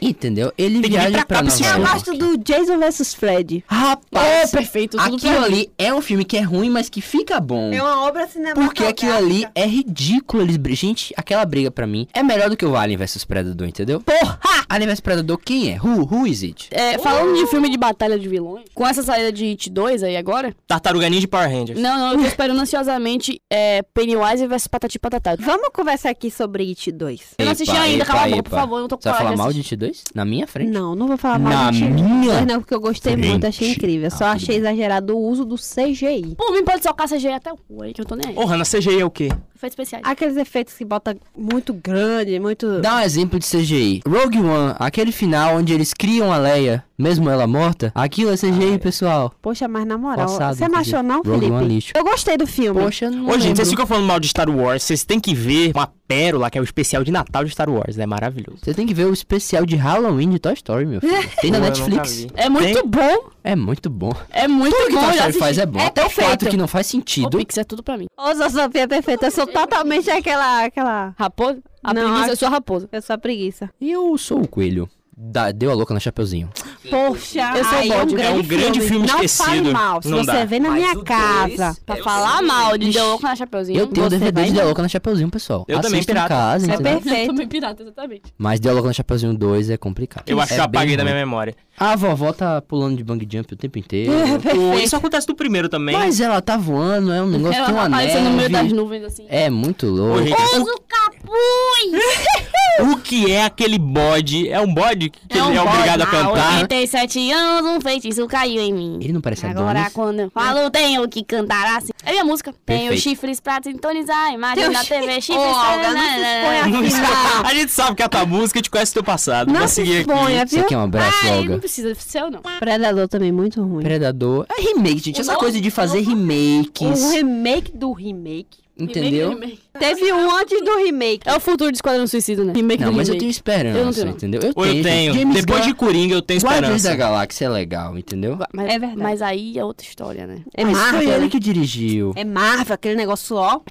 [SPEAKER 4] Entendeu? Ele
[SPEAKER 3] que vir
[SPEAKER 4] viaja
[SPEAKER 3] pra
[SPEAKER 4] pra
[SPEAKER 3] cá,
[SPEAKER 4] Nova
[SPEAKER 3] pro
[SPEAKER 1] Eu
[SPEAKER 3] cinema.
[SPEAKER 4] York.
[SPEAKER 1] gosto do Jason vs Fred.
[SPEAKER 2] É,
[SPEAKER 4] Rapaz,
[SPEAKER 2] perfeito, tudo
[SPEAKER 4] aquilo
[SPEAKER 2] pra mim.
[SPEAKER 4] ali é um filme que é ruim, mas que fica bom.
[SPEAKER 1] É uma obra cinematográfica.
[SPEAKER 4] Porque aquilo ali é ridículo. Eles... bri- Gente, aquela briga pra mim é melhor do que o Alien vs Predador, entendeu? Porra! Alien vs Predador, quem é? Who? Who is it?
[SPEAKER 2] É, falando de filme de batalha de vilões, com essa saída de It 2 aí agora,
[SPEAKER 3] Tartaruga Ninja e Power Rangers.
[SPEAKER 2] não, não, eu tô esperando ansiosamente é, Pennywise versus Patati e Patatá.
[SPEAKER 1] Vamos conversar aqui sobre It 2.
[SPEAKER 2] Eu não assisti
[SPEAKER 4] Epa,
[SPEAKER 2] ainda, cala a
[SPEAKER 4] epa,
[SPEAKER 2] boca, por
[SPEAKER 4] epa.
[SPEAKER 2] favor, eu não tô com
[SPEAKER 4] Você vai
[SPEAKER 2] coragem
[SPEAKER 4] falar
[SPEAKER 2] de
[SPEAKER 4] mal de
[SPEAKER 2] assistir.
[SPEAKER 4] It 2? Na minha frente?
[SPEAKER 1] Não, não vou falar mal
[SPEAKER 4] Na
[SPEAKER 1] de It
[SPEAKER 4] minha
[SPEAKER 1] 2, não, porque eu gostei muito, achei
[SPEAKER 4] frente.
[SPEAKER 1] incrível. Só
[SPEAKER 4] Ah, tudo
[SPEAKER 1] achei exagerado o uso do CGI.
[SPEAKER 2] Por mim pode socar CGI até o cu aí, que eu tô nem aí.
[SPEAKER 3] Ô, Hanna, CGI é o quê?
[SPEAKER 2] Efeitos especiais.
[SPEAKER 4] Ah,
[SPEAKER 1] Aqueles efeitos que bota muito grande, muito.
[SPEAKER 4] Dá um exemplo de CGI. Rogue One, aquele final onde eles criam a Leia, mesmo ela morta, aquilo é CGI, pessoal.
[SPEAKER 1] Poxa, mas na moral,
[SPEAKER 4] Passado,
[SPEAKER 1] você não achou não,
[SPEAKER 4] inclusive. Rogue One
[SPEAKER 1] Felipe?
[SPEAKER 4] lixo.
[SPEAKER 1] Eu gostei do filme.
[SPEAKER 4] Poxa, não.
[SPEAKER 3] Ô, gente,
[SPEAKER 4] lembro.
[SPEAKER 3] vocês ficam falando mal de Star Wars, vocês têm que ver uma pérola, que é o especial de Natal de Star Wars, né? Maravilhoso.
[SPEAKER 4] Você tem que ver o especial de Halloween de Toy Story, meu filho. Tem na
[SPEAKER 3] Pô, eu
[SPEAKER 4] Netflix.
[SPEAKER 3] nunca vi.
[SPEAKER 2] É muito bom,
[SPEAKER 4] É muito bom.
[SPEAKER 2] é muito
[SPEAKER 4] Tudo que
[SPEAKER 2] bom, eu
[SPEAKER 4] Toy
[SPEAKER 2] já
[SPEAKER 4] Story
[SPEAKER 2] assisti.
[SPEAKER 4] faz é bom.
[SPEAKER 2] É
[SPEAKER 4] Até o fato
[SPEAKER 2] perfeito.
[SPEAKER 4] que não faz
[SPEAKER 2] O
[SPEAKER 4] sentido.
[SPEAKER 2] Pix é tudo pra mim.
[SPEAKER 1] Ô, sua Sofia perfeita, eu sou totalmente aquela. aquela...
[SPEAKER 2] Raposa? A
[SPEAKER 1] Não,
[SPEAKER 2] preguiça,
[SPEAKER 1] a-
[SPEAKER 2] eu sou a raposa.
[SPEAKER 1] Eu sou a preguiça.
[SPEAKER 4] Eu sou o coelho. Da- deu a louca no Chapeuzinho.
[SPEAKER 1] Poxa,
[SPEAKER 2] Eu sou
[SPEAKER 1] aí
[SPEAKER 2] bode.
[SPEAKER 3] É um grande filme
[SPEAKER 1] não
[SPEAKER 3] esquecido.
[SPEAKER 1] fale mal, se
[SPEAKER 3] Não
[SPEAKER 1] você
[SPEAKER 3] dá.
[SPEAKER 1] vem na
[SPEAKER 6] Mas
[SPEAKER 1] minha
[SPEAKER 6] o
[SPEAKER 1] casa.
[SPEAKER 6] dois
[SPEAKER 2] Pra
[SPEAKER 6] é o
[SPEAKER 2] falar
[SPEAKER 6] segundo.
[SPEAKER 2] mal de Deu Louco na Chapeuzinho.
[SPEAKER 4] Eu tenho o
[SPEAKER 1] Você
[SPEAKER 4] DVD
[SPEAKER 1] vai
[SPEAKER 4] de Deu a
[SPEAKER 1] não?
[SPEAKER 4] Louca no Chapeuzinho, pessoal.
[SPEAKER 3] Eu também,
[SPEAKER 4] Assista em
[SPEAKER 3] pirata.
[SPEAKER 4] casa,
[SPEAKER 1] É
[SPEAKER 4] entendeu?
[SPEAKER 2] Eu
[SPEAKER 1] perfeito.
[SPEAKER 2] também pirata, exatamente.
[SPEAKER 4] Mas Deu a Louca no Chapeuzinho 2 é complicado.
[SPEAKER 3] Eu acho
[SPEAKER 4] É
[SPEAKER 3] que eu apaguei
[SPEAKER 4] bem
[SPEAKER 3] da minha
[SPEAKER 4] ruim.
[SPEAKER 3] memória.
[SPEAKER 4] A vovó tá pulando de bang jump o tempo inteiro.
[SPEAKER 3] É
[SPEAKER 2] É,
[SPEAKER 3] Pô, isso acontece no primeiro também.
[SPEAKER 4] Mas ela tá voando, é um negócio, tem uma É.
[SPEAKER 2] aparecendo no tá meio das
[SPEAKER 4] neve.
[SPEAKER 2] nuvens, assim.
[SPEAKER 4] É muito
[SPEAKER 3] Ô,
[SPEAKER 4] louco.
[SPEAKER 3] gente,
[SPEAKER 2] Usa o capuz!
[SPEAKER 3] o que é aquele bode? É um bode que ele é
[SPEAKER 2] bode.
[SPEAKER 3] obrigado a
[SPEAKER 2] Há
[SPEAKER 3] cantar?
[SPEAKER 2] 87 anos, um feitiço caiu em mim.
[SPEAKER 4] Ele é não parece
[SPEAKER 2] Agora
[SPEAKER 4] Adonis?
[SPEAKER 2] quando eu falo, tenho que cantar assim. É minha música. Tenho
[SPEAKER 4] Perfeito.
[SPEAKER 2] chifres pra sintonizar a imagem
[SPEAKER 1] Tem
[SPEAKER 2] da
[SPEAKER 1] os-
[SPEAKER 2] TV. Chifres. né?
[SPEAKER 1] Ô, Olga, não se expõe
[SPEAKER 2] tararara.
[SPEAKER 1] assim,
[SPEAKER 3] é
[SPEAKER 1] não.
[SPEAKER 3] A gente sabe que é a tua música, a gente conhece o teu passado.
[SPEAKER 1] Não
[SPEAKER 3] Vai
[SPEAKER 1] se
[SPEAKER 3] seguir aqui.
[SPEAKER 1] exponha,
[SPEAKER 4] Isso
[SPEAKER 1] viu?
[SPEAKER 4] aqui é um abraço,
[SPEAKER 2] Ai, não
[SPEAKER 4] Olga.
[SPEAKER 2] precisa do seu, não.
[SPEAKER 1] Predador também, é muito ruim.
[SPEAKER 4] Predador. É remake, gente. Essa coisa de fazer
[SPEAKER 1] O
[SPEAKER 4] remakes.
[SPEAKER 1] remake do remake.
[SPEAKER 4] Entendeu?
[SPEAKER 1] Teve um antes do remake.
[SPEAKER 2] É o futuro do Esquadrão Suicida, né? Remake
[SPEAKER 4] Não,
[SPEAKER 2] do
[SPEAKER 4] mas eu tenho
[SPEAKER 2] remake. Eu não
[SPEAKER 4] esperança,
[SPEAKER 2] tenho, não.
[SPEAKER 4] entendeu? Eu
[SPEAKER 3] Ou
[SPEAKER 4] tenho.
[SPEAKER 3] eu tenho.
[SPEAKER 4] James
[SPEAKER 3] Depois
[SPEAKER 4] Gunn,
[SPEAKER 3] de Coringa, eu tenho
[SPEAKER 4] Guardiões da
[SPEAKER 3] esperança.
[SPEAKER 4] Galáxia é legal, entendeu?
[SPEAKER 2] Mas,
[SPEAKER 1] É verdade.
[SPEAKER 2] Mas aí é outra história, né?
[SPEAKER 1] É
[SPEAKER 4] Mas foi
[SPEAKER 1] Marvel.
[SPEAKER 4] ele que dirigiu.
[SPEAKER 1] É Marvel, aquele negócio ó.
[SPEAKER 3] O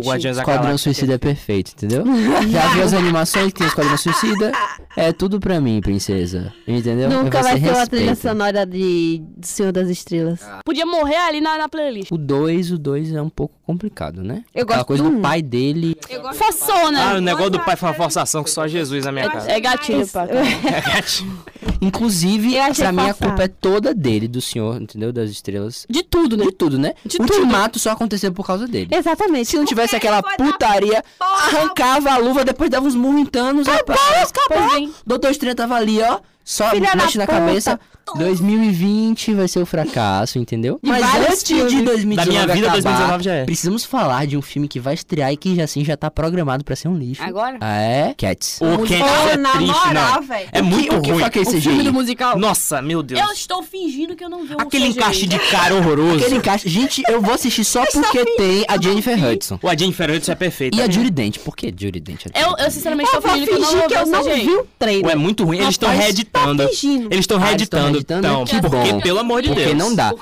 [SPEAKER 3] Guardiões da
[SPEAKER 4] Esquadrão
[SPEAKER 3] Galáxia.
[SPEAKER 4] Suicida é perfeito, entendeu? Já viu as animações que tem Esquadrão Suicida? É tudo pra mim, princesa. Entendeu?
[SPEAKER 1] Nunca
[SPEAKER 4] Eu vou
[SPEAKER 1] vai ter uma
[SPEAKER 4] respeito.
[SPEAKER 1] trilha sonora de do Senhor das Estrelas.
[SPEAKER 6] Ah,
[SPEAKER 2] Podia morrer ali na, na playlist.
[SPEAKER 4] O 2, o 2 é um pouco complicado, né?
[SPEAKER 1] Eu
[SPEAKER 4] Aquela
[SPEAKER 1] gosto
[SPEAKER 4] coisa
[SPEAKER 1] do
[SPEAKER 4] do
[SPEAKER 1] um.
[SPEAKER 4] pai dele.
[SPEAKER 3] Ah, o
[SPEAKER 2] Forçona!
[SPEAKER 3] negócio do pai foi uma forçação que só Jesus na minha casa.
[SPEAKER 2] é
[SPEAKER 1] Ah,
[SPEAKER 2] gatilho, pá.
[SPEAKER 4] Inclusive,
[SPEAKER 1] Eu achei
[SPEAKER 4] pra mim a
[SPEAKER 1] forçado.
[SPEAKER 4] culpa é toda dele, do senhor, entendeu? Das estrelas.
[SPEAKER 2] De tudo, né?
[SPEAKER 4] De tudo, né?
[SPEAKER 2] De
[SPEAKER 4] o
[SPEAKER 2] tudo.
[SPEAKER 4] ultimato só aconteceu por causa dele.
[SPEAKER 1] Exatamente.
[SPEAKER 4] Se não tivesse aquela putaria, arrancava a luva, depois dava uns murros em Thanos, rapaz.
[SPEAKER 2] Pois bem.
[SPEAKER 4] Doutor Estranho tava ali, ó. Só
[SPEAKER 1] Filha da
[SPEAKER 4] mexe na
[SPEAKER 1] puta.
[SPEAKER 4] cabeça. 2020 vai ser o fracasso, entendeu?
[SPEAKER 1] De
[SPEAKER 4] Mas
[SPEAKER 1] vários
[SPEAKER 4] antes
[SPEAKER 1] filmes.
[SPEAKER 4] de 2019
[SPEAKER 3] Da minha vida,
[SPEAKER 4] acabar,
[SPEAKER 3] 2019 já é.
[SPEAKER 4] Precisamos falar de um filme que vai estrear e que já assim já tá programado pra ser um lixo.
[SPEAKER 2] Agora?
[SPEAKER 4] É, Cats.
[SPEAKER 3] O que é triste, não.
[SPEAKER 1] velho.
[SPEAKER 3] É muito
[SPEAKER 4] o que
[SPEAKER 3] ruim.
[SPEAKER 4] foi aquele
[SPEAKER 2] O filme do
[SPEAKER 4] CGI?
[SPEAKER 2] musical.
[SPEAKER 3] Nossa, meu Deus.
[SPEAKER 2] Eu estou fingindo que eu não vi um o
[SPEAKER 3] Aquele
[SPEAKER 2] CGI.
[SPEAKER 3] encaixe de cara horroroso.
[SPEAKER 4] um Aquele encaixe. Gente, eu vou assistir só porque tem a Jennifer Hudson.
[SPEAKER 3] O Adin Ferreira é perfeito.
[SPEAKER 4] E a Judy Dent. Por que Judy Dent?
[SPEAKER 2] Eu, eu sinceramente
[SPEAKER 1] Eu
[SPEAKER 2] estou
[SPEAKER 1] vou
[SPEAKER 2] fingindo que eu não
[SPEAKER 1] fingir que eu não
[SPEAKER 2] vi um o
[SPEAKER 1] vi
[SPEAKER 2] CGI.
[SPEAKER 1] o trailer.
[SPEAKER 3] Ué, é muito ruim. Eles estão
[SPEAKER 4] Rapaz,
[SPEAKER 3] reeditando.
[SPEAKER 1] tá fingindo.
[SPEAKER 3] Eles estão
[SPEAKER 4] Ah, eles tão
[SPEAKER 3] reeditando.
[SPEAKER 4] reeditando?
[SPEAKER 3] Então,
[SPEAKER 4] Que
[SPEAKER 3] porque,
[SPEAKER 4] bom.
[SPEAKER 3] pelo amor de
[SPEAKER 4] Porque
[SPEAKER 3] Deus.
[SPEAKER 4] não dá.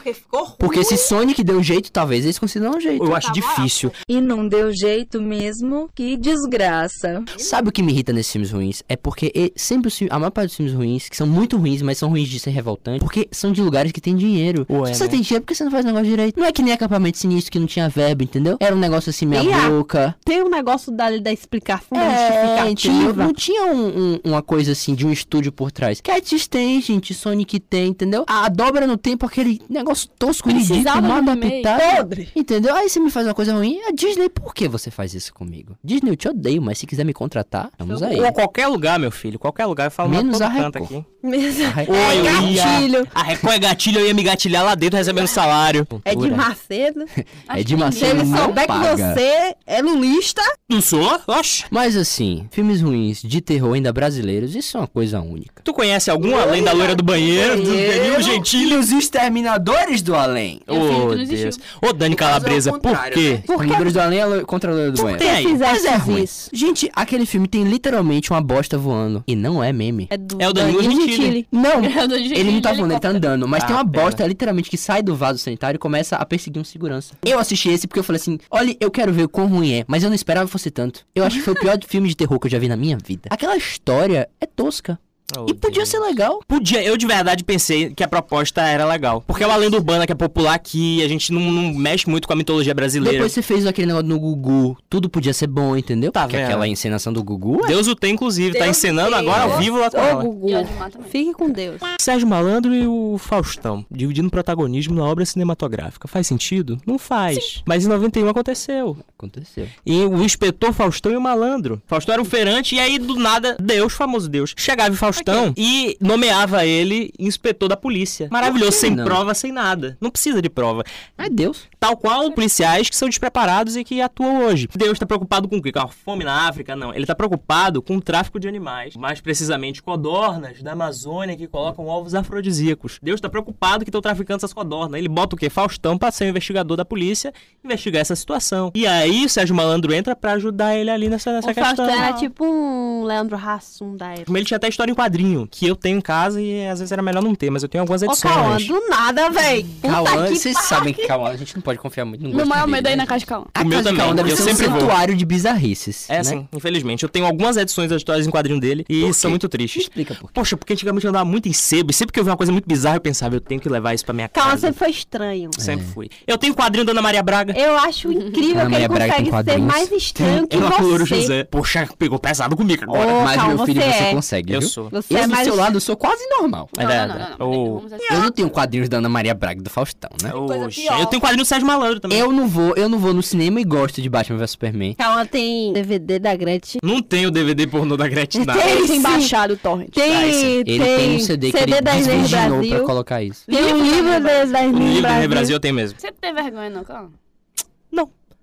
[SPEAKER 4] Porque se Sonic deu um jeito, talvez eles consigam dar um jeito.
[SPEAKER 3] Eu acho difícil.
[SPEAKER 5] E não deu jeito mesmo, que desgraça.
[SPEAKER 4] Sabe o que me irrita nesses filmes ruins? É porque e- sempre os fi- a maior parte dos filmes ruins, que são muito ruins, mas são ruins de ser revoltante, porque são de lugares que tem dinheiro.
[SPEAKER 3] Ué,
[SPEAKER 4] Se você
[SPEAKER 3] né?
[SPEAKER 4] tem dinheiro, por que você não faz o negócio direito? Não é que nem acampamento sinistro que não tinha verba, entendeu? Era um negócio assim, meia
[SPEAKER 1] Tem a-
[SPEAKER 4] boca.
[SPEAKER 1] Tem um negócio dali da explicação, da
[SPEAKER 4] É, entendeu?
[SPEAKER 1] justificativa.
[SPEAKER 4] Não tinha um- um- uma coisa assim de um estúdio por trás. Cats tem, gente, Sonic tem, entendeu? A, a dobra não tem porque aquele negócio tosco,
[SPEAKER 2] Precisava
[SPEAKER 4] ridículo, mal
[SPEAKER 2] do remake.
[SPEAKER 4] adaptado. Entendeu? Aí você me faz uma coisa ruim. A Disney, por que você faz isso comigo? Disney, eu te odeio, mas se quiser me contratar, vamos aí.
[SPEAKER 3] Ou a qualquer lugar, meu filho. Qualquer lugar. Eu falo
[SPEAKER 4] Menos
[SPEAKER 3] mas
[SPEAKER 4] a
[SPEAKER 3] todo canto
[SPEAKER 4] Record.
[SPEAKER 3] aqui.
[SPEAKER 1] Mesmo.
[SPEAKER 4] Arre-
[SPEAKER 3] Oi, eu ia-
[SPEAKER 1] É gatilho.
[SPEAKER 3] A Record é gatilho, eu ia me gatilhar lá dentro recebendo salário.
[SPEAKER 1] É de
[SPEAKER 4] Cultura.
[SPEAKER 1] Macedo.
[SPEAKER 4] É de
[SPEAKER 1] Se
[SPEAKER 4] Marcelo
[SPEAKER 1] ele
[SPEAKER 4] não
[SPEAKER 1] souber que
[SPEAKER 4] paga.
[SPEAKER 1] você é lulista,
[SPEAKER 3] Não sou? Oxe.
[SPEAKER 4] Mas assim, filmes ruins de terror ainda brasileiros, isso é uma coisa única.
[SPEAKER 3] Tu conhece algum além da loira do banheiro? Do Danilo Gentili?
[SPEAKER 4] os exterminadores do além.
[SPEAKER 2] Eu fingi que não
[SPEAKER 3] Ô,
[SPEAKER 2] existiu.
[SPEAKER 3] Oh, Deus. Ô, Dani
[SPEAKER 1] é
[SPEAKER 3] Calabresa, por
[SPEAKER 1] né?
[SPEAKER 3] quê?
[SPEAKER 4] Os exterminadores do além é lo- contra a loira do
[SPEAKER 3] Por
[SPEAKER 4] banheiro.
[SPEAKER 3] quê?
[SPEAKER 1] se
[SPEAKER 3] Tem.
[SPEAKER 1] fizesse
[SPEAKER 4] É ruim.
[SPEAKER 1] isso.
[SPEAKER 4] Gente, aquele filme tem literalmente uma bosta voando. E não é meme.
[SPEAKER 1] É, do
[SPEAKER 3] É o Danilo Gentili.
[SPEAKER 4] Não,
[SPEAKER 2] Eu tô de
[SPEAKER 4] ele não tá
[SPEAKER 2] É jeito de
[SPEAKER 4] voando, ele tá andando. Mas
[SPEAKER 3] Ah,
[SPEAKER 4] tem uma
[SPEAKER 3] pera.
[SPEAKER 4] bosta literalmente que sai do vaso sanitário e começa a perseguir um segurança. Eu assisti esse porque eu falei assim: olha, eu quero ver o quão ruim é, mas eu não esperava que fosse tanto. Eu acho que foi o pior filme de terror que eu já vi na minha vida. Aquela história é tosca.
[SPEAKER 3] Ô,
[SPEAKER 4] e podia
[SPEAKER 3] Deus.
[SPEAKER 4] ser legal.
[SPEAKER 3] Podia, eu de verdade pensei que a proposta era legal. Porque é uma lenda urbana que é popular aqui, a gente não, não mexe muito com a mitologia brasileira.
[SPEAKER 4] Depois você fez aquele negócio no Gugu, tudo podia ser bom, entendeu?
[SPEAKER 3] Tá
[SPEAKER 4] Porque
[SPEAKER 3] vendo?
[SPEAKER 4] aquela encenação do Gugu é
[SPEAKER 3] Deus o tem, inclusive, tá
[SPEAKER 1] Deus
[SPEAKER 3] encenando
[SPEAKER 1] tem.
[SPEAKER 3] agora ao vivo lá com
[SPEAKER 1] Ô,
[SPEAKER 3] ela.
[SPEAKER 1] Gugu.
[SPEAKER 4] tá
[SPEAKER 2] E Admar também.
[SPEAKER 1] Fique com Deus.
[SPEAKER 3] Sérgio Malandro e o Faustão, dividindo protagonismo na obra cinematográfica. Faz sentido? Não faz. Mas em 91 aconteceu.
[SPEAKER 4] aconteceu.
[SPEAKER 3] E o inspetor Faustão e o malandro. Faustão era um feirante e aí do nada, Deus, famoso Deus, chegava em Faustão e nomeava ele inspetor da polícia. Maravilhoso, sem
[SPEAKER 4] não?
[SPEAKER 3] prova, sem nada. Não precisa de prova.
[SPEAKER 4] É Deus.
[SPEAKER 3] Tal qual policiais que são despreparados e que atuam hoje. Deus tá preocupado com o quê? Com a fome na África? Não. Ele tá preocupado com o tráfico de animais. Mais precisamente, codornas da Amazônia que colocam ovos afrodisíacos. Deus tá preocupado que estão traficando essas codornas. Ele bota o quê? Faustão pra ser o investigador da polícia, investigar essa situação. E aí, o Sérgio Malandro entra pra ajudar ele ali nessa, nessa
[SPEAKER 2] O Faustão
[SPEAKER 3] questão.
[SPEAKER 1] Era tipo um Leandro Hassum da época.
[SPEAKER 3] Ele tinha até história em quadrinho, que eu tenho em casa e às vezes era melhor não ter, mas eu tenho algumas
[SPEAKER 1] Ô,
[SPEAKER 3] edições.
[SPEAKER 1] Cauã, do nada, véi.
[SPEAKER 4] Cauã,
[SPEAKER 1] Puta que
[SPEAKER 4] vocês sabem que Cauã, a gente não pode confiar muito no gosto
[SPEAKER 2] Meu maior
[SPEAKER 4] dele,
[SPEAKER 2] medo é ir
[SPEAKER 4] né?
[SPEAKER 2] na caixa de calma.
[SPEAKER 4] A
[SPEAKER 3] O meu
[SPEAKER 4] casa de
[SPEAKER 3] também,
[SPEAKER 4] Cauã deve
[SPEAKER 3] eu
[SPEAKER 4] ser um
[SPEAKER 3] sempre vou.
[SPEAKER 4] santuário de bizarrices.
[SPEAKER 3] É,
[SPEAKER 4] né?
[SPEAKER 3] sim, infelizmente. Eu tenho algumas edições das histórias em quadrinho dele e
[SPEAKER 4] Por
[SPEAKER 3] são
[SPEAKER 4] quê?
[SPEAKER 3] muito tristes.
[SPEAKER 4] Explica por quê.
[SPEAKER 3] Poxa, porque antigamente eu andava muito em sebo e sempre que eu vi uma coisa muito bizarra eu pensava, eu tenho que levar isso pra minha
[SPEAKER 1] Calma,
[SPEAKER 3] casa.
[SPEAKER 1] sempre foi estranho.
[SPEAKER 3] Sempre fui. Eu tenho o quadrinho da Ana Maria Braga.
[SPEAKER 1] Eu acho incrível
[SPEAKER 4] Ana
[SPEAKER 1] que ele
[SPEAKER 4] Maria Braga
[SPEAKER 1] consegue
[SPEAKER 4] tem
[SPEAKER 1] ser
[SPEAKER 4] quadrinhos.
[SPEAKER 1] mais estranho que
[SPEAKER 3] Ela com o Louro
[SPEAKER 1] você.
[SPEAKER 3] José. Poxa, pegou pesado comigo
[SPEAKER 1] Ô,
[SPEAKER 3] agora.
[SPEAKER 4] Mas,
[SPEAKER 1] Cauã,
[SPEAKER 4] meu filho,
[SPEAKER 1] você
[SPEAKER 4] você
[SPEAKER 1] é.
[SPEAKER 4] consegue,
[SPEAKER 3] eu
[SPEAKER 4] viu?
[SPEAKER 3] sou.
[SPEAKER 1] Você Você
[SPEAKER 4] Eu
[SPEAKER 1] é
[SPEAKER 4] do
[SPEAKER 1] mais.
[SPEAKER 4] seu lado sou quase normal.
[SPEAKER 2] Não,
[SPEAKER 3] É,
[SPEAKER 2] não, não, não, não.
[SPEAKER 3] ou-
[SPEAKER 2] peraí, vamos assim.
[SPEAKER 4] Eu
[SPEAKER 2] assistir.
[SPEAKER 4] não tenho quadrinhos da Ana Maria Braga e do Faustão, né?
[SPEAKER 9] Oxe,
[SPEAKER 2] pior.
[SPEAKER 9] eu
[SPEAKER 3] um
[SPEAKER 9] tenho quadrinho do Sérgio Malandro também.
[SPEAKER 4] Eu não vou, eu não vou no cinema e gosto de Batman vs Superman.
[SPEAKER 1] Calma, tem DVD da Gretchen.
[SPEAKER 3] Não tem o DVD pornô da Gretchen, nada.
[SPEAKER 1] Tem
[SPEAKER 2] Ele tem
[SPEAKER 1] sim.
[SPEAKER 2] baixado o torrent.
[SPEAKER 1] Tem,
[SPEAKER 4] Ele tem, um CD, que ele
[SPEAKER 1] das Leis
[SPEAKER 4] desvirginou
[SPEAKER 1] Brasil.
[SPEAKER 4] pra colocar isso.
[SPEAKER 1] Tem um livro das, das
[SPEAKER 3] O
[SPEAKER 1] Leis
[SPEAKER 3] livro da
[SPEAKER 1] Brasil.
[SPEAKER 3] Rede Brasil tem mesmo.
[SPEAKER 2] Você não tem vergonha, não, calma.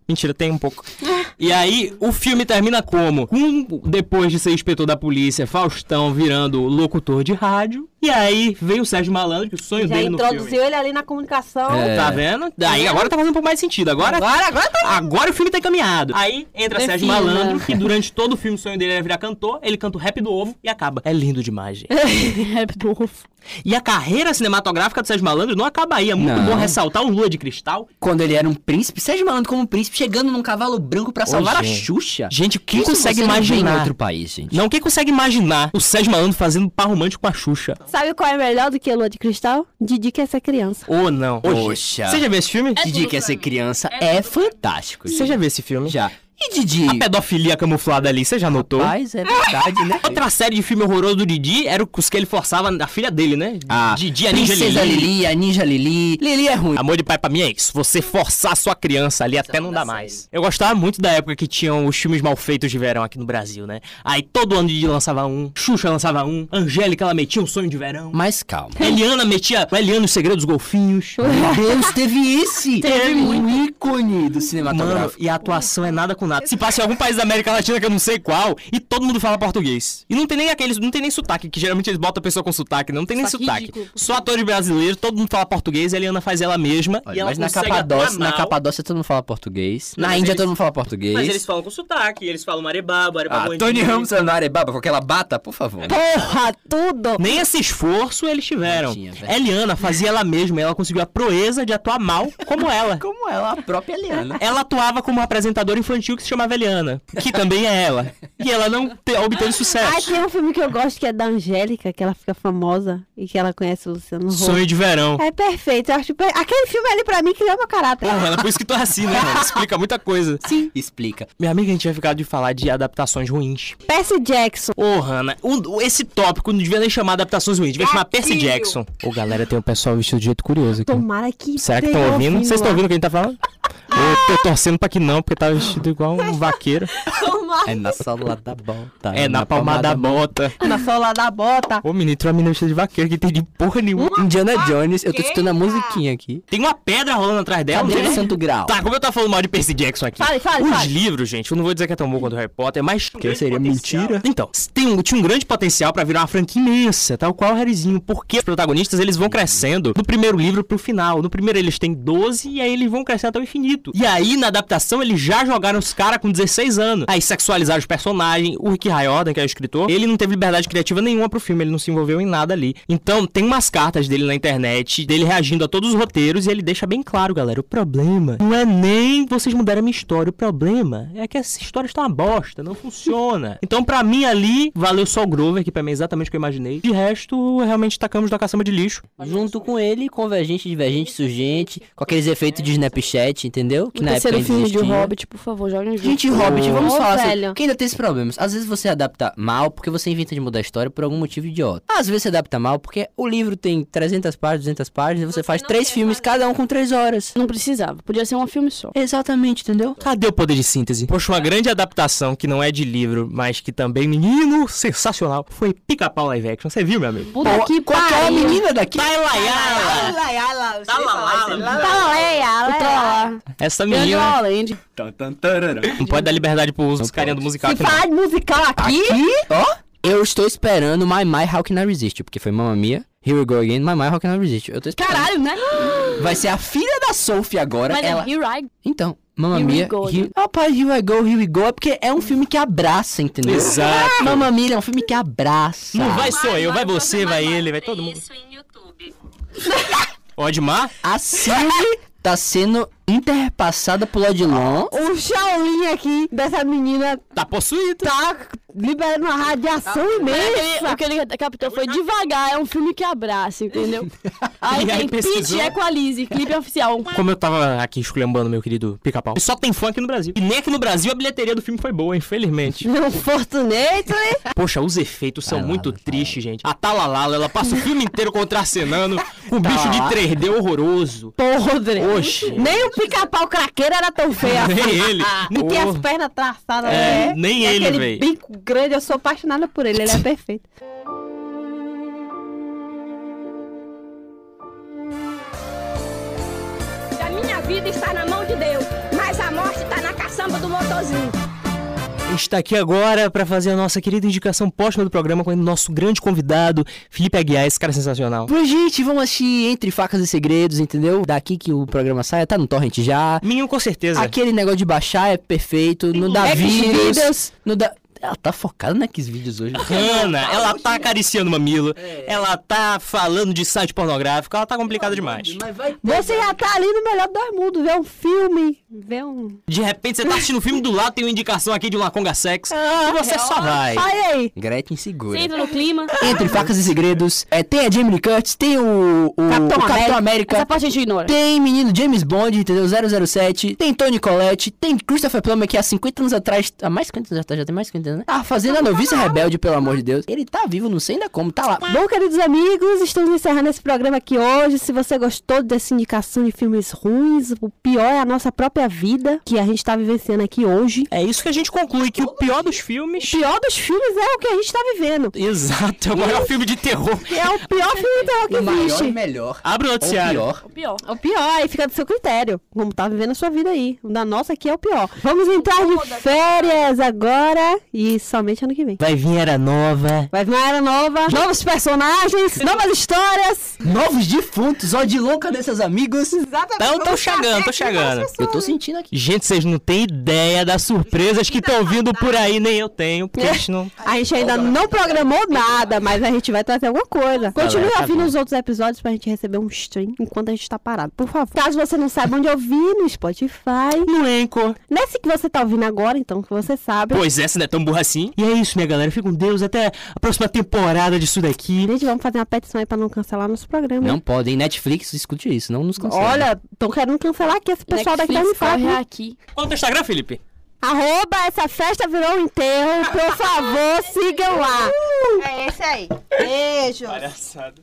[SPEAKER 3] Mentira, tem um pouco. E aí, o filme termina como? Com, depois de ser inspetor da polícia, Faustão virando locutor de rádio. E aí, veio o Sérgio Malandro, que o sonho
[SPEAKER 1] Já
[SPEAKER 3] dele no filme.
[SPEAKER 1] introduziu ele ali na comunicação.
[SPEAKER 4] É.
[SPEAKER 3] Tá vendo? Daí agora tá fazendo por mais sentido. Agora, agora, agora, o filme tá encaminhado.
[SPEAKER 9] Aí entra
[SPEAKER 2] Defina.
[SPEAKER 9] Sérgio
[SPEAKER 4] né?
[SPEAKER 9] Malandro, que durante todo o filme o sonho dele era virar cantor, ele canta o rap do ovo e acaba. É lindo demais, gente.
[SPEAKER 1] É
[SPEAKER 2] Rap do ovo.
[SPEAKER 9] E a carreira cinematográfica do Sérgio Malandro não acaba aí. É muito
[SPEAKER 4] Não.
[SPEAKER 9] bom ressaltar o Lua de Cristal.
[SPEAKER 4] Quando ele era um príncipe, Sérgio Malandro como um príncipe, chegando num cavalo branco pra salvar a
[SPEAKER 3] gente.
[SPEAKER 4] Xuxa.
[SPEAKER 3] Gente, quem
[SPEAKER 4] Isso
[SPEAKER 3] consegue
[SPEAKER 4] você não vê
[SPEAKER 3] imaginar?
[SPEAKER 4] Em outro país, gente.
[SPEAKER 3] Não, quem consegue imaginar o Sérgio Malandro fazendo par romântico com a Xuxa?
[SPEAKER 1] Sabe qual é melhor do que Lua de Cristal? Didi que é essa criança.
[SPEAKER 3] Ou não?
[SPEAKER 4] Poxa.
[SPEAKER 3] Você já viu esse filme?
[SPEAKER 4] Didi que essa criança é, fantástico.
[SPEAKER 3] Você já viu esse filme?
[SPEAKER 4] Já. E Didi?
[SPEAKER 3] A pedofilia camuflada ali, você já notou?
[SPEAKER 4] Rapaz, é verdade, né?
[SPEAKER 3] Outra série de filme horroroso do Didi era os que ele forçava a filha dele, né?
[SPEAKER 4] Ah,
[SPEAKER 3] Didi, a Ninja
[SPEAKER 4] Princesa
[SPEAKER 3] Lili.
[SPEAKER 4] Lili, a Ninja Lili. Lili é ruim.
[SPEAKER 3] Amor de pai pra mim é isso. Você forçar a sua criança ali até não dá mais. Eu gostava muito da época que tinham os filmes mal feitos de verão aqui no Brasil, né? Aí todo ano Didi lançava um, Xuxa lançava um, Angélica ela metia um sonho de verão.
[SPEAKER 4] Mas calma.
[SPEAKER 3] Eliana metia o Eliana e os segredos dos golfinhos.
[SPEAKER 4] Meu Deus, teve esse! Teve um ícone do
[SPEAKER 3] Mano,
[SPEAKER 4] cinematográfico.
[SPEAKER 3] e a atuação é nada com nada. Se passa em algum país da América Latina que eu não sei qual, e todo mundo fala português. E não tem nem aqueles, não tem nem sotaque, que geralmente eles botam a pessoa com sotaque, não tem nem
[SPEAKER 2] Sotaque
[SPEAKER 3] sotaque.
[SPEAKER 2] ridículo.
[SPEAKER 3] Só atores brasileiros, todo mundo fala português, e a Eliana faz ela mesma. e
[SPEAKER 4] Olha,
[SPEAKER 3] ela
[SPEAKER 4] mas na
[SPEAKER 3] consegue
[SPEAKER 4] Capadócia,
[SPEAKER 3] atuar
[SPEAKER 4] na
[SPEAKER 3] mal,
[SPEAKER 4] Capadócia todo mundo fala português.
[SPEAKER 9] Não,
[SPEAKER 4] na
[SPEAKER 9] mas
[SPEAKER 4] Índia
[SPEAKER 9] eles-
[SPEAKER 4] todo mundo fala
[SPEAKER 9] Mas
[SPEAKER 4] português.
[SPEAKER 9] eles falam com sotaque, eles falam marebabo,
[SPEAKER 4] Ah,
[SPEAKER 9] arebabo.
[SPEAKER 4] Tony
[SPEAKER 3] é-
[SPEAKER 4] Ramos na área baba com aquela bata, por favor.
[SPEAKER 1] Porra, tudo!
[SPEAKER 3] Nem esse esforço eles tiveram.
[SPEAKER 4] Não tinha, velho.
[SPEAKER 3] Eliana fazia ela mesma, e ela conseguiu a proeza de atuar mal como ela.
[SPEAKER 4] Como é? ela, a própria Eliana.
[SPEAKER 3] Ela atuava como uma apresentadora infantil que se chamava Eliana, que também é ela. E ela não te- obteve
[SPEAKER 1] Ah,
[SPEAKER 3] sucesso.
[SPEAKER 1] tem um filme que eu gosto que é da Angélica, que ela fica famosa e que ela conhece o Luciano Huck.
[SPEAKER 3] Sonho de verão.
[SPEAKER 1] É perfeito, eu acho per- Aquele filme ali pra mim criou meu caráter.
[SPEAKER 3] Porra, ela por isso que tu é assim, né? mano? Explica muita coisa.
[SPEAKER 4] Sim. Explica.
[SPEAKER 3] Minha amiga, a gente vai ficar de falar de adaptações ruins.
[SPEAKER 1] Percy Jackson.
[SPEAKER 3] Ô, Hannah, um- o- esse tópico não devia nem chamar adaptações ruins, devia chamar Percy Jackson. Ô, galera, tem um pessoal vestido de jeito curioso aqui.
[SPEAKER 1] Tomara que.
[SPEAKER 3] Será que estão
[SPEAKER 1] tenha um
[SPEAKER 3] ouvindo? Vocês estão
[SPEAKER 1] lá.
[SPEAKER 3] ouvindo o que a gente tá falando? Eu tô torcendo pra que não, porque tá vestido igual um vaqueiro.
[SPEAKER 4] É na sola da bota.
[SPEAKER 3] É, na palmada da bota.
[SPEAKER 1] Na sola da bota.
[SPEAKER 3] Ô, menino, tem uma menina vestida de vaqueiro que tem de porra nenhuma.
[SPEAKER 4] Indiana Jones, eu tô escutando a musiquinha aqui.
[SPEAKER 3] Tem uma pedra rolando atrás dela.
[SPEAKER 4] Cadê
[SPEAKER 3] né?
[SPEAKER 4] o Santo Grau?
[SPEAKER 3] Tá, como eu tava falando mal de Percy Jackson aqui.
[SPEAKER 1] Fale, fale,
[SPEAKER 3] Os
[SPEAKER 1] fale.
[SPEAKER 3] livros, gente, eu não vou dizer que é tão bom quanto o Harry Potter, mas. um
[SPEAKER 9] grande seria potencial. mentira?
[SPEAKER 3] Então, tem um- tinha um grande potencial pra virar uma franquia imensa, tal qual o Harryzinho. Porque os protagonistas eles vão crescendo do primeiro livro pro final. No primeiro eles têm 12 e aí eles vão crescendo até o infinito. E aí, na adaptação, eles já jogaram os caras com 16 anos. Aí sexualizaram os personagens. O Rick Riordan, que é o escritor, ele não teve liberdade criativa nenhuma pro filme, tipo, ele não se envolveu em nada ali. Então, tem umas cartas dele na internet, dele reagindo a todos os roteiros, e ele deixa bem claro, galera, o problema não é nem vocês mudarem a minha história, o problema é que essa história está uma bosta, não funciona. Então, pra mim ali, valeu só o Grover, que pra mim é exatamente o que eu imaginei. De resto, realmente tacamos da caçamba de lixo.
[SPEAKER 4] Tá Junto com ele, convergente, divergente, surgente, com aqueles efeitos de Snapchat, entendeu? Que
[SPEAKER 2] O
[SPEAKER 4] na época
[SPEAKER 2] terceiro filme de
[SPEAKER 4] existia.
[SPEAKER 2] Hobbit, por favor, joga um vídeo.
[SPEAKER 4] Gente, Hobbit, vamos
[SPEAKER 1] Ô,
[SPEAKER 4] falar assim.
[SPEAKER 1] velho.
[SPEAKER 4] Quem ainda tem esses problemas? Às vezes você adapta mal porque você inventa de mudar a história por algum motivo idiota. Às vezes você adapta mal porque o livro tem 300 páginas, 200 páginas e você, faz três filmes, cada um com três horas.
[SPEAKER 2] Não precisava, podia ser um filme só.
[SPEAKER 4] Exatamente, entendeu?
[SPEAKER 3] Cadê o poder de síntese? Poxa, uma grande adaptação que não é de livro, mas que também, menino, sensacional, foi Pica-Pau Live Action. Você viu, meu amigo?
[SPEAKER 1] Puta que
[SPEAKER 4] Qual que é a
[SPEAKER 1] pariu.
[SPEAKER 4] menina daqui?
[SPEAKER 3] Taylaiala!
[SPEAKER 1] Tá Taleia,
[SPEAKER 2] Tá lá.
[SPEAKER 3] Essa
[SPEAKER 2] Grande
[SPEAKER 3] menina.
[SPEAKER 2] Holland.
[SPEAKER 3] Não pode dar liberdade pros carinha do musical
[SPEAKER 1] Se
[SPEAKER 3] Tá aqui, não.
[SPEAKER 1] falar de musical aqui.
[SPEAKER 4] Ó, eu estou esperando My My How Can I Resist, porque foi Mamma Mia, Here We Go Again, My My How Can I Resist. Eu tô esperando.
[SPEAKER 2] Caralho, né?
[SPEAKER 4] Vai ser a filha da Sophie agora,
[SPEAKER 2] Mas
[SPEAKER 4] ela...
[SPEAKER 2] é Here I
[SPEAKER 4] Então, Mamma
[SPEAKER 2] Here we
[SPEAKER 4] Mia.
[SPEAKER 2] go,
[SPEAKER 4] Here...
[SPEAKER 2] né?
[SPEAKER 4] Rapaz, Here I Go, Here We Go é porque é um filme que abraça, entendeu?
[SPEAKER 3] Exato.
[SPEAKER 4] Mamma Mia é um filme que abraça.
[SPEAKER 3] Não vai só eu, vai você, vai ele, vai todo mundo.
[SPEAKER 10] Isso em YouTube.
[SPEAKER 3] Ó, Edmar?
[SPEAKER 4] A Sylvie tá sendo interpassada por Odilon.
[SPEAKER 1] O Shaolin Um aqui dessa menina
[SPEAKER 3] Tá possuído.
[SPEAKER 1] tá liberando uma radiação imensa.
[SPEAKER 2] O que ele captou foi devagar, é um filme que abraça, entendeu? Aí
[SPEAKER 3] E aí
[SPEAKER 2] tem Pitch, é
[SPEAKER 3] pesquisou.
[SPEAKER 2] Equalize, clipe oficial. um
[SPEAKER 3] Como eu tava aqui esculhambando meu querido pica-pau. Só tem fã aqui no Brasil. E nem aqui no Brasil a bilheteria do filme foi boa, infelizmente. Tá
[SPEAKER 1] Não fortunate,
[SPEAKER 3] Poxa, os efeitos são
[SPEAKER 4] Vai lá,
[SPEAKER 3] muito
[SPEAKER 4] vai lá.
[SPEAKER 3] tristes, gente. A Talalala, ela passa o filme inteiro contracenando com um bicho de 3D horroroso.
[SPEAKER 1] podre.
[SPEAKER 3] Oxe.
[SPEAKER 1] Nem o pica-pau craqueiro era tão feio assim.
[SPEAKER 3] Nem ele.
[SPEAKER 1] Não tinha
[SPEAKER 3] Porra.
[SPEAKER 1] as pernas traçadas,
[SPEAKER 3] É,
[SPEAKER 1] né?
[SPEAKER 3] nem
[SPEAKER 1] E
[SPEAKER 3] ele,
[SPEAKER 1] aquele
[SPEAKER 3] véi.
[SPEAKER 1] bico grande, eu sou apaixonada por ele, ele é perfeito.
[SPEAKER 11] A minha vida está na mão de Deus, mas a morte está na caçamba do motorzinho.
[SPEAKER 3] Está aqui agora para fazer a nossa querida indicação póstuma do programa com o nosso grande convidado, Felipe Aguiar, esse cara é sensacional.
[SPEAKER 4] Pô, gente, vamos assistir Entre Facas e Segredos, entendeu? Daqui que o programa saia, tá no torrent já.
[SPEAKER 3] Menino, com certeza.
[SPEAKER 4] Aquele negócio de baixar é perfeito, não dá vírus,
[SPEAKER 1] Xvideos.
[SPEAKER 4] não dá... Ela tá focada na Xvideos
[SPEAKER 3] Tá
[SPEAKER 4] hoje.
[SPEAKER 3] Ana, ela tá acariciando o mamilo, ela tá falando de site pornográfico, ela tá complicada demais.
[SPEAKER 4] Mas vai
[SPEAKER 1] Você já tá ali no melhor dos mundos, vê um filme, vê um...
[SPEAKER 3] De repente você tá assistindo um filme do lado, tem uma indicação aqui de uma conga sex, e você só vai.
[SPEAKER 1] Olha aí,
[SPEAKER 4] Gretchen segura.
[SPEAKER 2] Você entra no clima.
[SPEAKER 4] Entre Facas e Segredos, é, tem a Jamie Lee Curtis, tem o, o-
[SPEAKER 1] Capitão
[SPEAKER 4] o Capitão América,
[SPEAKER 2] Essa parte a gente ignora.
[SPEAKER 4] tem menino James Bond, entendeu? 007, tem Tony Collette, tem Christopher Plummer que há 50 anos atrás, há mais de 50 anos atrás, já tem mais de 50 anos, né? Tá fazendo a novice rebelde, pelo amor de Deus. Ele tá vivo, não sei ainda como, tá lá.
[SPEAKER 1] Bom, queridos amigos, estamos encerrando esse programa aqui hoje. Se você gostou dessa indicação de filmes ruins, o pior é a nossa própria vida, que a gente tá vivenciando aqui hoje.
[SPEAKER 3] É isso que a gente conclui, que o pior dos filmes...
[SPEAKER 1] O pior dos filmes é o que a gente tá vivendo.
[SPEAKER 3] Exato, é o maior filme de terror.
[SPEAKER 1] É o pior filme de terror que
[SPEAKER 4] O maior e
[SPEAKER 1] existe.
[SPEAKER 4] melhor.
[SPEAKER 3] Abre o
[SPEAKER 4] Ou
[SPEAKER 3] noticiário.
[SPEAKER 4] pior.
[SPEAKER 2] O pior.
[SPEAKER 1] É o pior, e fica do seu critério. Como tá vivendo a sua vida aí. O da nossa aqui é o pior. Vamos entrar de férias agora e somente ano que vem.
[SPEAKER 3] Vai vir Era Nova.
[SPEAKER 1] Vai vir uma era nova, novos personagens, novas histórias.
[SPEAKER 4] Novos defuntos, Odilon, cadê seus amigos?
[SPEAKER 3] Então, tô chegando, tô chegando.
[SPEAKER 4] Eu tô sentindo aqui.
[SPEAKER 3] Gente, vocês não têm ideia das surpresas que estão vindo por aí, nem eu tenho, porque a gente não.
[SPEAKER 1] A gente ainda não programou nada, mas a gente vai trazer alguma coisa. Continue
[SPEAKER 3] tá
[SPEAKER 1] ouvindo
[SPEAKER 3] bom.
[SPEAKER 1] os outros episódios pra gente receber um stream enquanto a gente tá parado, por favor. Caso você não saiba onde ouvir, no Spotify.
[SPEAKER 3] No Anchor.
[SPEAKER 1] Nesse que você tá ouvindo agora, então, que você sabe.
[SPEAKER 3] Pois essa não é tão burra assim. E é isso, minha galera. Fica com Deus. Até a próxima temporada disso daqui.
[SPEAKER 1] Gente, vamos fazer uma petição aí pra não cancelar nosso programa.
[SPEAKER 4] Não podem, Netflix, escute isso, não nos cancela.
[SPEAKER 1] Olha, estão querendo cancelar aqui esse pessoal daqui da
[SPEAKER 2] Netflix corre
[SPEAKER 1] Unifap.
[SPEAKER 2] aqui.
[SPEAKER 3] Qual o teu Instagram, Felipe?
[SPEAKER 1] Arroba, essa festa virou um enterro. Por favor, sigam lá.
[SPEAKER 11] É esse aí. Beijo.
[SPEAKER 12] Palhaçada.